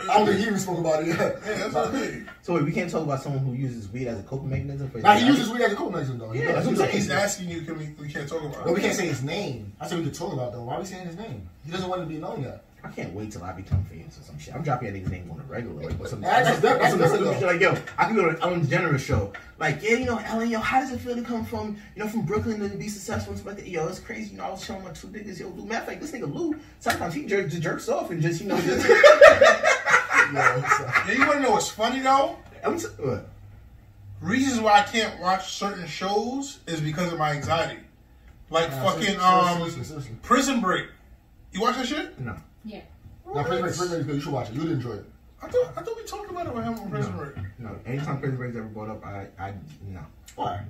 Speaker 3: OD.
Speaker 5: I don't think he even spoke about it yet.
Speaker 3: Yeah, that's what I think.
Speaker 4: So wait, we can't talk about someone who uses weed as a coping mechanism for
Speaker 5: Now, he uses weed as a cool mechanism, though. He
Speaker 4: Yeah,
Speaker 5: does.
Speaker 4: that's what I'm
Speaker 5: He
Speaker 4: saying.
Speaker 5: does.
Speaker 3: He's asking you, can we? We can't talk about.
Speaker 5: But we
Speaker 3: it.
Speaker 5: can't say his name. I said we could talk about, it, though. Why are we saying his name? He doesn't want to be known yet.
Speaker 4: I can't wait till I become famous or some shit. I'm dropping that nigga's name on the regular. Like, what's some,
Speaker 5: That's- that's
Speaker 4: what's some
Speaker 5: different,
Speaker 4: stupid
Speaker 5: though.
Speaker 4: shit like, yo, I can go to Ellen DeGeneres show. Like, yeah, you know, Ellen, yo, how does it feel to come from, you know, from Brooklyn to be successful? It's like, yo, it's crazy. You know, I was showing my two niggas, yo, Lou. Matter of fact, this nigga Lou, sometimes he jer- just jerks off and just, you know, just.
Speaker 5: Yeah, so.
Speaker 3: Yeah, you want to know what's funny though?
Speaker 4: I'm uh, t- what?
Speaker 3: Reasons why I can't watch certain shows is because of my anxiety. Like
Speaker 5: Nah,
Speaker 3: fucking
Speaker 5: seriously,
Speaker 3: um,
Speaker 5: seriously, seriously.
Speaker 3: Prison Break. You watch that shit?
Speaker 4: No.
Speaker 6: Yeah.
Speaker 5: Now, Prison Break, Prison Break is good. You should watch it. You'd enjoy it.
Speaker 3: I thought I thought we talked about it with him on Prison Break.
Speaker 4: No. Anytime Prison Break's ever brought up, I, I, no.
Speaker 5: Why?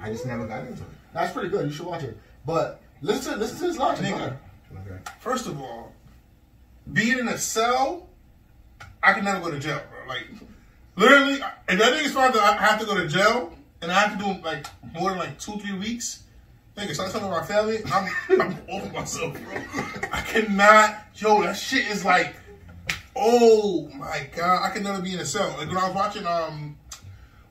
Speaker 4: I just never got into it.
Speaker 5: That's pretty good. You should watch it. But listen to listen to his logic.
Speaker 3: Nigga.
Speaker 5: man.
Speaker 4: Okay.
Speaker 3: First of all, being in a cell, I can never go to jail, bro. Like literally, if that nigga's found that I have to go to jail and I have to do like more than like two three weeks. Nigga, start talking about family. I'm I'm over myself, bro. I cannot, yo. That shit is like, oh my god, I can never be in a cell. Like when I was watching, um,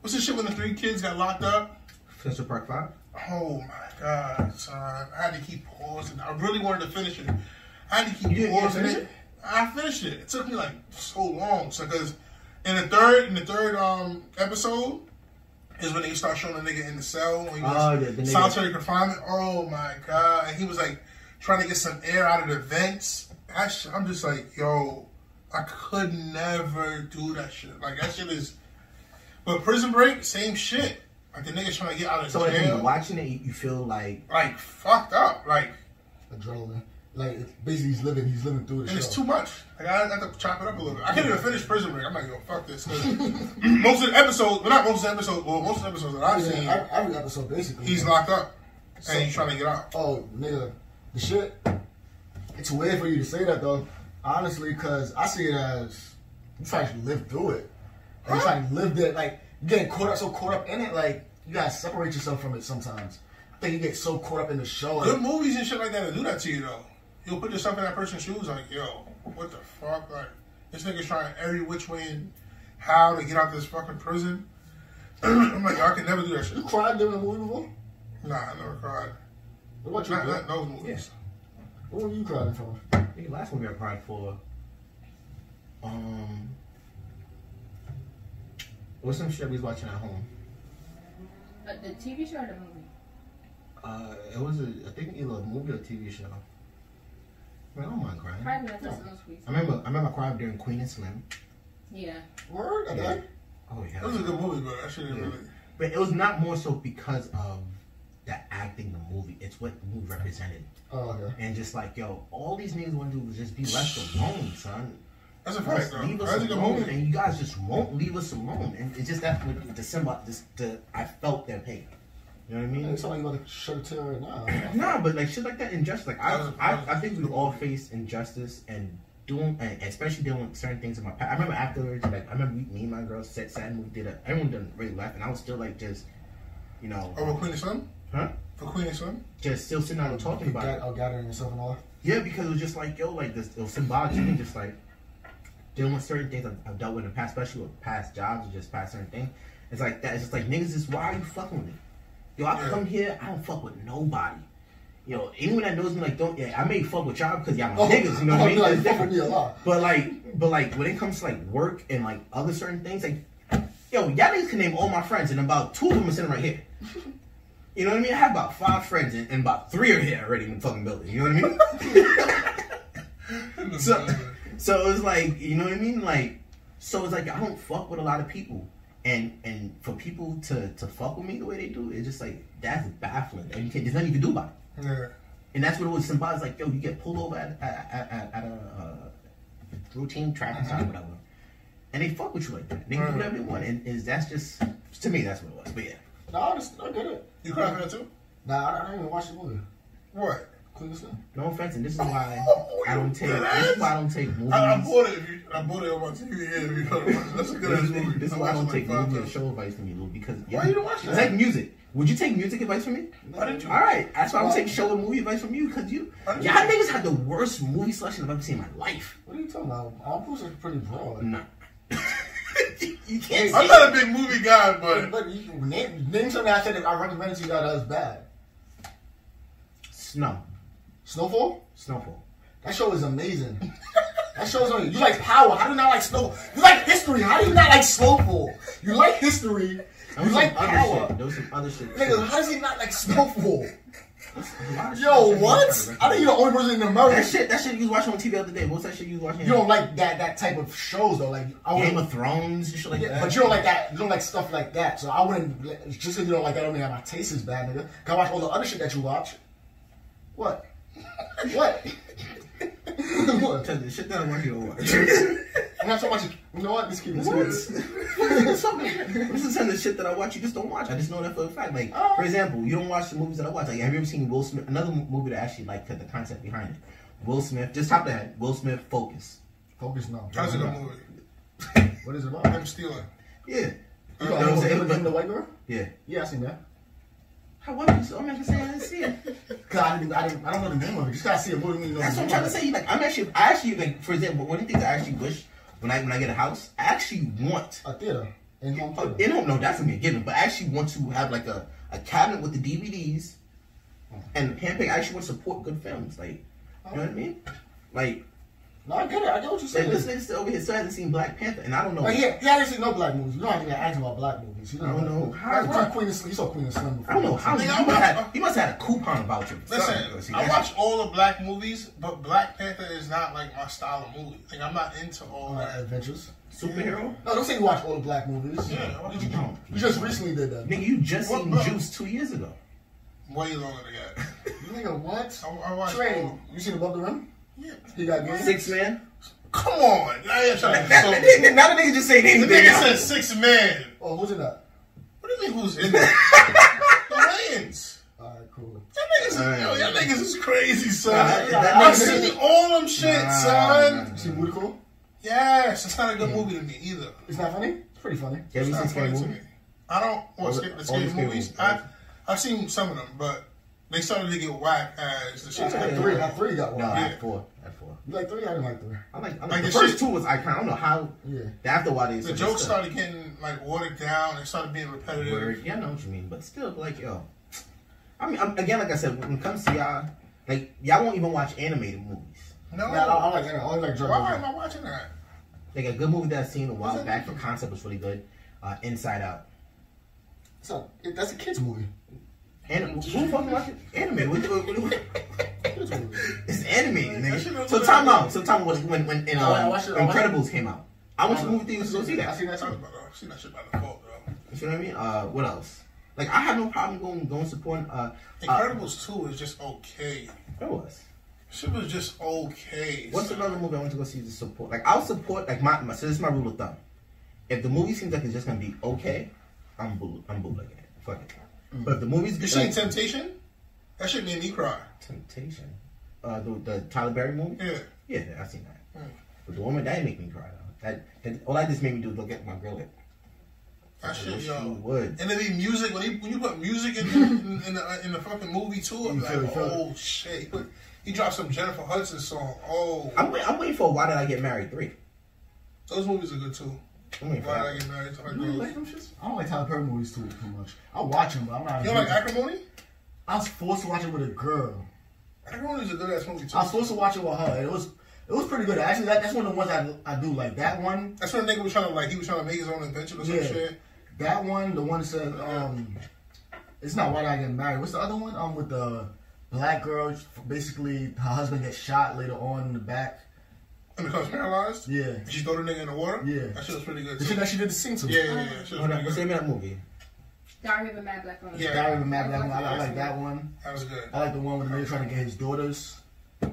Speaker 3: what's the shit when the three kids got locked up?
Speaker 4: Central Park 5?
Speaker 3: Oh my god, son. I had to keep pausing. I really wanted to finish it. I had to keep
Speaker 4: You didn't- you
Speaker 3: pausing
Speaker 4: finished
Speaker 3: it. I finished it. It took me like so long. So cause in the third in the third um episode is when they start showing the nigga in the cell when he was
Speaker 4: Oh, yeah, the nigga-
Speaker 3: solitary confinement. Oh my god. And he was like trying to get some air out of the vents. that sh- I'm just like, yo, I could never do that shit. Like that shit is. But Prison Break, same shit. Like the niggas trying to get out of
Speaker 4: So like, when you're
Speaker 3: jail.
Speaker 4: watching it, you- you feel like
Speaker 3: like fucked up. Like
Speaker 5: Adrenaline. Like it's basically, he's living. He's living through the
Speaker 3: and it's
Speaker 5: show.
Speaker 3: too much. Like I I have to chop it up a little bit. I can't even finish Prison Break. I'm like, yo, fuck this. 'cause most of the episodes, well, not most of the episodes, well, most of the episodes that I've seen,
Speaker 5: yeah, every episode basically.
Speaker 3: he's locked up and he's trying to get out.
Speaker 5: Oh, nigga, the shit. It's weird for you to say that though, honestly, because I see it as you trying to live through it. Like, you trying to live that, like you getting caught up, so caught up in it, like you gotta separate yourself from it sometimes. I think you get so caught up in the show.
Speaker 3: Good
Speaker 5: Like,
Speaker 3: movies and shit like that will do that to you though. You'll put yourself in that person's shoes, like, yo, what the fuck? Like this nigga's trying every which way and how to get out this fucking prison. I'm like, yo, I can never do that shit.
Speaker 5: you cried during a movie before?
Speaker 3: Nah, I never cried.
Speaker 5: What about you?
Speaker 3: Not,
Speaker 5: bro?
Speaker 3: not those movies.
Speaker 5: What were you crying in front of?
Speaker 4: I think the last one we applied for. Um, what's some shit we was watching at home?
Speaker 6: Uh, the TV show or the movie?
Speaker 4: Uh, it was a, I think either a movie or TV show. Man, I don't mind crying. I
Speaker 6: Probably that's a snow squeeze.
Speaker 4: remember, I remember I cried during Queen and Slim.
Speaker 6: Yeah.
Speaker 5: Word? I
Speaker 4: Yeah.
Speaker 5: think?
Speaker 4: Oh yeah.
Speaker 3: It was a good movie, but that shit didn't really.
Speaker 4: But it was not more so because of the acting, the movie. It's what the movie represented,
Speaker 5: Oh, okay.
Speaker 4: and just like yo, all these niggas want to do is just be left alone, son.
Speaker 3: That's a fact,
Speaker 4: Just
Speaker 3: though.
Speaker 4: leave us
Speaker 3: That's a good
Speaker 4: alone,
Speaker 3: movie.
Speaker 4: and you guys just won't leave us alone. And it's just that with the symbol, just the I felt their pain. You know what I
Speaker 5: It
Speaker 4: mean?
Speaker 5: sound like you about to shut a tear right now.
Speaker 4: Nah, but like shit like that, injustice. Like
Speaker 3: That
Speaker 4: I,
Speaker 3: was-
Speaker 4: I, I think we all face injustice and doing, and especially dealing with certain things in my past. I remember afterwards, like I remember we, me and my girl sat, sat and we did a, everyone done really left, and I was still like just, you know,
Speaker 3: Over Queen and Slim?
Speaker 4: huh?
Speaker 3: For Queen and Slim?
Speaker 4: Just still sitting down and talking about it.
Speaker 5: Got- oh, gathering yourself and all.
Speaker 4: Yeah, because it was just like yo, like this, it was symbolic, and just like dealing with certain things I've, I've dealt with in the past, especially with past jobs or just past certain things. It's like that. It's just like niggas, just why are you fucking with me? Yo, I
Speaker 3: Yeah.
Speaker 4: come here, I don't fuck with nobody. You know, anyone that knows me, like, don't. Yeah, I may fuck with y'all because y'all my
Speaker 5: Oh,
Speaker 4: niggas. You know what
Speaker 5: oh,
Speaker 4: I mean?
Speaker 5: no,
Speaker 4: It's
Speaker 5: you fuck with me a lot.
Speaker 4: But like, but like, when it comes to like work and like other certain things, like, yo, y'all niggas can name all my friends, and about two of them are sitting right here. You know what I mean? I have about five friends, and, and about three are here already in the fucking building. You know what I mean? so, so it was like, you know what I mean? Like, so it's like I don't fuck with a lot of people, and and for people to to fuck with me the way they do, it's just like that's baffling, and you can't, there's nothing you can do about it.
Speaker 3: Yeah.
Speaker 4: And that's what it was symbolic. Like, yo, you get pulled over at, at, at, at, at a uh, routine
Speaker 3: Uh-huh.
Speaker 4: traffic stop, whatever. And they fuck with you like that. They can do
Speaker 3: Right.
Speaker 4: whatever they want. And is that's just, to me, that's what it was. But yeah.
Speaker 5: No, I, just, I get it.
Speaker 3: You cried for that too?
Speaker 5: Nah, I, I didn't even watch the movie.
Speaker 3: What?
Speaker 5: Clean this up.
Speaker 4: No offense, and this is why I don't take,
Speaker 3: Oh, you
Speaker 4: this is why I don't take movies.
Speaker 3: I, I bought it. If you, I bought it on my TV. Yeah, if you thought it was- that's a good
Speaker 4: This
Speaker 3: ass
Speaker 4: is-
Speaker 3: movie.
Speaker 4: This is
Speaker 3: I
Speaker 4: why I
Speaker 3: watched
Speaker 4: don't
Speaker 3: it
Speaker 4: take
Speaker 3: like
Speaker 4: movie or
Speaker 3: five times.
Speaker 4: show advice from you, Lou, because
Speaker 3: Why you don't watch
Speaker 4: It's
Speaker 3: that?
Speaker 4: like music. Would you take music advice from me?
Speaker 3: Why didn't you?
Speaker 4: All right, that's why I'm
Speaker 5: Why?
Speaker 4: taking show and movie advice from you, because you,
Speaker 3: Why didn't
Speaker 4: y'all
Speaker 3: you-
Speaker 4: niggas had the worst movie selection I've ever seen in my life.
Speaker 5: What are you talking about? Our boots are pretty broad.
Speaker 4: No, you can't.
Speaker 3: I'm
Speaker 4: Say
Speaker 3: not a big movie guy, but
Speaker 5: But you can name, name something I said that I recommended to you that was bad.
Speaker 4: Snow,
Speaker 5: Snowfall?
Speaker 4: Snowfall.
Speaker 5: That show is amazing. that show is on you. like power. How do you not like snow? You like history. How do you not like snowfall? You like history.
Speaker 4: There
Speaker 5: you
Speaker 4: was oh, uh, some
Speaker 5: like
Speaker 4: other
Speaker 5: power.
Speaker 4: Shit. There was some other shit.
Speaker 5: Nigga, how does he not like snowfall?
Speaker 4: A lot of shit
Speaker 5: Yo,
Speaker 4: that you
Speaker 5: what?
Speaker 4: was trying to
Speaker 5: I think you're the only person in America.
Speaker 4: That shit, that shit you was watching on TV the other day. What's that shit you was watching?
Speaker 5: You don't like that that type of shows though. Like I
Speaker 4: Game
Speaker 5: wouldn't,
Speaker 4: of Thrones and shit like
Speaker 5: yeah,
Speaker 4: that.
Speaker 5: but you don't like that. You don't like stuff like that. So I wouldn't like, just because you don't like that. I don't mean that my taste is bad, nigga. Can I watch all the other shit that you watch? What? what? what?
Speaker 4: Because the shit that I want you to watch.
Speaker 5: I'm not so much. You know what? This keep this
Speaker 4: What?
Speaker 5: good.
Speaker 4: this is some of the shit that I watch. You just don't watch. I just know that for a fact. Like, for example, you don't watch the movies that I watch. Like, have you ever seen Will Smith? Another mo- movie that I actually like 'cause the concept behind it. Will Smith, just top that. Will Smith, Focus.
Speaker 5: Focus now.
Speaker 3: that's a good movie.
Speaker 5: What is it about?
Speaker 3: I'm stealing.
Speaker 4: Yeah,
Speaker 5: You
Speaker 4: know what I'm
Speaker 5: got
Speaker 4: saying?
Speaker 5: him the white girl?
Speaker 4: yeah.
Speaker 5: Yeah, I seen that.
Speaker 4: How what? So I'm actually saying I didn't see it.
Speaker 5: Cause I didn't, I didn't, I don't know the name of it. You just gotta see a movie when you know.
Speaker 4: That's
Speaker 5: the
Speaker 4: what I'm
Speaker 5: name
Speaker 4: trying to
Speaker 5: of it.
Speaker 4: say. Like, I'm actually, I actually, like, for example, one of the things I actually wish when I when I get a house, I actually want.
Speaker 5: A theater in home
Speaker 4: Oh,
Speaker 5: theater.
Speaker 4: you don't know that's gonna be a given, but I actually want to have like a, a cabinet with the DVDs
Speaker 3: Oh.
Speaker 4: and handpick. I actually want to support good films, like you know what I mean? Like,
Speaker 5: no, I get it. I get what
Speaker 4: like
Speaker 5: you're saying.
Speaker 4: this nigga still over here still hasn't seen Black Panther, and I don't know.
Speaker 3: Oh,
Speaker 5: Like, yeah, yeah, I didn't see no black movies. You don't have to ask about black movies. You
Speaker 4: I don't know. How-
Speaker 5: Like, what? Queen of Slim. You saw Queen of Slim before.
Speaker 4: I don't know how he,
Speaker 3: Nigga, I
Speaker 4: must
Speaker 3: watch-
Speaker 4: have, he must have had a coupon voucher. or something.
Speaker 3: Listen,
Speaker 4: See,
Speaker 3: I
Speaker 4: that
Speaker 3: watch all the black movies, but Black Panther is not like my style of movie. Like I'm not into all
Speaker 5: Uh,
Speaker 3: that.
Speaker 5: adventures.
Speaker 4: Superhero?
Speaker 5: No, don't say you watch all the black movies.
Speaker 3: Yeah, I watch
Speaker 5: you,
Speaker 3: them.
Speaker 5: you just recently did that.
Speaker 4: Nigga, you just
Speaker 3: What,
Speaker 4: seen
Speaker 3: bro?
Speaker 4: Juice two years ago.
Speaker 3: Way longer than that.
Speaker 5: You nigga, what?
Speaker 3: I, I watch.
Speaker 5: Train. You seen Above the Rim?
Speaker 3: Yeah.
Speaker 5: He got game.
Speaker 4: Six man.
Speaker 3: Come on. I ain't trying to.
Speaker 4: Now the
Speaker 3: So,
Speaker 4: nigga, now the nigga just saying
Speaker 3: the
Speaker 4: anything.
Speaker 3: nigga said six man.
Speaker 5: Oh, who's in that?
Speaker 3: What do you mean who's in there? the Lions.
Speaker 5: All right, cool.
Speaker 3: Y'all niggas, is, yo, y'all niggas is crazy, son.
Speaker 4: Nah, that
Speaker 3: I've
Speaker 4: nigga-
Speaker 3: seen all them shit, son.
Speaker 5: You see Woodico?
Speaker 3: Yes, it's not a good movie to me either.
Speaker 5: It's not funny? It's pretty funny.
Speaker 4: Have you
Speaker 3: It's
Speaker 4: seen
Speaker 3: not
Speaker 4: scary
Speaker 3: funny to
Speaker 4: movie?
Speaker 3: me. I don't watch
Speaker 4: All
Speaker 3: scary,
Speaker 4: the-
Speaker 3: the scary
Speaker 4: all the scary
Speaker 3: movies.
Speaker 4: movies.
Speaker 3: I've, I've seen some of them, but they started to get whack as the shit's
Speaker 5: At
Speaker 3: yeah,
Speaker 5: three, at three got one.
Speaker 4: No,
Speaker 5: You
Speaker 4: at four. At four.
Speaker 5: like three? I didn't like three.
Speaker 4: I like. I
Speaker 3: Like
Speaker 4: like the
Speaker 3: the
Speaker 4: first
Speaker 3: shit-
Speaker 4: two was icon. I don't know how.
Speaker 5: Yeah.
Speaker 4: The after a while they
Speaker 3: The jokes started getting like watered down and started being repetitive.
Speaker 4: Word. Yeah, I know what you mean, but still, like yo, I mean, I'm, again, like I said, when it comes to y'all, like y'all won't even watch animated movies.
Speaker 3: No,
Speaker 5: Nah, I, I like that. I only like
Speaker 3: why am
Speaker 5: Dragon.
Speaker 3: I watching that?
Speaker 4: Like a good movie that I've seen a while back, the concept was really good. Uh, Inside Out.
Speaker 5: It's a- it- That's a kids movie.
Speaker 4: Anim- who fucking watches anime? What, what, what,
Speaker 5: Kids movie.
Speaker 4: it's animated,
Speaker 3: That shit
Speaker 4: nigga.
Speaker 3: don't
Speaker 4: So
Speaker 3: do
Speaker 4: time
Speaker 3: that.
Speaker 4: out. So time out was when when in,
Speaker 5: I
Speaker 4: uh,
Speaker 5: watched it, I watched it.
Speaker 4: Incredibles came out. I went to movie theaters to go see
Speaker 5: I
Speaker 4: that.
Speaker 5: seen that
Speaker 3: I was
Speaker 5: too.
Speaker 3: about to- I've seen that shit by default, though.
Speaker 4: You know what I mean? Uh, what else? Like I had no problem going going supporting. Uh, uh,
Speaker 3: Incredibles 2 is just okay.
Speaker 4: it was.
Speaker 3: Shit was just okay.
Speaker 4: What's another movie I want to go see to support? Like I'll support like my, my so this is my rule of thumb. If the movie seems like it's just gonna be okay, I'm bull I'm bootlegging it. Fuck it. But if the movie's
Speaker 3: Mm. You
Speaker 4: good,
Speaker 3: seen
Speaker 4: like,
Speaker 3: Temptation? That shit made me cry.
Speaker 4: Temptation, uh, the, the Tyler Berry movie.
Speaker 3: Yeah. Mm.
Speaker 4: yeah, I seen that. But the woman that didn't make me cry though. That, that all that just made me do is look at my girl. Like,
Speaker 3: That shit,
Speaker 4: wish
Speaker 3: yo.
Speaker 4: you would.
Speaker 3: And it be music when, he, when you put music in, in, in, the, in the fucking movie too. I'm
Speaker 5: You feel it,
Speaker 3: like,
Speaker 5: feel it.
Speaker 3: oh shit. He, put, he dropped some Jennifer Hudson song. Oh,
Speaker 4: I'm wait, I'm waiting for Why Did I Get Married three.
Speaker 3: those movies are good too.
Speaker 4: I'm waiting for
Speaker 3: Why did I
Speaker 4: that.
Speaker 3: get married to my
Speaker 5: You don't
Speaker 3: girl?
Speaker 5: like them shits? I don't like Tyler Perry movies too too much. I watch them, but I'm not.
Speaker 3: You don't like Acrimony?
Speaker 5: I was forced to watch it with a girl.
Speaker 3: Acrimony is a good ass movie too.
Speaker 5: I was supposed to watch it with her. and It was it was pretty good. Actually, that, that's one of the ones I, I do like. That one,
Speaker 3: That's when the nigga was trying to like he was trying to make his own invention or some
Speaker 5: yeah.
Speaker 3: shit.
Speaker 5: That one, the one that says um, it's not why did I get married. What's the other one? Um, with the black girl. Basically, her husband gets shot later on in the back.
Speaker 3: And becomes paralyzed.
Speaker 5: Yeah.
Speaker 3: She throw the nigga in the water.
Speaker 5: Yeah.
Speaker 3: That shit was pretty good
Speaker 5: The
Speaker 3: too.
Speaker 5: shit that she did the sing to.
Speaker 3: Yeah, yeah, yeah. That shit was
Speaker 4: Hold on,
Speaker 3: pretty
Speaker 4: what's the
Speaker 3: good.
Speaker 4: name of that movie?
Speaker 6: Diary of a Mad Black Woman.
Speaker 3: Yeah.
Speaker 5: That one, Mad Black one. I, I like that one.
Speaker 3: That was good.
Speaker 5: I like the one where the nigga trying to get his daughters.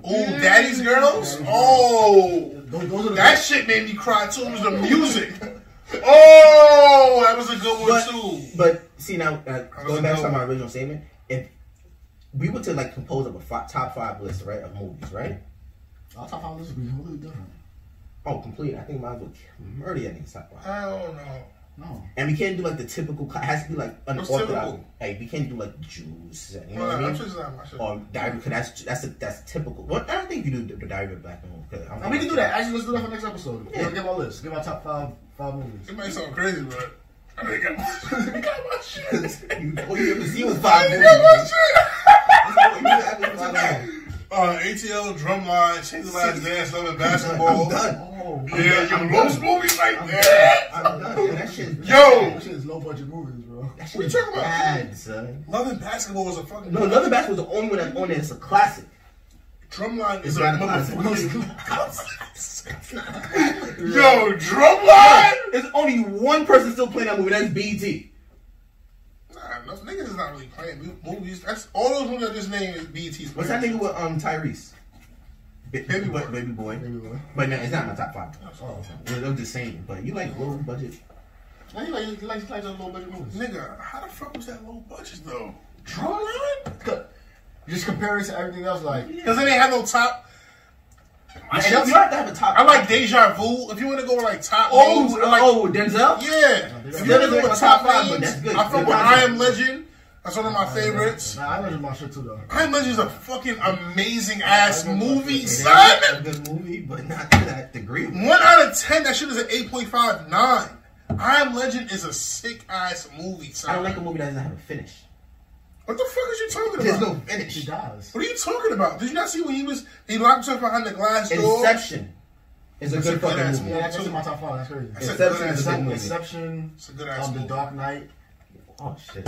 Speaker 3: Oh, Daddy's Girls? Oh.
Speaker 5: Those, those are the
Speaker 3: That shit made me cry too. It was the music. Oh, that was a good one
Speaker 4: But,
Speaker 3: too.
Speaker 4: but see now, uh,
Speaker 3: was
Speaker 4: going back
Speaker 3: a
Speaker 4: to
Speaker 3: no.
Speaker 4: my original statement, if we were to like compose up a fi- top five list, right, of movies, right?
Speaker 5: Our top five list would be completely different.
Speaker 4: Oh, complete. I think mine would murder that nigga's top five.
Speaker 3: I don't know.
Speaker 5: No.
Speaker 4: And we can't do like the typical. cla- It has to be like
Speaker 3: What's
Speaker 4: unorthodox.
Speaker 3: typical?
Speaker 4: Like we can't do like Jews. You know
Speaker 3: Well,
Speaker 4: what I
Speaker 3: I'm
Speaker 4: mean?
Speaker 3: just not my shit.
Speaker 4: or diary because that's that's a, that's typical. Well, I don't think you do the, the diary of Black Moon. Cause I don't
Speaker 3: Oh,
Speaker 5: And we
Speaker 4: think-
Speaker 5: can do that. Actually, let's do that for next episode.
Speaker 4: Yeah.
Speaker 5: We'll give our list. Give our top five five movies.
Speaker 3: It might sound crazy, but I ain't got my, I got my shit.
Speaker 4: You, all you ever see was five
Speaker 3: I
Speaker 4: movies.
Speaker 3: got my shit.
Speaker 4: That's all you ever saw.
Speaker 3: Uh, ATL, drumline, change the last dance, loving basketball.
Speaker 4: I'm done.
Speaker 5: Oh,
Speaker 3: Yeah,
Speaker 4: I'm
Speaker 3: yo,
Speaker 4: done.
Speaker 3: most movies like that.
Speaker 4: I'm done. Yo, that shit.
Speaker 3: Yo,
Speaker 5: That shit is low budget movies, bro.
Speaker 3: What
Speaker 4: That
Speaker 3: you
Speaker 4: shit is
Speaker 3: talking about?
Speaker 4: bad, son.
Speaker 3: loving basketball was a fucking
Speaker 4: No, Leather Bass was the only one that's on there. It's a classic.
Speaker 3: drumline is
Speaker 4: It's
Speaker 3: a
Speaker 4: not a classic.
Speaker 3: motherfucking. Yo, drumline.
Speaker 4: There's only one person still playing that movie. That's E BT.
Speaker 3: Nah, those niggas is not really playing mu- movies. That's all those movies I just named is BET's.
Speaker 4: What's that nigga with um Tyrese? Ba-
Speaker 3: Baby
Speaker 4: ba-
Speaker 3: Boy.
Speaker 4: baby boy. Oh.
Speaker 5: Baby boy.
Speaker 4: But no, it's not my top five. Well, I'm just saying. But you like low budget.
Speaker 5: Now you like you like, you like those low budget movies.
Speaker 3: Nigga, how the fuck was that low budget though? Drumline?
Speaker 5: You just compare it to everything else, like
Speaker 3: Because they didn't have no top.
Speaker 4: And you have to have a top.
Speaker 3: I like Deja Vu. If you want to go with like top
Speaker 4: Oh,
Speaker 3: names, I like,
Speaker 4: oh, Denzel.
Speaker 3: yeah. If you
Speaker 4: Still
Speaker 3: want to
Speaker 4: good.
Speaker 3: go with top
Speaker 4: Top five, but
Speaker 3: names,
Speaker 4: that's good.
Speaker 3: I fuck
Speaker 4: Good
Speaker 3: with
Speaker 4: content.
Speaker 3: I Am Legend. That's one of my favorites.
Speaker 5: nah, I mentioned my shit too though.
Speaker 3: I Am Legend is a fucking amazing ass movie,
Speaker 4: It is
Speaker 3: son.
Speaker 4: a good movie, but not to that degree.
Speaker 3: One out of ten, that shit is an eight point five nine. I Am Legend is a sick ass movie, son.
Speaker 4: I don't like a movie that doesn't have a finish.
Speaker 3: What the fuck is you talking
Speaker 4: There's
Speaker 3: about?
Speaker 4: no
Speaker 5: She
Speaker 4: finish.
Speaker 5: dies.
Speaker 3: What are you talking about? Did you not see when he was he locked himself behind the glass door?
Speaker 4: Inception is a good
Speaker 3: good-ass
Speaker 4: fucking
Speaker 5: Yeah,
Speaker 4: movie.
Speaker 5: that's in my top five. That's crazy.
Speaker 3: That's a
Speaker 4: Inception
Speaker 3: good-ass
Speaker 4: is a good
Speaker 5: Except
Speaker 4: movie.
Speaker 5: Inception,
Speaker 3: a good ass
Speaker 5: um, The
Speaker 3: movie.
Speaker 5: Dark Knight.
Speaker 4: Oh shit!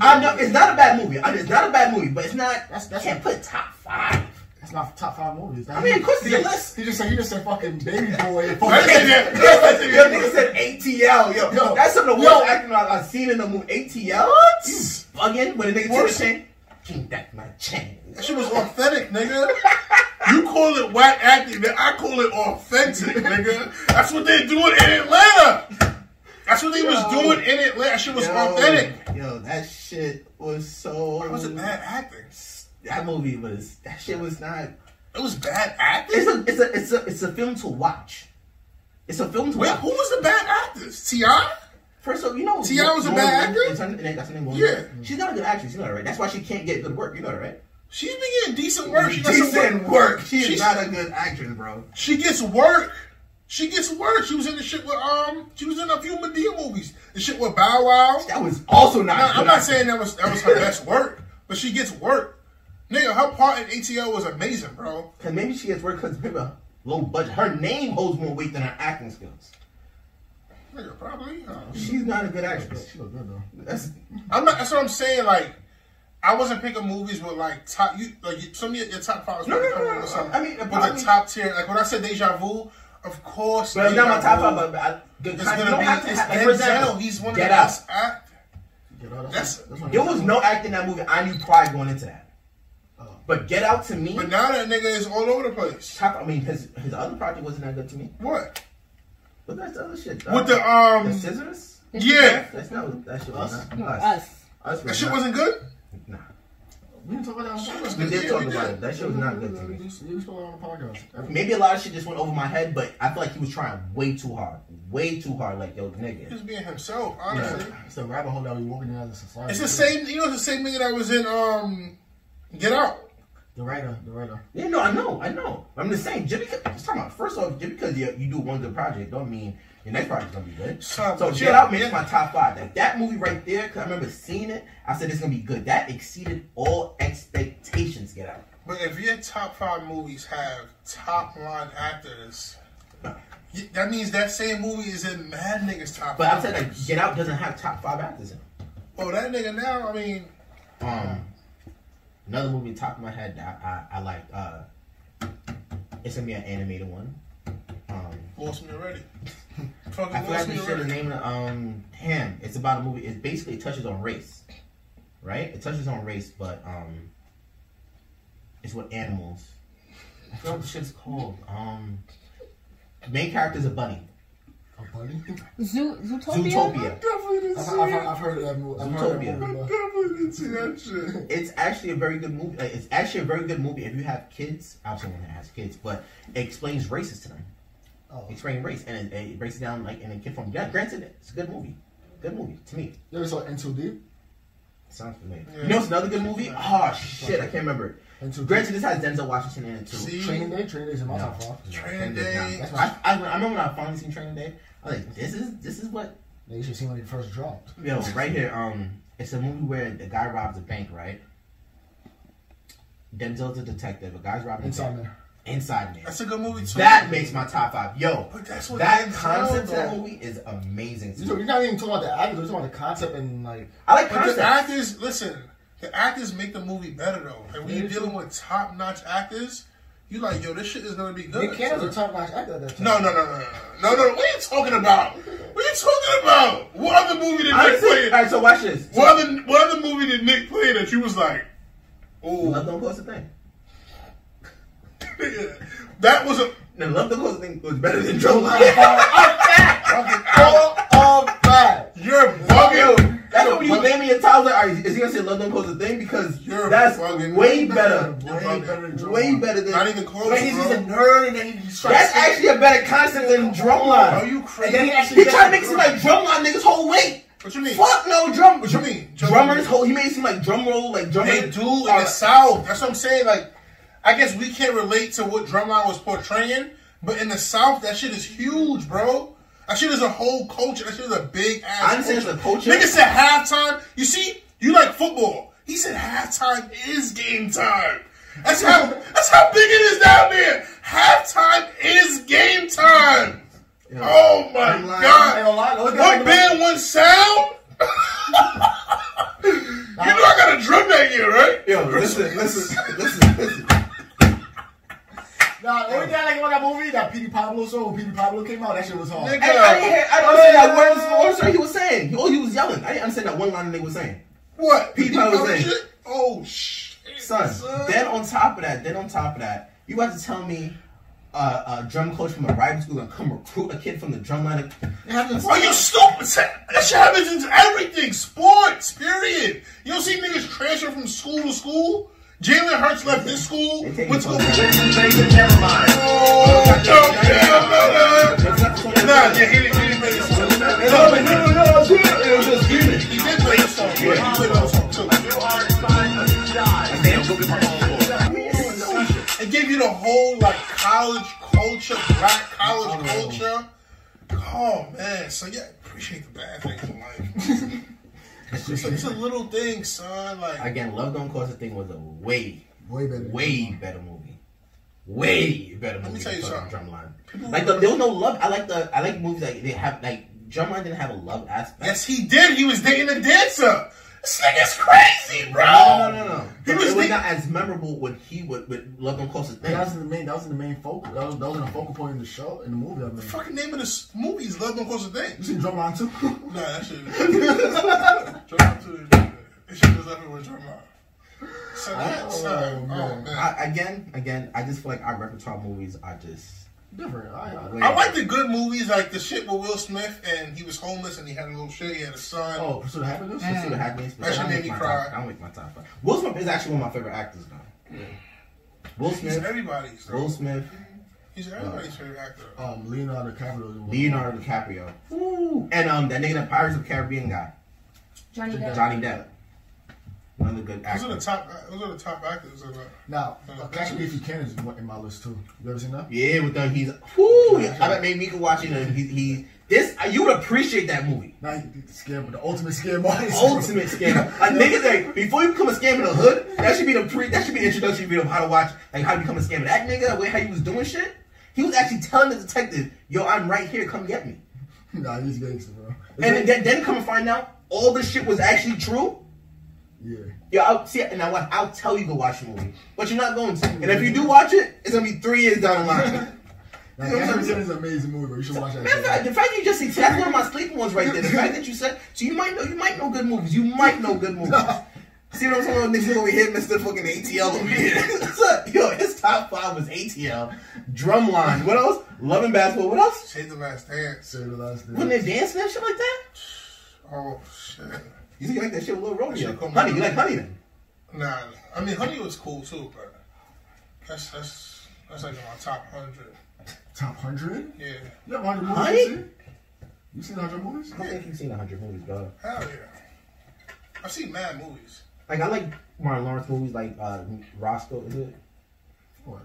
Speaker 4: I know it's not a bad movie. I- It's not a bad movie, but it's not.
Speaker 5: That's- that's
Speaker 4: can't
Speaker 5: a-
Speaker 4: put top five.
Speaker 5: That's not top five movies.
Speaker 4: I mean, of course
Speaker 5: he
Speaker 4: it's a
Speaker 5: just-
Speaker 4: list.
Speaker 5: He just said he just said fucking baby boy. and
Speaker 3: I
Speaker 5: fucking-
Speaker 3: think that- I think
Speaker 4: Yo,
Speaker 3: that-
Speaker 4: nigga said ATL. Yo,
Speaker 5: Yo,
Speaker 4: that's some of the
Speaker 5: yo.
Speaker 4: worst acting I've I've seen in a movie. ATL? What? You bugging? When a nigga takes
Speaker 3: Worse.
Speaker 4: the chain, give back my chain.
Speaker 3: That shit was authentic, nigga. You call it whack acting, nigga. I call it authentic, nigga. That's what they doing in Atlanta. That's what they was doing in Atlanta. That shit was authentic.
Speaker 4: Yo, that shit was so.
Speaker 3: It wasn't bad acting.
Speaker 4: That movie was. That shit was not.
Speaker 3: It was bad acting.
Speaker 4: It's a. It's a. It's a. It's a film to watch. It's a film to
Speaker 3: Wait,
Speaker 4: watch.
Speaker 3: who was the bad actors? Ti?
Speaker 4: First of all, you know
Speaker 3: T.I. was a
Speaker 4: Norman
Speaker 3: bad
Speaker 4: Reedus-
Speaker 3: actor?
Speaker 4: is her- and That's her name. Norman
Speaker 3: Yeah.
Speaker 4: Reedus. she's not a good actress. You know that, right? That's why she can't get good work. You know that, right?
Speaker 3: She's been getting decent work. She got some
Speaker 4: Decent
Speaker 3: work.
Speaker 4: work. She is
Speaker 3: She's-
Speaker 4: not a good actress, bro.
Speaker 3: She gets work. She gets work. She was in the shit with um. She was in a few Medea movies. The shit with Bow Wow.
Speaker 4: That was also not. a
Speaker 3: Now,
Speaker 4: good
Speaker 3: I'm not
Speaker 4: actress.
Speaker 3: saying that was that was her best work, but she gets work. Nigga, her part in ATL was amazing, bro.
Speaker 4: Cause maybe she gets work because maybe a low budget. Her name holds more weight than her acting skills.
Speaker 3: Nigga, probably. uh,
Speaker 4: She's not a good actress.
Speaker 5: She look good though.
Speaker 4: That's
Speaker 3: I'm not. That's what I'm saying. Like, I wasn't picking movies with like top. You like you- some of your, your top five. was
Speaker 4: No, no,
Speaker 3: probably
Speaker 4: no,
Speaker 3: coming
Speaker 4: no,
Speaker 3: with
Speaker 4: no.
Speaker 3: some-
Speaker 4: I mean,
Speaker 3: with
Speaker 4: probably-
Speaker 3: the top tier. Like when I said Deja Vu, of course.
Speaker 4: but it's not
Speaker 3: Deja
Speaker 4: my top
Speaker 3: Vu
Speaker 4: five. But I, good
Speaker 3: is
Speaker 4: time- you
Speaker 3: gonna
Speaker 4: don't
Speaker 3: be.
Speaker 4: have to
Speaker 3: It's
Speaker 4: have. Like, for
Speaker 3: Denzel.
Speaker 4: example,
Speaker 3: He's one of the
Speaker 4: Get Out.
Speaker 3: best actors.
Speaker 5: Yeah, that-
Speaker 3: That's-
Speaker 5: one of
Speaker 4: There
Speaker 5: the-
Speaker 4: was no acting in that movie. I knew pride going into that.
Speaker 5: Uh,
Speaker 4: But Get Out to me,
Speaker 3: But now that nigga is all over the place.
Speaker 4: top. I mean, his his other project wasn't that good to me.
Speaker 3: What?
Speaker 4: But that's the other shit.
Speaker 3: With the, um,
Speaker 4: the scissors.
Speaker 3: Yeah,
Speaker 4: That's not that shit. Was not,
Speaker 6: No, us.
Speaker 4: Us was
Speaker 3: that shit
Speaker 4: not-
Speaker 3: wasn't good.
Speaker 4: Nah.
Speaker 5: We didn't talk about that. on the podcast.
Speaker 4: We did
Speaker 3: Yeah,
Speaker 4: talk
Speaker 3: we
Speaker 4: about
Speaker 3: did.
Speaker 4: it. That shit was not good to
Speaker 5: We
Speaker 4: me.
Speaker 5: did- we did talk about it on the podcast.
Speaker 4: Maybe a lot of shit just went over my head, but I feel like he was trying way too hard. Way too hard. Like yo,
Speaker 3: He
Speaker 4: nigga.
Speaker 3: was being himself, honestly.
Speaker 5: Yeah, It's the rabbit hole that we walking in as a society.
Speaker 3: It's the same. You know, it's the same nigga that was in um, Get Out.
Speaker 5: The writer, the writer.
Speaker 4: Yeah, no, I know, I know. I'm just saying, just because, just talking about, first off, just because you, you do one good project, don't mean your next project's gonna be good.
Speaker 3: Son,
Speaker 4: so
Speaker 3: but
Speaker 4: Get
Speaker 3: yeah.
Speaker 4: Out made my top five. Like that movie right there, because I remember seeing it, I said it's gonna be good. That exceeded all expectations. Get Out.
Speaker 3: But if your top five movies have top line actors, y- that means that same movie is in mad niggas top.
Speaker 4: But I'm
Speaker 3: five.
Speaker 4: saying like Get Out doesn't have top five actors in it.
Speaker 3: oh, that nigga now. I mean,
Speaker 4: Um, another movie top of my head that I, I, I like. Uh, it's gonna be an animated one. Um,
Speaker 3: lost me already.
Speaker 4: I
Speaker 3: Fucking
Speaker 4: feel like
Speaker 3: lost
Speaker 4: we
Speaker 3: me
Speaker 4: should have
Speaker 3: already.
Speaker 4: named it. Um, him. It's about a movie. It basically touches on race, right? It touches on race, but um, it's with animals. I forgot what the shit's called. Um, main character's a bunny.
Speaker 5: A bunny?
Speaker 6: Zoo, Zootopia.
Speaker 4: Zootopia.
Speaker 3: Definitely didn't
Speaker 5: I've,
Speaker 3: see
Speaker 5: I've,
Speaker 3: it.
Speaker 5: I've heard of that movie. I've
Speaker 4: Zootopia.
Speaker 5: heard that movie.
Speaker 3: Definitely didn't see that shit.
Speaker 4: it's actually a very good movie. Like, it's actually a very good movie if you have kids. I'm someone that has kids, but it explains races to them.
Speaker 5: Oh.
Speaker 4: Explain race, and it, it breaks it down like in a kid from. Yeah, granted, it's a good movie. Good movie to me.
Speaker 5: You ever saw N2D?
Speaker 4: Sounds familiar.
Speaker 3: Yeah.
Speaker 4: You know, it's another good movie. Oh shit, I can't remember.
Speaker 5: And two-
Speaker 4: Granted, this has Denzel Washington in it too.
Speaker 3: See,
Speaker 5: Training Day? Training Day's in my
Speaker 4: No.
Speaker 5: top five.
Speaker 4: No,
Speaker 3: Training
Speaker 4: Day's not.
Speaker 3: Day.
Speaker 4: That's why I, I, I remember when I finally seen Training Day. I was like, this is this is what
Speaker 5: Nigga, you should see when it first dropped.
Speaker 4: Yo, right here, um, it's a movie where the guy robs a bank, right? Denzel's a detective. A guy's robbing a
Speaker 5: Inside
Speaker 4: bank.
Speaker 5: Man.
Speaker 4: Inside Man.
Speaker 3: that's a good movie too.
Speaker 4: That makes my top five. Yo,
Speaker 3: But that's what
Speaker 4: that
Speaker 3: Denzel,
Speaker 4: concept to that
Speaker 3: though.
Speaker 4: movie is amazing. to
Speaker 5: You're
Speaker 4: me.
Speaker 5: not even talking about the actors, you're talking about the concept and like.
Speaker 4: I like
Speaker 3: But
Speaker 4: concepts.
Speaker 3: the actors, listen, the actors make the movie better though. And when
Speaker 5: Yeah,
Speaker 3: you're
Speaker 5: it's
Speaker 3: dealing with top notch actors, you like, yo, this shit is gonna be good.
Speaker 5: Nick Cannon's a top notch actor at that time.
Speaker 3: No, no, no, no, no, no, no. What are you talking about? What are you talking about? What other movie did Nick
Speaker 4: Honestly, all
Speaker 3: play?
Speaker 4: right, so watch this.
Speaker 3: What other What other movie did Nick play that you was like,
Speaker 4: Love
Speaker 3: oh,
Speaker 4: Don't Cost a Thing.
Speaker 3: that was a
Speaker 4: No, Love Don't Cost a Thing was better than Joe
Speaker 5: All of that!
Speaker 3: you're
Speaker 4: Yo,
Speaker 3: bugging.
Speaker 4: that's what you name me your title. Like, all right, is he gonna say Love Don't Cost a Thing? Because
Speaker 3: You're
Speaker 4: that's
Speaker 3: fucking-
Speaker 4: way better.
Speaker 3: You're
Speaker 5: Way
Speaker 3: bugging.
Speaker 5: better than Joe
Speaker 4: Way
Speaker 5: Biden.
Speaker 4: better than.
Speaker 3: Not even close,
Speaker 7: But he's, he's a
Speaker 3: bro.
Speaker 7: nerd and then he's trying
Speaker 4: That's
Speaker 7: to
Speaker 4: actually a better concept than
Speaker 3: Are
Speaker 4: drumline.
Speaker 3: you
Speaker 7: And then he
Speaker 3: crazy?
Speaker 7: actually
Speaker 4: He tried to make it seem like drumline niggas whole weight.
Speaker 3: What you mean?
Speaker 4: Fuck no, drum.
Speaker 3: What you mean?
Speaker 4: Drummers whole. He made it seem like drum roll, like drummers.
Speaker 3: They do in the South. That's what I'm saying. Like, I guess we can't relate to what Drumline was portraying, but in the South, that shit is huge, bro. That shit is a whole culture. That shit is a big ass.
Speaker 4: I understand it's a culture.
Speaker 3: Nigga said halftime. You see, you like football. He said halftime is game time. That's how. that's how big it is down there. Halftime is game time. Oh my
Speaker 4: I'm lying.
Speaker 3: god!
Speaker 5: Ain't a lot. Look at
Speaker 3: One
Speaker 5: it.
Speaker 3: band, one sound. you know I got a drum that year, right?
Speaker 4: Yo, listen, listen, listen, listen.
Speaker 5: Nah, the only thing I like about that movie that Petey Pablo saw when Petey Pablo came out, that shit was hard.
Speaker 4: I, I didn't hear, I don't understand that one one story he Oh, was saying. Oh, He, all he was yelling. I didn't understand that one line they were saying.
Speaker 3: What?
Speaker 4: Pete Powell
Speaker 3: Powell
Speaker 4: said-
Speaker 3: shit? Oh, shit.
Speaker 4: Son, then on top of that, then on top of that, you have to tell me uh, a drum coach from a rival school and come recruit a kid from the drum line. It happens.
Speaker 3: Are you stupid? That shit happens in everything. Sports, period. You don't see niggas transfer from school to school. Jalen Hurts left this school.
Speaker 4: They take
Speaker 3: What's
Speaker 4: his
Speaker 3: going
Speaker 4: phone.
Speaker 3: Oh, don't care about that. Nah, yeah, he didn't he didn't make it. No, no, no, no, no. It was just human. He did play this song. Yeah, he played that song too. It gave you the whole like college culture, black college culture. Oh man, so yeah, appreciate the bad things in life. it's just it's a little thing, son. Like
Speaker 4: Again, Love Don't Cause a Thing was a way,
Speaker 5: Way better.
Speaker 4: way better movie. Way better movie.
Speaker 3: me tell
Speaker 4: than
Speaker 3: you
Speaker 4: fucking
Speaker 3: something.
Speaker 4: Drumline. Like the, there was no love. I like the I like movies like they have like Drumline didn't have a love aspect.
Speaker 3: yes, he did. He was dating a dancer. This nigga's crazy, bro.
Speaker 4: No, no, no, no.
Speaker 3: He
Speaker 4: But
Speaker 3: was
Speaker 4: it was
Speaker 3: thinking-
Speaker 4: not as memorable when he would with Love Don't Cost a Thing.
Speaker 5: That was the main. That was the main focal. That was that was the focal point in the show in the movie. I mean,
Speaker 3: Fucking name of this movie is Love Don't Cost a Thing.
Speaker 5: you seen Drumline too?
Speaker 3: Nah, that shit. Drumline too. It shit was everywhere. Drumline. So that, son. Oh
Speaker 5: man.
Speaker 3: man.
Speaker 4: I, again, again, I just feel like our repertoire movies are just.
Speaker 5: Different. I, I,
Speaker 4: way
Speaker 3: I like the good movies, like the shit with Will Smith and he was homeless and he had a little shit. He had a son.
Speaker 5: oh, Pursuit of Happiness.
Speaker 4: Let's see what happens. but
Speaker 3: That shit
Speaker 4: I'll
Speaker 3: made
Speaker 4: make
Speaker 3: me
Speaker 4: my
Speaker 3: cry.
Speaker 4: Top, I'll make my top five. Will Smith is actually one of my favorite actors now. Will
Speaker 3: he's
Speaker 4: Smith,
Speaker 3: everybody's.
Speaker 4: Will Smith,
Speaker 3: He's everybody's favorite actor.
Speaker 5: Um, Leonardo DiCaprio.
Speaker 4: Leonardo DiCaprio, and um that nigga, the Pirates of the Caribbean guy,
Speaker 6: Johnny Depp.
Speaker 4: Johnny Depp. Another good
Speaker 3: Those are the
Speaker 4: actor.
Speaker 3: top. Those are the top actors. Of, uh,
Speaker 5: Now, Catch Me If You Can is in my list too. You ever seen that?
Speaker 4: Yeah, with the he's. Whoo! I bet made Mika watching him. uh, He, he this you would appreciate that movie.
Speaker 5: Now you did the scam, but the ultimate scam artist.
Speaker 4: ultimate scammer. Like niggas like before you become a scammer in the hood, that should be the pre that should be the introduction video of how to watch like how to become a scammer. That nigga, the way how he was doing shit, he was actually telling the detective, yo, I'm right here, come get me.
Speaker 5: nah, he's gangster, bro.
Speaker 4: And then, then come and find out all the shit was actually true.
Speaker 5: yeah.
Speaker 4: Yeah, I'll see and I watch, I'll tell you to watch the movie. But you're not going to. And if you do watch it, it's gonna be three years down the line.
Speaker 5: Now,
Speaker 4: You know what
Speaker 5: Catch
Speaker 4: I'm
Speaker 5: Me If
Speaker 4: saying?
Speaker 5: You Can is an amazing movie, bro. You should watch that.
Speaker 4: Matter of fact,
Speaker 5: shit.
Speaker 4: the fact that you just see that's one of my sleeping ones right there. The fact that you said so you might know you might know good movies. You might know good movies. See what I'm saying? Niggas over here, Mr. Fucking ATL over here. So, Yo, his top five was ATL, Drumline. What else? Love and Basketball. What else?
Speaker 3: Save the Last Dance.
Speaker 5: Say the last
Speaker 4: When
Speaker 5: thing.
Speaker 4: they dancing and shit like that?
Speaker 3: Oh shit.
Speaker 4: You think you like that shit with Lil Rodeo?
Speaker 3: Shit, come
Speaker 4: Honey,
Speaker 3: on.
Speaker 4: you like Honey then?
Speaker 3: Nah. I mean, Honey was cool too, but that's that's that's like in my top hundred.
Speaker 5: Top hundred.
Speaker 3: Yeah.
Speaker 5: You have hundred
Speaker 4: Honey?
Speaker 5: movies. you seen? You seen hundred movies?
Speaker 4: I don't think you've seen 100 movies, bro.
Speaker 3: Hell yeah. I've seen mad movies.
Speaker 4: Like, I like Martin Lawrence movies like uh, Roscoe, is it?
Speaker 5: What?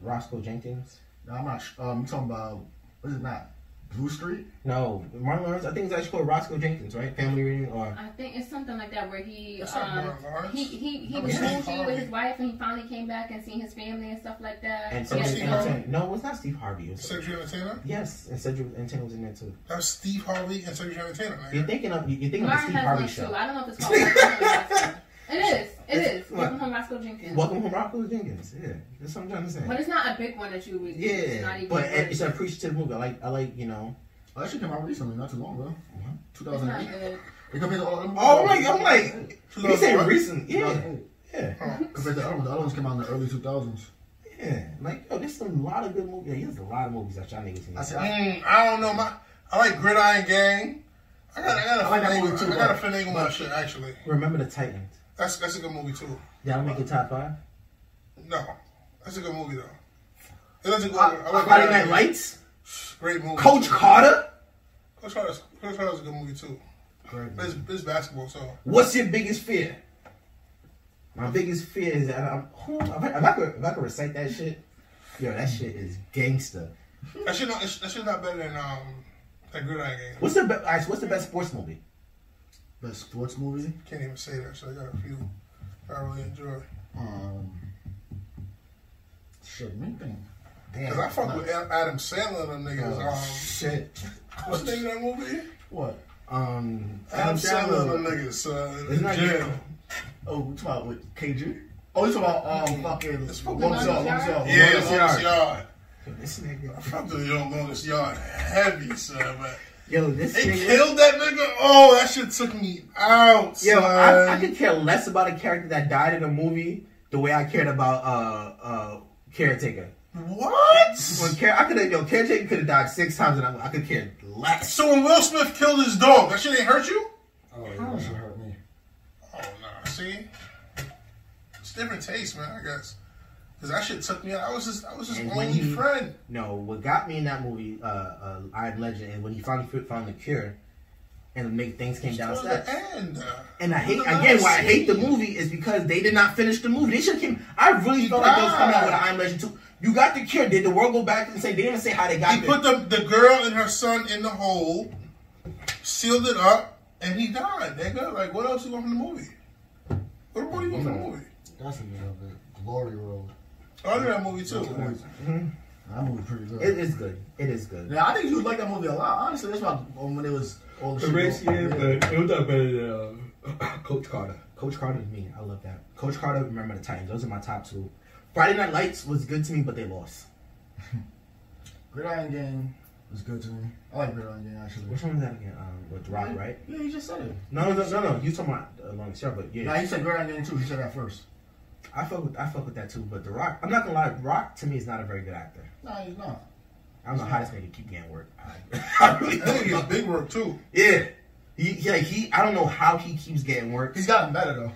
Speaker 4: Roscoe Jenkins?
Speaker 5: No, I'm not. sh- Um, you talking about what is it not? Blue Street.
Speaker 4: No, Martin Lawrence, I think it's actually called Roscoe Jenkins, right? Family reunion or.
Speaker 6: I think it's something like that where he
Speaker 3: That's not
Speaker 6: um,
Speaker 3: Martin Lawrence.
Speaker 6: he he he
Speaker 3: That
Speaker 6: was
Speaker 3: was Steve
Speaker 6: bougie with
Speaker 3: Harvey.
Speaker 6: his wife and he finally came back and seen his family and stuff like that. Yeah,
Speaker 4: And Cedric
Speaker 3: Steve
Speaker 4: and
Speaker 6: so-
Speaker 4: Anton- No, it's not Steve Harvey. It was-
Speaker 3: Cedric Entertainer.
Speaker 4: yes, and Cedric and Anton was in there too.
Speaker 3: That was Steve Harvey and Cedric Entertainer.
Speaker 4: You're
Speaker 3: Man.
Speaker 4: thinking of you- you're thinking of the
Speaker 6: Lauren
Speaker 4: Steve
Speaker 6: has
Speaker 4: Harvey
Speaker 6: one
Speaker 4: show.
Speaker 6: too. I don't know if it's called. Welcome Home, Roscoe. it is. It is.
Speaker 4: what?
Speaker 6: Welcome home, Roscoe Jenkins.
Speaker 4: Welcome home, Rocco Jenkins. Yeah, that's what I'm trying to say.
Speaker 6: But it's not a big one that you would. It's not
Speaker 4: yeah,
Speaker 6: even
Speaker 4: but it- it's
Speaker 6: it's
Speaker 4: an appreciative movie. I like, I like, you know.
Speaker 5: Oh, that shit came out recently, not too long ago. Two thousand
Speaker 6: not
Speaker 5: eight.
Speaker 6: good.
Speaker 5: It compared to all them.
Speaker 4: Oh, I'm like, I'm like,
Speaker 3: you
Speaker 4: you
Speaker 3: say
Speaker 4: say
Speaker 3: what?
Speaker 4: recent? Yeah,
Speaker 5: 2008.
Speaker 4: yeah,
Speaker 5: Compared to the other ones, the other ones came out in the early two thousands.
Speaker 4: yeah. Like, yo, there's a lot of good movies. There's a lot of movies that y'all niggas
Speaker 5: I
Speaker 4: seen.
Speaker 5: said, I,
Speaker 3: Mm, I don't know. My I like Gridiron Gang. I got I got
Speaker 5: I like that movie
Speaker 3: I
Speaker 5: too,
Speaker 3: got a
Speaker 5: bro.
Speaker 3: finagle my shit actually.
Speaker 4: Remember the Titans?
Speaker 3: That's that's a good movie too.
Speaker 4: Y'all make it top five.
Speaker 3: No, that's a good movie though. It doesn't go. I like
Speaker 4: Uh, Friday
Speaker 3: Gridiron
Speaker 4: Night
Speaker 3: Gang.
Speaker 4: Lights.
Speaker 3: Great movie.
Speaker 4: Coach Carter.
Speaker 3: Coach Carter's, Coach Carter's a good movie too.
Speaker 5: great.
Speaker 3: But It's, it's basketball, so
Speaker 4: What's your biggest fear? My biggest fear is that I'm. who- If I, if I could, if I could recite that shit, yo, that shit is gangster.
Speaker 3: that shit not that shit not better than um that Gridiron Gang.
Speaker 4: What's the be- all right, What's the best sports movie?
Speaker 5: Best sports movie.
Speaker 3: Can't even say that. So I got a few that I really enjoy.
Speaker 5: Um, shit, let me think.
Speaker 3: Cause
Speaker 5: Damn.
Speaker 3: I fuck
Speaker 5: nah.
Speaker 3: with Ad- Adam Sandler and them niggas.
Speaker 5: Oh,
Speaker 3: Um,
Speaker 5: shit.
Speaker 3: what's the name of that movie?
Speaker 5: What?
Speaker 4: Um,
Speaker 3: Adam Sandler and them niggas. Uh,
Speaker 4: It's
Speaker 3: in
Speaker 4: not
Speaker 3: jail.
Speaker 4: you.
Speaker 5: Oh, you talking about with KG? Oh, you talking about um fucking
Speaker 3: It's
Speaker 5: one
Speaker 3: fucking
Speaker 5: cell, one
Speaker 6: Longest
Speaker 5: cell.
Speaker 6: Yard?
Speaker 3: Yeah,
Speaker 4: Longest
Speaker 3: longest
Speaker 4: yard.
Speaker 3: yard.
Speaker 4: This nigga,
Speaker 3: I'm doing your longest yard heavy, son. But
Speaker 4: yo, this
Speaker 3: they
Speaker 4: nigga.
Speaker 3: killed that nigga. Oh, that shit took me out,
Speaker 4: Yo,
Speaker 3: son.
Speaker 4: I, I could care less about a character that died in a movie the way I cared about uh uh caretaker. When
Speaker 3: what?
Speaker 4: care, I could have yo caretaker could have died six times and I, I could care less.
Speaker 3: So when Will Smith killed his dog, that shit ain't hurt you?
Speaker 5: Oh, yeah, that shit hurt me.
Speaker 3: Oh nah, see, it's different taste, man. I guess because that shit took me out. I was his, I was his
Speaker 4: And when
Speaker 3: only
Speaker 4: he-
Speaker 3: friend.
Speaker 4: No, what got me in that movie, uh, uh I Am Legend, and when he finally fi- found the cure, and make things came
Speaker 3: Towards the
Speaker 4: downstairs.
Speaker 3: end. uh,
Speaker 4: And I hate
Speaker 3: the last
Speaker 4: again why I hate the
Speaker 3: scene.
Speaker 4: movie is because they did not finish the movie. They should have came. I really thought that they was coming out with an I Am Legend two. You got the cure. Did the world go back and say they didn't say how they got
Speaker 3: He
Speaker 4: there?
Speaker 3: put the, the girl and her son in the hole, sealed it up, and he died, nigga. Like, what else you want from the movie? What more do you want from the movie? Oh,
Speaker 5: That's a little bit. Glory Road.
Speaker 3: I did that movie too.
Speaker 5: That movie pretty good.
Speaker 4: it is good. It is good.
Speaker 5: Now I think you would like that movie a lot. Honestly, that's why um, when it was all the
Speaker 7: The
Speaker 5: shit
Speaker 7: race,
Speaker 5: going-
Speaker 7: yeah, but it was not better than uh, Coach Carter.
Speaker 4: Coach Carter is me. I love that. Coach Carter, remember the Titans. Those are my top two. Friday Night Lights was good to me, but they lost.
Speaker 5: Gridiron Gang was good to me. I like Gridiron Gang actually.
Speaker 4: Which one was that again? Um, with The Rock, right?
Speaker 5: Yeah, you just said it.
Speaker 4: No, no, no, no. You talking about uh, Longest Yard, but
Speaker 5: Now
Speaker 4: yeah,
Speaker 5: you said Gridiron Gang too. You said that first.
Speaker 4: I fuck with I fuck with that too. But The Rock, I'm not gonna lie, Rock to me is not a very good actor.
Speaker 5: No, he's not.
Speaker 4: I don't know how this nigga keep getting work. I, I really
Speaker 3: That nigga
Speaker 4: don't.
Speaker 3: gets big work too.
Speaker 4: Yeah, he, he like he. I don't know how he keeps getting work.
Speaker 5: He's gotten better though.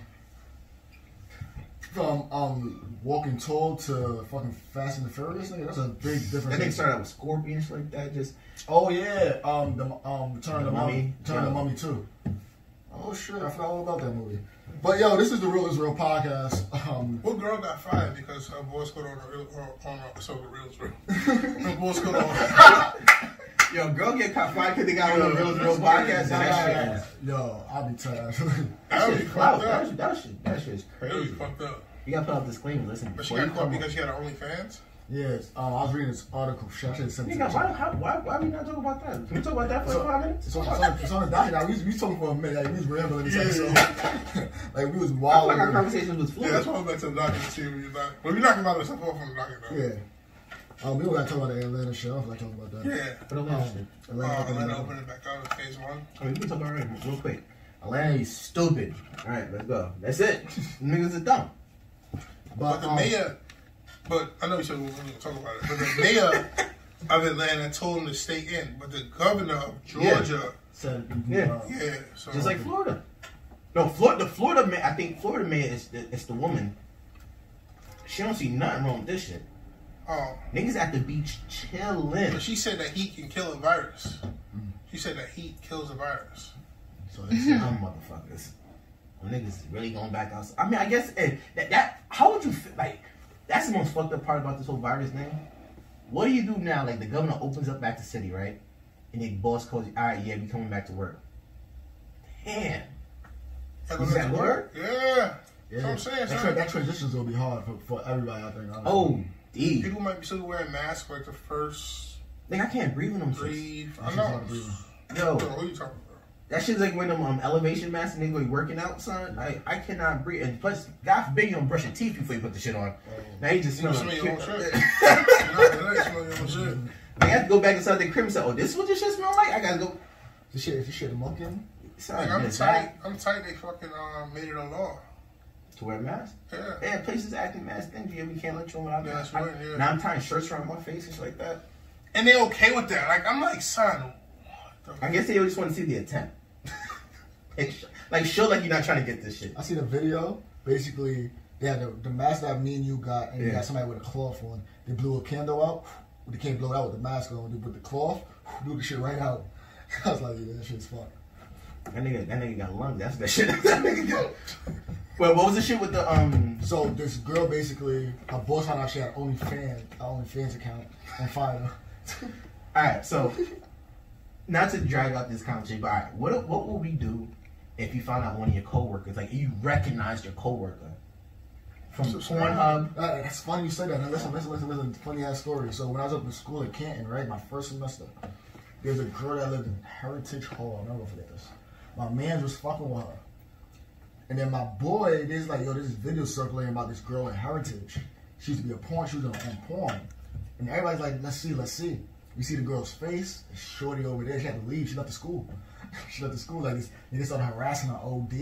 Speaker 5: From um Walking Tall to fucking Fast and the Furious, nigga, that's a big difference.
Speaker 4: That nigga started out with Scorpion shit like that. Just
Speaker 5: Oh yeah, um, the um, Return of
Speaker 4: The
Speaker 5: the Mummy,
Speaker 4: Mummy.
Speaker 5: Return of
Speaker 4: Yeah.
Speaker 5: the Mummy too. Oh shit, I forgot all about that movie. But yo, this is the Real Israel podcast. Um,
Speaker 3: What girl got fired because her voice got on her, her on her so the reels bro. Her voice got on.
Speaker 4: yo, girl get caught fired because they got
Speaker 3: Yo,
Speaker 4: on a real
Speaker 3: that's
Speaker 4: real podcast.
Speaker 3: crazy.
Speaker 4: That
Speaker 5: yo, I'll be tired.
Speaker 3: That would
Speaker 4: shit
Speaker 3: be
Speaker 4: is clout.
Speaker 3: fucked
Speaker 4: That
Speaker 3: up.
Speaker 4: shit, that shit, that shit is
Speaker 3: That would be
Speaker 4: crazy.
Speaker 3: fucked up.
Speaker 4: You gotta put out a disclaimer. Listen,
Speaker 3: But she
Speaker 4: before you
Speaker 3: got caught
Speaker 4: come
Speaker 3: because
Speaker 4: on.
Speaker 3: she had her OnlyFans.
Speaker 5: yes, um, I was reading this article. Shit, I should have sent it. to
Speaker 4: Nigga,
Speaker 5: you.
Speaker 4: why, how, why, why we not talk about that? Can we talk about that for like five minutes?
Speaker 5: It's on, it's, on, it's on the docket. Like, we, was- we was talking for a minute. Like, we was rambling this
Speaker 3: Yeah.
Speaker 5: episode. like we was
Speaker 4: I feel like
Speaker 5: wild.
Speaker 4: our conversation was fluid.
Speaker 3: Yeah, that's why I'm back to the doctor to see when you're back. But we're not gonna let off from the doctor though.
Speaker 5: yeah. Um, we don't gotta talk about the Atlanta shit. I don't feel like talking about that.
Speaker 3: Yeah.
Speaker 4: But Atlanta, shit.
Speaker 3: Uh,
Speaker 5: Atlanta,
Speaker 3: let
Speaker 5: Atlanta.
Speaker 3: her open it back up in phase one.
Speaker 4: oh, we can talk about it real quick. Atlanta is stupid. All right, let's go. That's it. Niggas are dumb.
Speaker 3: But the
Speaker 5: um,
Speaker 3: mayor, but I know you said we were going to talk about it. But the mayor of Atlanta told him to stay in. But the governor of Georgia,
Speaker 5: said you can,
Speaker 4: Yeah.
Speaker 5: uh,
Speaker 3: yeah, so
Speaker 4: Just like Florida. No, Florida. The Florida man. I think Florida man is the, it's the woman. She don't see nothing wrong with this shit.
Speaker 3: oh,
Speaker 4: Niggas at the beach chilling.
Speaker 3: but she said that heat can kill a virus. She said that heat kills a virus.
Speaker 5: So they said,
Speaker 4: Dumb motherfuckers. When niggas is really going back outside. I mean, I guess eh, that, that how would you feel like that's the most fucked up part about this whole virus thing. What do you do now? Like the governor opens up back the city, right? And the boss calls you, all right, yeah, we coming back to work. Damn. Is that word?
Speaker 3: Yeah. That's what I'm saying.
Speaker 5: That,
Speaker 3: son.
Speaker 5: tra- that transition's gonna be hard for, for everybody out there. honestly.
Speaker 4: Oh, D.
Speaker 3: People might be still wearing masks like the first
Speaker 4: Like I can't breathe in them shits.
Speaker 3: three.
Speaker 5: That's
Speaker 3: I
Speaker 5: just how
Speaker 3: know.
Speaker 5: I'm breathing.
Speaker 4: Yo,
Speaker 3: What are you talking about?
Speaker 4: that shit's like when them um, elevation masks and they go working out, son. I I cannot breathe. And plus, God forbid you don't brush your teeth before you put the shit on. Now you just
Speaker 3: Oh. You
Speaker 4: smell
Speaker 3: smell
Speaker 4: like
Speaker 3: your own
Speaker 4: shit.
Speaker 3: shit. Nah, you smell your own shit.
Speaker 4: I have to go back inside the crib and say, oh, this is what this shit smell like? I gotta go.
Speaker 5: This shit, if you shit a monkey,
Speaker 4: Sorry,
Speaker 3: Like, I'm
Speaker 4: this
Speaker 3: tight.
Speaker 4: guy
Speaker 3: I'm tight. They fucking uh, made it a law.
Speaker 4: To wear a mask?
Speaker 3: Yeah.
Speaker 4: Yeah, places acting mask stingy and we can't let you in without a
Speaker 3: Yeah,
Speaker 4: mask.
Speaker 3: that's right, yeah.
Speaker 4: Now I'm tying shirts around my face and shit like that.
Speaker 3: and they okay with that. Like I'm like, son, what the
Speaker 4: I guess they just want to see the attempt. Like, sh- like, show like you're not trying to get this shit.
Speaker 5: I seen a video. Basically, they had the, the mask that me and you got, and you
Speaker 4: Yeah.
Speaker 5: got somebody with a cloth on. They blew a candle out. They can't blow it out with the mask on. They put the cloth, blew the shit right out. I was like, yeah, that shit's fun.
Speaker 4: That nigga, that nigga got lungs. That's that shit. that nigga got. Well, what was the shit with the um?
Speaker 5: So this girl basically, her boss found out she had OnlyFans, her OnlyFans account, and fired her.
Speaker 4: All right, so not to drag out this conversation, but all right, what what would we do if you found out one of your coworkers, like you recognized your coworker from Pornhub?
Speaker 5: Uh, it's funny you said that. Now listen, listen, listen, listen. Funny ass story. So when I was up in school at Canton, right, my first semester, there's a girl that lived in Heritage Hall. I'll never forget this. My man was fucking with her, And then my boy, there's like, yo, there's this video circulating about this girl in Heritage. She used to be a porn, she was on, on porn. And everybody's like, let's see, let's see. You see the girl's face, it's shorty over there. She had to leave. She left the school. she left the school. Like, this, they started harassing her OD.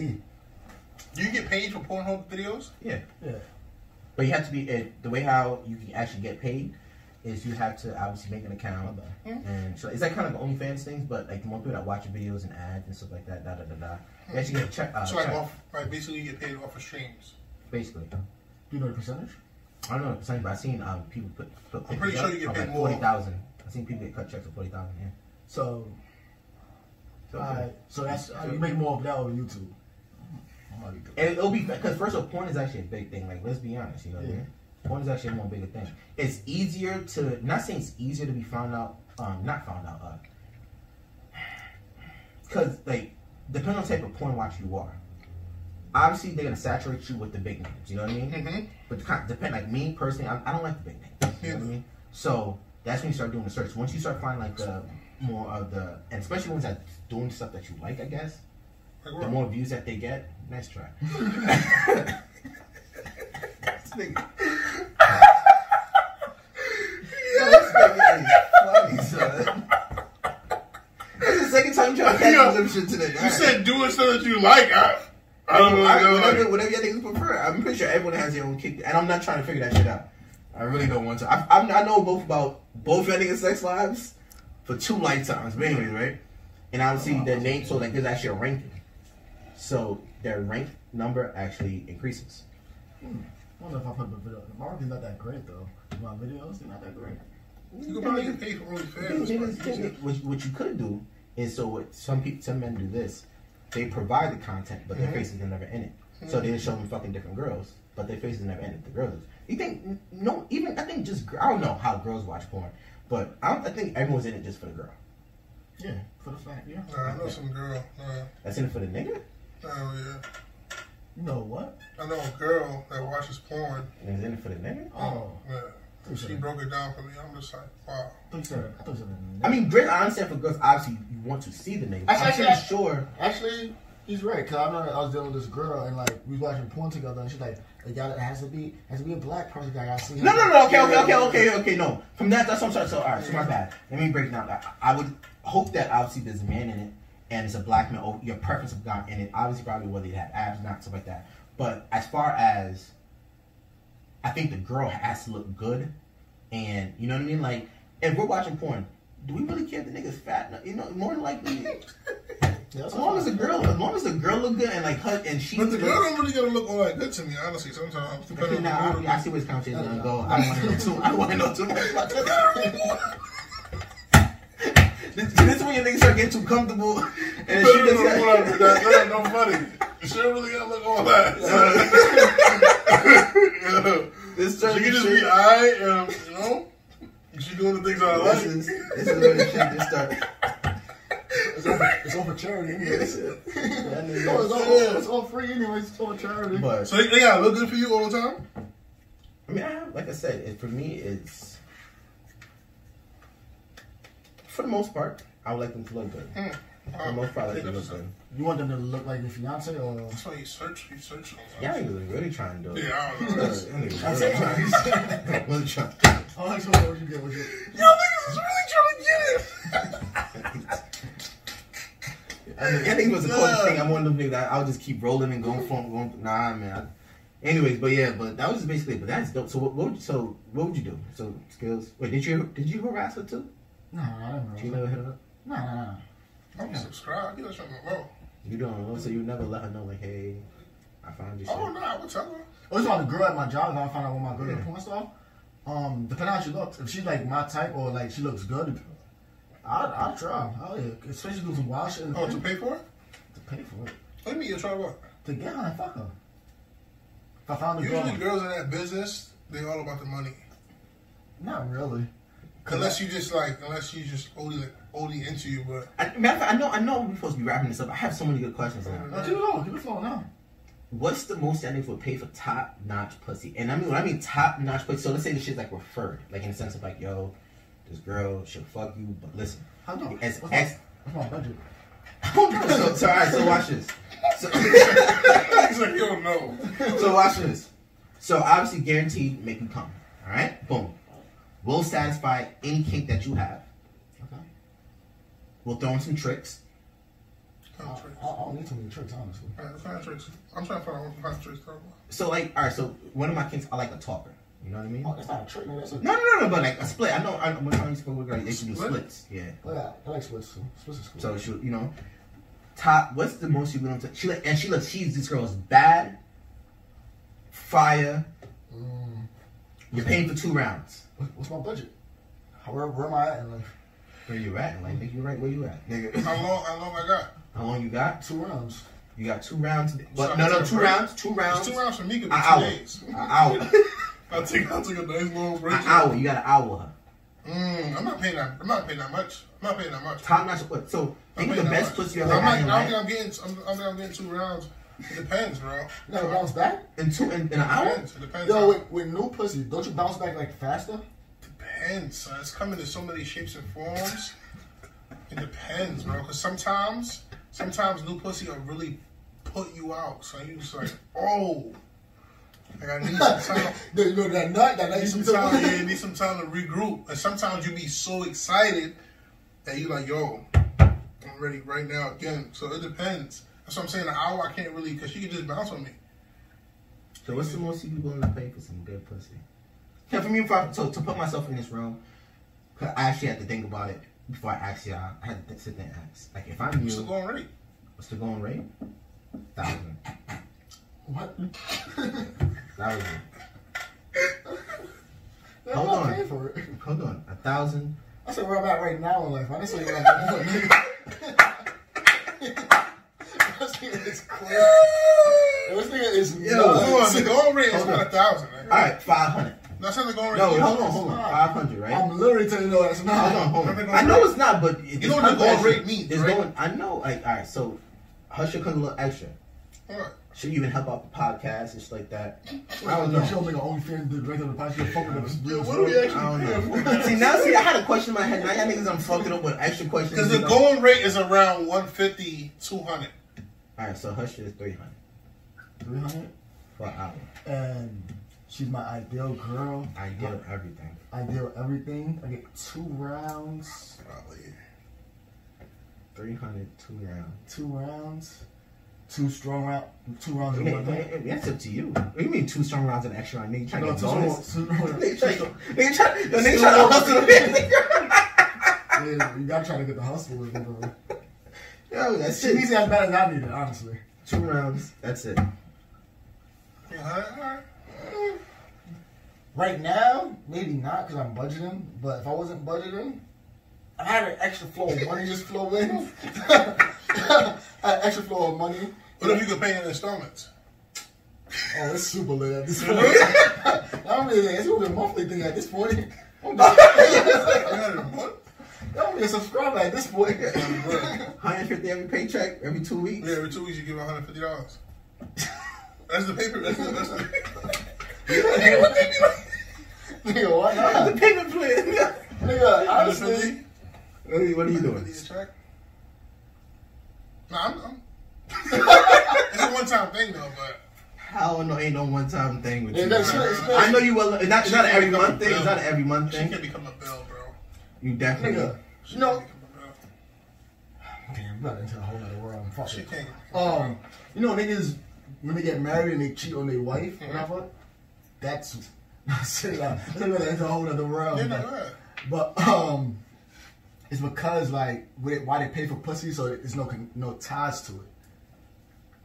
Speaker 3: You get paid for Pornhub videos?
Speaker 4: Yeah.
Speaker 5: Yeah.
Speaker 4: But you have to be it, the way how you can actually get paid is you have to obviously make an account. And so it's like kind of OnlyFans things, but like the more people that watch your videos and ads and stuff like that, da da da da. You actually get a check. Uh,
Speaker 3: So like
Speaker 4: check,
Speaker 3: off, right? Basically, you get paid off of streams.
Speaker 4: basically.
Speaker 5: Do you know the percentage?
Speaker 4: I don't know the percentage, but I've seen um, people put. put
Speaker 3: I'm pretty sure you get paid more.
Speaker 4: Forty thousand. I've seen people get cut checks for forty thousand. Yeah.
Speaker 5: So,
Speaker 4: So,
Speaker 5: alright. So that's uh, you make more of that on YouTube. I'm already good.
Speaker 4: And it'll be because first of all, porn is actually a big thing. Like, let's be honest, you know what I
Speaker 5: Yeah.
Speaker 4: mean? Porn is actually a more bigger thing. It's easier to not saying it's easier to be found out, um, not found out, uh, because like depending on the type of porn watch you are, obviously they're gonna saturate you with the big names. You know what I mean? Mm-hmm. But kind depend like me personally, I, I don't like the big names. You know what I mean? So that's when you start doing the search. Once you start finding like the more of the, and especially ones that doing stuff that you like, I guess.
Speaker 3: Like,
Speaker 4: The
Speaker 3: what?
Speaker 4: more views that they get, nice try. That's the second time trying to
Speaker 3: Yo,
Speaker 4: catch some shit today.
Speaker 3: you said doing stuff that you like. I, I don't know.
Speaker 4: Alright,
Speaker 3: what
Speaker 4: whatever, whatever your niggas prefer. I'm pretty sure everyone has their own kick, and I'm not trying to figure that shit out. I really don't want to. I, I'm, I know both about both your niggas' sex lives for two lifetimes, but anyways, right? And obviously their name, so like there's actually a ranking. So their rank number actually increases.
Speaker 5: I don't know if I put up a video. My work is not that great though. My videos, they're not that great.
Speaker 3: I- You could probably get paid for OnlyFans. bro.
Speaker 4: What, what you could do is so what some people, some men do this. They provide the content, but their faces are never in it. So they just show them fucking different girls, but their faces are never in it. The girls. You think no? Even I think just gir- I don't know how girls watch porn, but I, don't, I think everyone's in it just for the girl.
Speaker 5: Yeah, for the fact, yeah.
Speaker 3: Nah, I know some girl. Nah,
Speaker 4: That's in it for the nigga.
Speaker 3: nah, yeah.
Speaker 5: You know what?
Speaker 3: I know a girl that watches porn.
Speaker 4: And it's in it for the nigga.
Speaker 5: Oh,
Speaker 3: Yeah. She broke it down for me. I'm just like, wow.
Speaker 5: I thought you said. I thought you said.
Speaker 4: I mean, great. I understand for girls. Obviously, you want to see the nigga.
Speaker 5: Actually,
Speaker 4: I'm pretty
Speaker 5: actually,
Speaker 4: sure.
Speaker 5: Actually, he's right. Cause I remember I was dealing with this girl and like we was watching porn together, and she's like, "It got it has to be has to be a black person that I gotta see." him."
Speaker 4: No, no, no. Okay, okay, okay, okay, okay. No, from that, that's what I'm sorry. So, all right. So, my bad. Let me break it down. I, I would hope that obviously there's a man in it, and it's a black man. Oh, your preference of God in it. Obviously, probably whether you have abs or not, stuff like that. But as far as I think the girl has to look good, and you know what I mean. Like, if we're watching porn, do we really care if the nigga's fat? No, You know, more than likely.
Speaker 5: Yeah, that's
Speaker 4: As long as the girl, as long as the girl look good and like her and she.
Speaker 3: But the girl don't really gonna look all that good to me, honestly. Sometimes, depending on
Speaker 4: Nah,
Speaker 3: the
Speaker 4: I, I
Speaker 3: mood.
Speaker 4: see where this conversation is gonna go. I don't want to know too. I don't want to know too much about this. this. This is when your niggas start getting too comfortable, and shit
Speaker 3: Depending
Speaker 4: is
Speaker 3: on the
Speaker 4: like,
Speaker 3: mood, that that ain't no funny. She don't really gotta look all that.
Speaker 4: this
Speaker 3: She
Speaker 4: certain
Speaker 3: can just
Speaker 4: shit-
Speaker 3: be alright, um, you know. She doing the things I like.
Speaker 4: This is this is when the shit just start.
Speaker 5: It's all, it's all for charity, anyways. Yeah, I mean, it's, all, it's, all, it's all free, anyways. It's all for charity.
Speaker 4: But
Speaker 3: So they, they gotta look good for you all the time.
Speaker 4: I mean, I have, like I said, it, for me, it's for the most part, I would like them to look good. For the most part, I like them to look good.
Speaker 5: you want them to look like your fiance or?
Speaker 3: That's why you search. You search. all the
Speaker 4: Yeah,
Speaker 3: time.
Speaker 4: I was really trying to do it.
Speaker 3: Yeah, I don't know. That's-
Speaker 4: I was really trying. I was trying.
Speaker 5: Oh, that's Oh, what you get with your.
Speaker 3: Y'all niggas is really trying to get it.
Speaker 4: I mean, I think it was a cool
Speaker 3: Nah.
Speaker 4: thing. I'm one of them niggas. that I'll just keep rolling and going for going. Nah, man. Anyways, but yeah, but that was basically. But that's dope. So what? what would, so what would you do? So skills. Wait, did you did you harass her too?
Speaker 5: No, no, I don't
Speaker 4: Did you
Speaker 5: know.
Speaker 4: never hit her up?
Speaker 5: No, no, no.
Speaker 3: I'm subscribed. Get that shit on the low.
Speaker 4: You don't know. So you never let her know like, hey, I found you. Shit.
Speaker 3: Oh no, I would tell her.
Speaker 5: It was about the girl at my job. If I found out what my girl yeah. porn star, um, depending on how she looks, if she's like my type or like she looks good, I'd, I'd try. Hell yeah, especially do some wild shit and
Speaker 3: Oh,
Speaker 5: pay,
Speaker 3: to
Speaker 5: to
Speaker 3: pay for it.
Speaker 5: pay for it.
Speaker 3: Let me. You try what?
Speaker 5: To get her and fuck her. If I found a
Speaker 3: Usually,
Speaker 5: girl,
Speaker 3: girls in that business, they all about the money.
Speaker 5: not really.
Speaker 3: Unless you just like, unless you just only like only into you, but
Speaker 4: I, matter of fact, I know I know we're supposed to be wrapping this up. I have so many good questions now.
Speaker 5: No, keep it low, keep it flowing now.
Speaker 4: What's the most that niggas would pay for top notch pussy? And I mean, when I mean top notch pussy, so let's say this shit's like referred, like in the sense of like, yo, this girl should fuck you, but listen,
Speaker 5: How do
Speaker 4: as
Speaker 5: what's,
Speaker 4: ex
Speaker 5: my, what's my budget?
Speaker 4: so, so, all right, so watch this. So,
Speaker 3: He's like, you don't know.
Speaker 4: so watch this. So obviously guaranteed make you come. Alright? Boom. We'll satisfy any kink that you have. Okay. We'll throw in some tricks.
Speaker 5: I I don't need too many tricks, honestly.
Speaker 3: Alright, find tricks. I'm trying to find out what tricks talking about.
Speaker 4: So like, alright, so one of my kinks I like a talker. You know what I mean?
Speaker 5: Oh, that's not a trick, man. That's a.
Speaker 4: No, no, no, no, but like a split. I know I, when I'm supposed to they should do
Speaker 3: Split?
Speaker 4: splits. Yeah.
Speaker 5: Look at that. I like splits too. Splits is cool.
Speaker 4: So she, you know, top. What's the most you willing to? She like, and she looks. She's this girl's bad, fire.
Speaker 5: Mm.
Speaker 4: You're paying for two rounds.
Speaker 5: What- What's my budget? How- Where, where am I at in life?
Speaker 4: Where you at? Like, nigga, you right where you at, nigga.
Speaker 3: How long, how long I got?
Speaker 4: How long you got?
Speaker 5: Two rounds.
Speaker 4: You got two rounds.
Speaker 3: So I
Speaker 4: But no,
Speaker 3: can
Speaker 4: no,
Speaker 3: take a
Speaker 4: two
Speaker 3: break.
Speaker 4: rounds. Two rounds.
Speaker 3: It's two rounds for me could
Speaker 4: An
Speaker 3: be two
Speaker 4: hour.
Speaker 3: days.
Speaker 4: An hour.
Speaker 3: I'll take, I'll take a nice long break.
Speaker 4: An hour. You got an hour. her.
Speaker 3: Mm, I'm not paying that. I'm not paying that much. I'm not paying that much.
Speaker 4: Top notch. what- So
Speaker 3: I'm
Speaker 4: think of
Speaker 3: paying
Speaker 4: the
Speaker 3: that
Speaker 4: best
Speaker 3: much.
Speaker 4: pussy you ever
Speaker 3: I'm not-
Speaker 4: had in
Speaker 3: I don't think
Speaker 4: life
Speaker 3: I'm getting. I'm, I don't think I'm getting two rounds. It depends, bro. It
Speaker 5: You gotta bounce back?
Speaker 4: in two in, in an hour.
Speaker 3: depends. It depends.
Speaker 5: Yo, with, with new pussy, don't you bounce back like faster?
Speaker 3: depends. son. It's coming in so many shapes and forms. It depends, bro. Because sometimes, sometimes new pussy will really put you out. So you just like, oh, like I need some time.
Speaker 5: No, you know that nut, that nut
Speaker 3: Need
Speaker 5: you
Speaker 3: some
Speaker 5: took-
Speaker 3: time. Yeah, need some time to regroup. And sometimes you be so excited that you like, yo, I'm ready right now again. So it depends. That's what I'm saying. An hour, I can't really, because she can just bounce on me.
Speaker 4: So what's the most you willing to pay for some good pussy? Yeah, for me, if I, so to put myself in this room, 'cause I actually had to think about it before I asked y'all. I had to sit there and ask. Like, if I
Speaker 3: It's a
Speaker 4: knew
Speaker 3: going rate.
Speaker 4: what's the going rate, thousand,
Speaker 5: What?
Speaker 4: thousand.
Speaker 5: I'm
Speaker 4: Hold
Speaker 5: not
Speaker 4: on.
Speaker 5: paying for it.
Speaker 4: Hold on, a thousand.
Speaker 5: I said where I'm at right now in life. I didn't say where I'm at. This nigga is crazy. This nigga is
Speaker 3: Hold on,
Speaker 5: nuts.
Speaker 3: the going rate is
Speaker 4: Hold
Speaker 3: not
Speaker 4: on.
Speaker 3: a thousand.
Speaker 4: All right, five hundred.
Speaker 3: That's not the going rate.
Speaker 4: No,
Speaker 3: is.
Speaker 4: hold on, hold on, five hundred, right?
Speaker 5: I'm literally telling you no, that's
Speaker 4: Hold on,
Speaker 5: not.
Speaker 4: hold
Speaker 3: Remember
Speaker 4: on.
Speaker 3: going
Speaker 4: I know
Speaker 3: rate?
Speaker 4: it's not, but it-
Speaker 3: You know what the going
Speaker 4: it's-
Speaker 3: rate means,
Speaker 4: It's
Speaker 3: right?
Speaker 4: going. I know. Like, all right, so her should come a little extra.
Speaker 3: All right.
Speaker 4: Should even help out the podcast and shit like that. I
Speaker 5: I
Speaker 4: don't
Speaker 5: don't
Speaker 4: know.
Speaker 5: know. She'll make an OnlyFans dude right on the podcast. She'll fuck with us.
Speaker 3: Yo, what are we
Speaker 4: I don't
Speaker 3: actually paying for?
Speaker 4: know. see now, see, I had a question in my head. Now y'all niggas, I'm fucking up with extra questions.
Speaker 3: Because the going rate is around 150, 200.
Speaker 4: All right, so her shit is three hundred
Speaker 5: 300.
Speaker 4: for an hour.
Speaker 5: And she's my ideal girl.
Speaker 4: I get everything.
Speaker 5: Ideal everything. I get two rounds.
Speaker 3: Probably.
Speaker 4: 300, two rounds.
Speaker 5: Two rounds. Two strong round. Two
Speaker 4: I
Speaker 5: rounds. and
Speaker 4: mean,
Speaker 5: one
Speaker 4: I mean,
Speaker 5: round.
Speaker 4: I mean, that's up to you. What do you mean two strong rounds and extra round? Nigga, you trying
Speaker 5: No,
Speaker 4: to
Speaker 5: two
Speaker 4: get
Speaker 5: strong.
Speaker 4: bonus?
Speaker 5: Two strong.
Speaker 4: Nigga,
Speaker 5: Two
Speaker 4: trying
Speaker 5: strong.
Speaker 4: nigga try- yo, nigga trying to hustle the
Speaker 5: Yeah, you gotta try to get the hustle with it, bro.
Speaker 4: Yo, that's
Speaker 5: She needs
Speaker 4: it.
Speaker 5: it as bad as I need it, honestly.
Speaker 4: Two rounds. That's it.
Speaker 3: Yeah, all right, all right.
Speaker 5: Right now, maybe not because I'm budgeting. But if I wasn't budgeting, I had an extra flow of money just flow in. I had an extra flow of money.
Speaker 3: What if you could pay in installments?
Speaker 5: Oh, it's super late at this point. I don't really think it's gonna be a monthly thing at this point. I'm just-
Speaker 3: You had it a month?
Speaker 5: I'm be a subscriber at this point.
Speaker 4: 150 every paycheck, every two weeks.
Speaker 3: Yeah, every two weeks you give $150. That's the paper. That's the, that's the,
Speaker 5: Nigga, why
Speaker 4: The
Speaker 5: not?
Speaker 4: payment plan.
Speaker 5: Nigga,
Speaker 3: that's
Speaker 5: honestly.
Speaker 3: the
Speaker 4: what, are you, what are you doing?
Speaker 3: Is it track? Nah, I'm. I'm it's a one time thing though, but
Speaker 4: Hell no, ain't no one time thing with
Speaker 5: Yeah,
Speaker 4: you.
Speaker 5: that's-
Speaker 4: bro.
Speaker 5: that's-
Speaker 4: I know you well. It's not, it's not an every month thing.
Speaker 3: Yeah.
Speaker 4: It's not an every month
Speaker 3: she
Speaker 4: thing.
Speaker 3: can become a bill, bro.
Speaker 4: You definitely.
Speaker 5: Nigga,
Speaker 3: She
Speaker 5: you know.
Speaker 3: can become a bill.
Speaker 5: Damn, I'm not into the whole other world. I'm
Speaker 3: She
Speaker 5: fucking.
Speaker 3: can.
Speaker 5: Um, you know, niggas, when they get married and they cheat on their wife
Speaker 3: Mm-hmm.
Speaker 5: and I fuck, that's. Shit, like, that's another- that's a whole other world.
Speaker 3: Yeah,
Speaker 5: but-
Speaker 3: no, yeah.
Speaker 5: But um, it's because like with it- why they pay for pussy, so there's no con- no ties to it.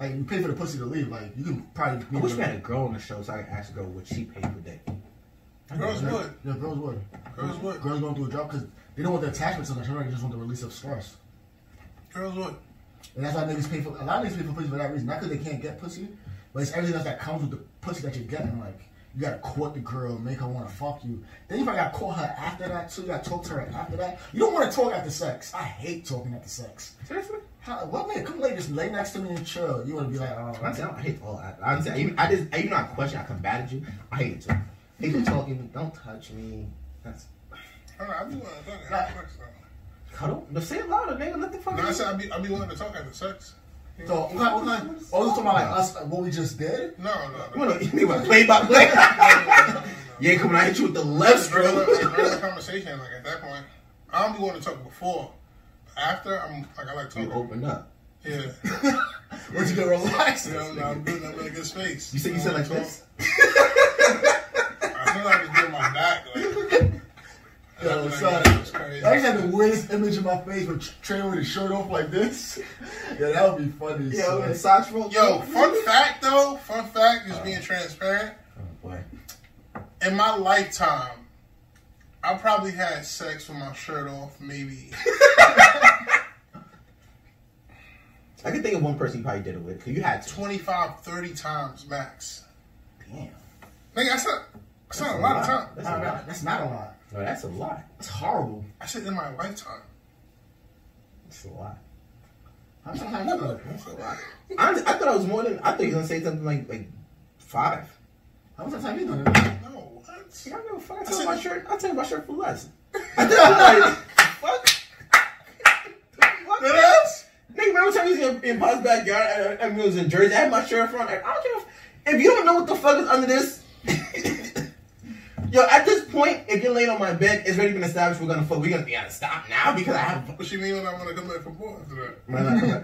Speaker 5: Like you pay for the pussy to leave, like you can probably.
Speaker 4: I wish we had a girl on the show so I could ask the girl what she paid per day.
Speaker 3: Girls would.
Speaker 5: Yeah, girls would.
Speaker 3: Girls would.
Speaker 5: Girls going through a job because they don't want the attachment to the they just want the release of stress.
Speaker 3: Girls would.
Speaker 5: And that's why niggas pay for a lot of niggas pay for pussy for that reason. Not because they can't get pussy, but it's everything else that comes with the pussy that you're getting. Like you gotta court the girl, make her wanna fuck you. Then you probably gotta court her after that too. You gotta talk to her after that. You don't wanna talk after sex. I hate talking after sex.
Speaker 4: Seriously?
Speaker 5: How, what man? Come lay just lay next to me and chill. You wanna be like, oh,
Speaker 4: Honestly, I don't hate all that. Honestly, I even, I just, I even not question, I combated you. I hate it too. People talking, don't touch me. That's
Speaker 3: I don't know, I'd be willing to talk after sex though.
Speaker 4: cuddle. No, say it louder, nigga. Let the fuck.
Speaker 3: No, I said I'd be, I'd be willing to talk after sex.
Speaker 5: So what kind, what kind? Oh, you talking about like us, like, what we just did?
Speaker 3: No, no, no.
Speaker 4: Come on, you think about play by play? You ain't coming out hit you with the left
Speaker 3: regular,
Speaker 4: stroke.
Speaker 3: regular conversation. Like at that point, I don't be want to talk before. After, I'm like I like
Speaker 4: You
Speaker 3: talking.
Speaker 4: open up.
Speaker 3: Yeah,
Speaker 5: Where'd you get relaxed?
Speaker 3: yeah I'm, I'm, good, I'm in a good space.
Speaker 4: You said you said
Speaker 3: I'm
Speaker 4: like
Speaker 3: talking.
Speaker 4: this.
Speaker 3: I feel like it's doing my back. Like,
Speaker 5: Yo,
Speaker 3: Like,
Speaker 5: what's
Speaker 3: that
Speaker 5: up?
Speaker 3: was crazy.
Speaker 5: I actually had the weirdest image in my face with Trey with his shirt off like this. Yeah, that would be funny. as
Speaker 4: Yo,
Speaker 5: shit.
Speaker 4: and socks roll.
Speaker 3: Yo, fun fact though, fun fact, just being transparent.
Speaker 4: Oh, boy.
Speaker 3: In my lifetime, I probably had sex with my shirt off, maybe.
Speaker 4: I can think of one person you probably did it with. 'cause you had two.
Speaker 3: 25, 30 times max.
Speaker 4: Damn.
Speaker 3: Nigga, that's not, that's not a lot of time.
Speaker 4: That's
Speaker 5: Nah,
Speaker 4: a
Speaker 5: nah,
Speaker 4: lot.
Speaker 5: that's not a lot.
Speaker 4: No, that's a lot.
Speaker 5: That's horrible.
Speaker 3: I said in my lifetime.
Speaker 4: That's a lot.
Speaker 5: I'm sometimes I'm like,
Speaker 4: That's a lot. Honestly, I thought I was more than. I thought you were gonna say something like like five.
Speaker 5: how much time you done it?
Speaker 3: No, what?
Speaker 4: Yeah, I give a fuck. I take my shirt. I take my shirt for less. I think I'm like, fuck. Fuck this. Nigga, remember time we was in, in Pop's backyard and, and we was in Jersey? I had my shirt front. I don't care if, if you don't know what the fuck is under this. Yo, at this point, if you're laying on my bed, it's already been established we're gonna fuck. We're gonna be out of stop now because I have.
Speaker 3: What you mean when I want to come back from war after that?
Speaker 4: Man, like, I'm like,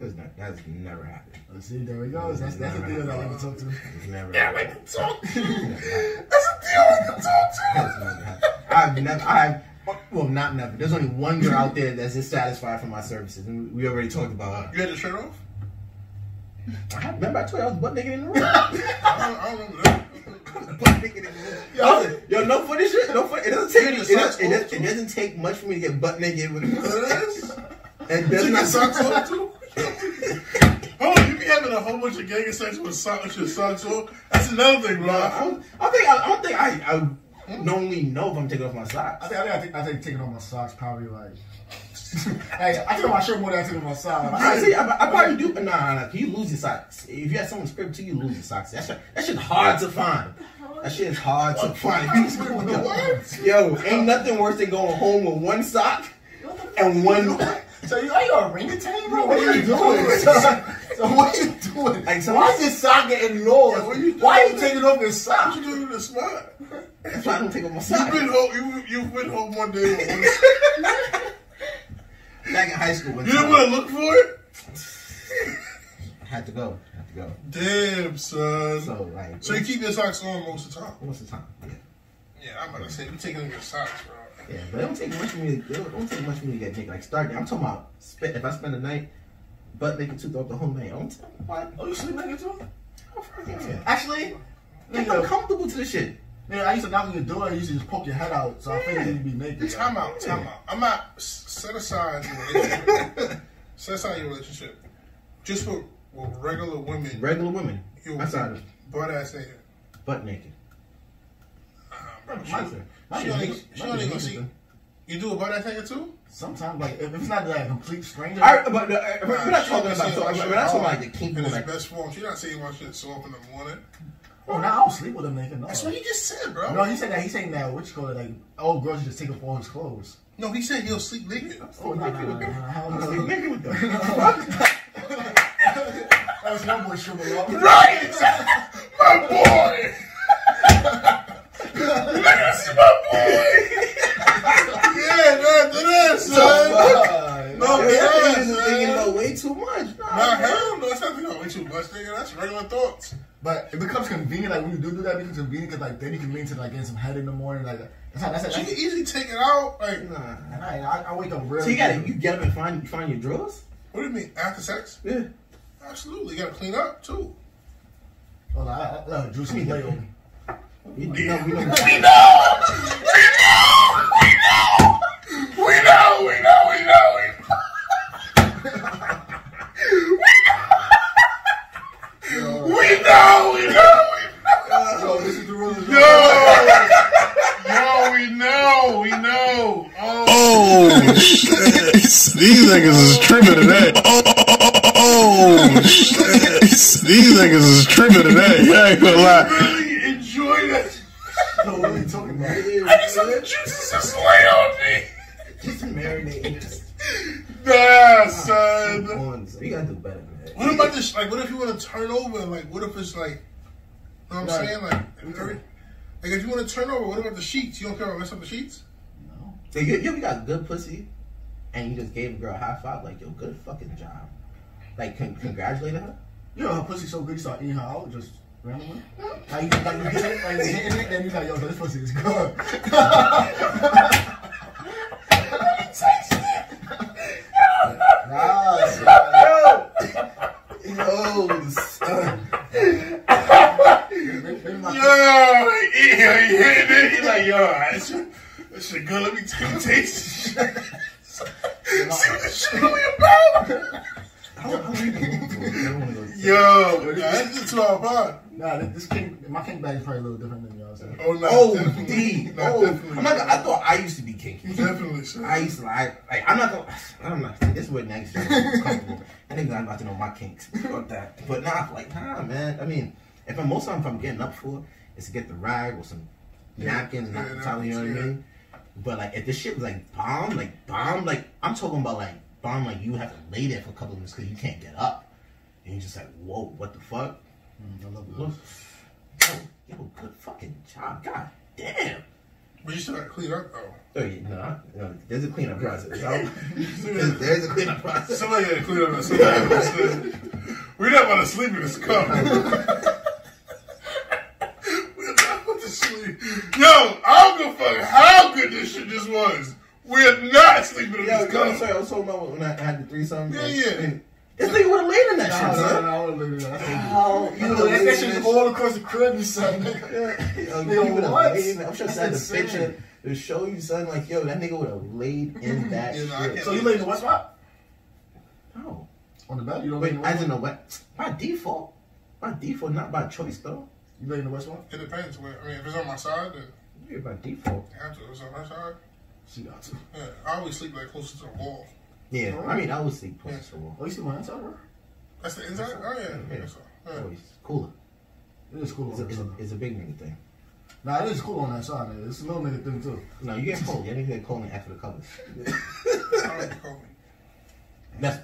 Speaker 4: that's not- that's never happened.
Speaker 5: See, there it goes. That's that's the thing that I like to talk to.
Speaker 4: It's never.
Speaker 3: Yeah,
Speaker 4: happened.
Speaker 3: I can talk to you. That's a deal I can talk
Speaker 4: That's never happened. I've never, I've, well, not never. There's only one girl out there that's dissatisfied for my services, and we already talked about
Speaker 3: to. You had your shirt off?
Speaker 4: her. Remember, I told you I was butt naked in the room.
Speaker 3: I don't, I don't remember that.
Speaker 4: butt naked in the room. Yo, yo, no funny shit. No funny. It doesn't take.
Speaker 3: You get
Speaker 4: It, does,
Speaker 3: socks
Speaker 4: it, does,
Speaker 3: off,
Speaker 4: it doesn't take much for me to get butt naked with. And
Speaker 3: You get
Speaker 4: does not.
Speaker 3: socks off too? Oh, you be having a whole bunch of gang sex with, so- with your socks off? That's another thing, bro.
Speaker 4: I don't, I think. I, I don't think I. I normally know if I'm taking off my
Speaker 5: I
Speaker 4: socks.
Speaker 5: think I think I think taking off my socks probably like. hey, I take off my shirt more than I take off my socks.
Speaker 4: I, see, I, I probably do. Nah, nah, nah. You lose your socks. If you have someone script to you, lose your socks. That shit, that shit hard to find. That shit is hard to find.
Speaker 3: What?
Speaker 4: Yo, ain't nothing worse than going home with one sock and one.
Speaker 5: So you are you a orangutan, bro? What are you doing? so, so what are you doing?
Speaker 4: Like, so-
Speaker 5: Why is this sock getting lost?
Speaker 3: Yeah, what are you
Speaker 5: Why are you
Speaker 3: doing?
Speaker 5: taking off your sock?
Speaker 3: What you doing in the spot? You've
Speaker 4: That's why I don't take off my sock.
Speaker 3: been home, you, you've been home one day. with one-
Speaker 4: Back in high school, one
Speaker 3: You didn't want
Speaker 4: time,
Speaker 3: to look for it?
Speaker 4: I had to go. I had to go.
Speaker 3: Damn, son. So,
Speaker 4: So like,
Speaker 3: you keep your socks on most of the time?
Speaker 4: what's the time? Yeah,
Speaker 3: Yeah, I'm about to say, you taking off your socks, bro.
Speaker 4: yeah. But it don't take much for me. To, it don't take much for me to get naked. Like, starting. I'm talking about spend, if I spend the night butt naked too throughout the whole night. I'm talking about.
Speaker 5: Oh, you sleep naked too?
Speaker 4: Oh, fuck yeah.
Speaker 5: Actually,
Speaker 4: Like,
Speaker 5: nigga,
Speaker 4: I'm comfortable to this shit.
Speaker 5: nigga, I used to knock on your door and you used to just poke your head out, so I figured you'd be naked.
Speaker 3: Time out, time out. I'm not s- set aside your relationship. set aside your relationship. Just with, with regular women,
Speaker 4: Regular women.
Speaker 3: you
Speaker 4: I'm sorry,
Speaker 3: butt ass nigga.
Speaker 4: butt naked.
Speaker 5: My- my
Speaker 3: She
Speaker 5: nigga-
Speaker 3: only,
Speaker 5: my
Speaker 3: she only
Speaker 5: nigga
Speaker 3: gonna
Speaker 5: used
Speaker 3: see.
Speaker 5: to-
Speaker 3: You do a butt ass nigga too?
Speaker 5: Sometimes, like, if it's not like a complete stranger,
Speaker 4: All right, but uh, we're not talking about. So, we're not talking about like the
Speaker 3: In
Speaker 4: kinky
Speaker 3: his
Speaker 4: like.
Speaker 3: best form. She not saying why she should so up in the morning.
Speaker 5: oh, now I don't sleep with him naked. No.
Speaker 3: That's what he just said, bro.
Speaker 5: no, he said that. He's saying that. What you call it? Like, old girls just take off all his clothes.
Speaker 3: No, he said he'll sleep naked.
Speaker 5: Oh, no, no, no, no, no, hell no.
Speaker 4: Sleep naked with them.
Speaker 5: That was my boy Shrimp Rock.
Speaker 3: Right! my boy! That's my boy! yeah, man, do that, son! No,
Speaker 4: Yo, that
Speaker 3: man,
Speaker 4: thing is thinking
Speaker 3: son.
Speaker 4: about way too much. Nah,
Speaker 3: Nah,
Speaker 4: man.
Speaker 3: hell no, that's not thinking about way too much, nigga. That's regular thoughts.
Speaker 5: But it becomes convenient, like when you do do that, it becomes convenient because like then you can lean to like getting some head in the morning, like that's how that's how.
Speaker 3: She can
Speaker 5: That's,
Speaker 3: easily take it out. Like,
Speaker 4: Nah.
Speaker 5: and I, I, I wake up real.
Speaker 4: So you gotta you get up and find find your drawers?
Speaker 3: what do you mean, after sex?
Speaker 4: Yeah.
Speaker 3: Absolutely, you gotta clean up, too.
Speaker 5: Oh, no, I, I, no, juicy layover.
Speaker 4: You know, we don't
Speaker 3: We know, we know, we know, we know. We know, we know,
Speaker 5: Yo, this is the real.
Speaker 3: we know. Yo, we know, we know. Oh,
Speaker 1: Oh shit! These niggas is tripping today. Oh, oh, oh, oh, oh, oh shit! These niggas is tripping today. I ain't gonna lie.
Speaker 3: really enjoy that.
Speaker 5: No, what are you talking about?
Speaker 3: I just let the juices just lay on me.
Speaker 4: just marinate.
Speaker 3: Nah, son.
Speaker 4: Ones. You gotta do better, man.
Speaker 3: What about this? Like, what if you want to turn over? Like, what if it's like, you know what I'm
Speaker 5: Right.
Speaker 3: saying? Like, if every, like if you want to turn over, what about the sheets? You don't care about messing up the sheets?
Speaker 4: So you, you got good pussy, and you just gave a girl a high five, like, yo, good fucking job. Like, con- congratulated her?
Speaker 5: You know her pussy so good, you start eating her out just randomly. Like you, like you get it, like you hitting it, and you like, yo, this pussy is good. nah, son.
Speaker 4: Yo, son.
Speaker 5: Maybe- maybe my-
Speaker 3: Yeah, like, yeah, yeah, yeah. He like, yo, that shit, that shit good. Let me take a taste. See what this shit really about? Yo, nah, that's just too hard. part.
Speaker 5: Nah, this, this king, my king bag is probably a little different than y'all's. Nah,
Speaker 3: Oh, no,
Speaker 4: Oh,
Speaker 3: definitely.
Speaker 4: D.
Speaker 3: Nah,
Speaker 4: Oh,
Speaker 3: definitely.
Speaker 4: I'm not gonna, I thought I used to be kinky.
Speaker 3: Definitely, sir.
Speaker 4: I used to like, like I'm not gonna, I'm not, this is where next year is comfortable. I think I'm about to know my kinks. Fuck that. But nah, like, nah, man. I mean, if I'm most time, if I'm getting up for it, is to get the rag or some napkins,
Speaker 3: Yeah,
Speaker 4: not towel, you know what I
Speaker 3: napkins,
Speaker 4: mean? But like, if this shit was like bomb, like bomb, like, I'm talking about like bomb, like you have to lay there for a couple of minutes because you can't get up. And you're just like, whoa, what the fuck?
Speaker 5: I love
Speaker 4: Yo,
Speaker 5: those.
Speaker 4: yo, good fucking job. God damn.
Speaker 3: But you still got to clean up, though.
Speaker 4: Oh, yeah, no, no, there's a cleanup process. yo. there's, there's a cleanup process.
Speaker 3: Somebody got to clean up. Somebody got to We're not about to sleep in this cup. We're not about to sleep. Yo, I don't give a fuck how good this shit just was. We're not sleeping in
Speaker 4: Yo,
Speaker 3: this
Speaker 4: yo, I'm
Speaker 3: cup.
Speaker 4: sorry, I was talking about when I had the threesome.
Speaker 3: Yeah,
Speaker 4: and-
Speaker 3: yeah.
Speaker 4: and- this nigga would have laid in that
Speaker 5: Nah,
Speaker 4: shit,
Speaker 5: nah,
Speaker 4: son.
Speaker 5: nah, I wouldn't look at that. That's
Speaker 4: Oh, you
Speaker 5: so
Speaker 4: would've
Speaker 5: good.
Speaker 4: laid
Speaker 5: That
Speaker 4: in
Speaker 5: that shit was
Speaker 4: shit.
Speaker 5: all across the crib, you son. nigga.
Speaker 4: Yo,
Speaker 5: Nigga,
Speaker 4: you would've
Speaker 5: what?
Speaker 4: laid in that. I'm sure I
Speaker 5: That's
Speaker 4: had the
Speaker 5: insane.
Speaker 4: picture to show you, son. Like, yo, that nigga would have laid in that
Speaker 3: Yeah, nah, I
Speaker 4: shit.
Speaker 3: can't-
Speaker 5: So you lay in the west spot?
Speaker 4: Oh,
Speaker 5: On the bed? You don't lay
Speaker 4: wait,
Speaker 5: in the
Speaker 4: I
Speaker 5: west
Speaker 4: don't know what. By default, by default, not by choice though.
Speaker 5: You lay in the west spot?
Speaker 3: It depends. Where, I mean, if it's on my side, then
Speaker 4: Yeah, by default.
Speaker 3: I have to. If it's on my side,
Speaker 5: She got to.
Speaker 3: yeah. I always sleep like closer to the wall.
Speaker 4: Yeah, I mean, I would sleep close to the wall.
Speaker 5: Oh, you see my inside, bro?
Speaker 3: That's the inside. Oh yeah, yeah. that's all. yeah.
Speaker 4: Always cooler.
Speaker 5: It is cool
Speaker 4: It's a,
Speaker 5: on that
Speaker 4: it's,
Speaker 5: side.
Speaker 4: a, it's a big nigga thing.
Speaker 5: Nah, it is cool on that side, nigga. It's a little nigga thing, too.
Speaker 4: No, you get cold. You need to get cold after the covers.
Speaker 3: I like the cold.
Speaker 4: That's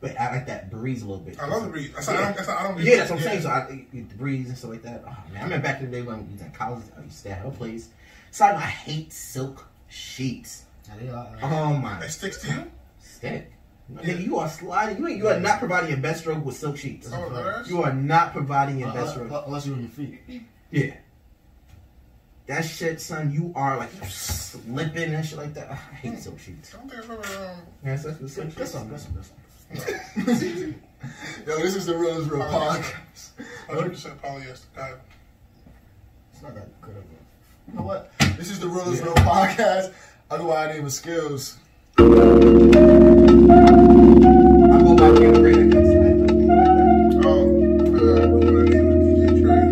Speaker 4: but I like that breeze a little bit.
Speaker 3: I love the breeze. That's I don't. That's I don't.
Speaker 4: Yeah, that's what I'm saying. So I it- it- the breeze and stuff like that. Oh man, I remember back in the day when we was in college, I used to stay at her place. So I hate silk sheets.
Speaker 5: Nah, they are, uh,
Speaker 4: Oh
Speaker 3: It
Speaker 4: my
Speaker 3: sticks to you.
Speaker 4: stick. Nigga, you are sliding. You ain't, you are not providing your best stroke with silk sheets.
Speaker 3: Oh, that's-
Speaker 4: You are not providing your best
Speaker 5: uh,
Speaker 4: stroke.
Speaker 5: uh, Unless you're on your feet.
Speaker 4: Yeah. That shit, son. You are like you slipping and shit like that. Ugh, I hate
Speaker 3: Hmm.
Speaker 4: silk sheets.
Speaker 3: I don't think I remember. Um,
Speaker 4: Yes, that's what silk
Speaker 5: That's
Speaker 4: sheets.
Speaker 5: on, that's on, that's on. Yo, this is the real, real podcast.
Speaker 3: I think you said polyester. God.
Speaker 5: It's not that good of a. You know what? This is the Real is Real podcast. Otherwise, name is Skills.
Speaker 4: I go by Kim Green, I guess. I don't think about that.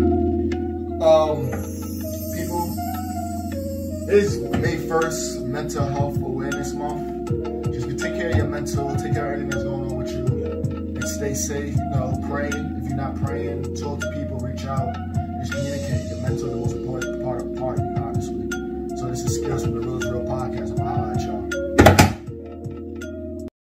Speaker 3: Oh, uh, what was the name of DJ Train?
Speaker 5: Um, people, it is May 1st, Mental Health Awareness Month. Just take care of your mental, take care of everything that's going on with you, and stay safe. You know, pray. If you're not praying, talk to people, reach out, just communicate. Your mental is the most important part of part, honestly. So, this is Skills from the Real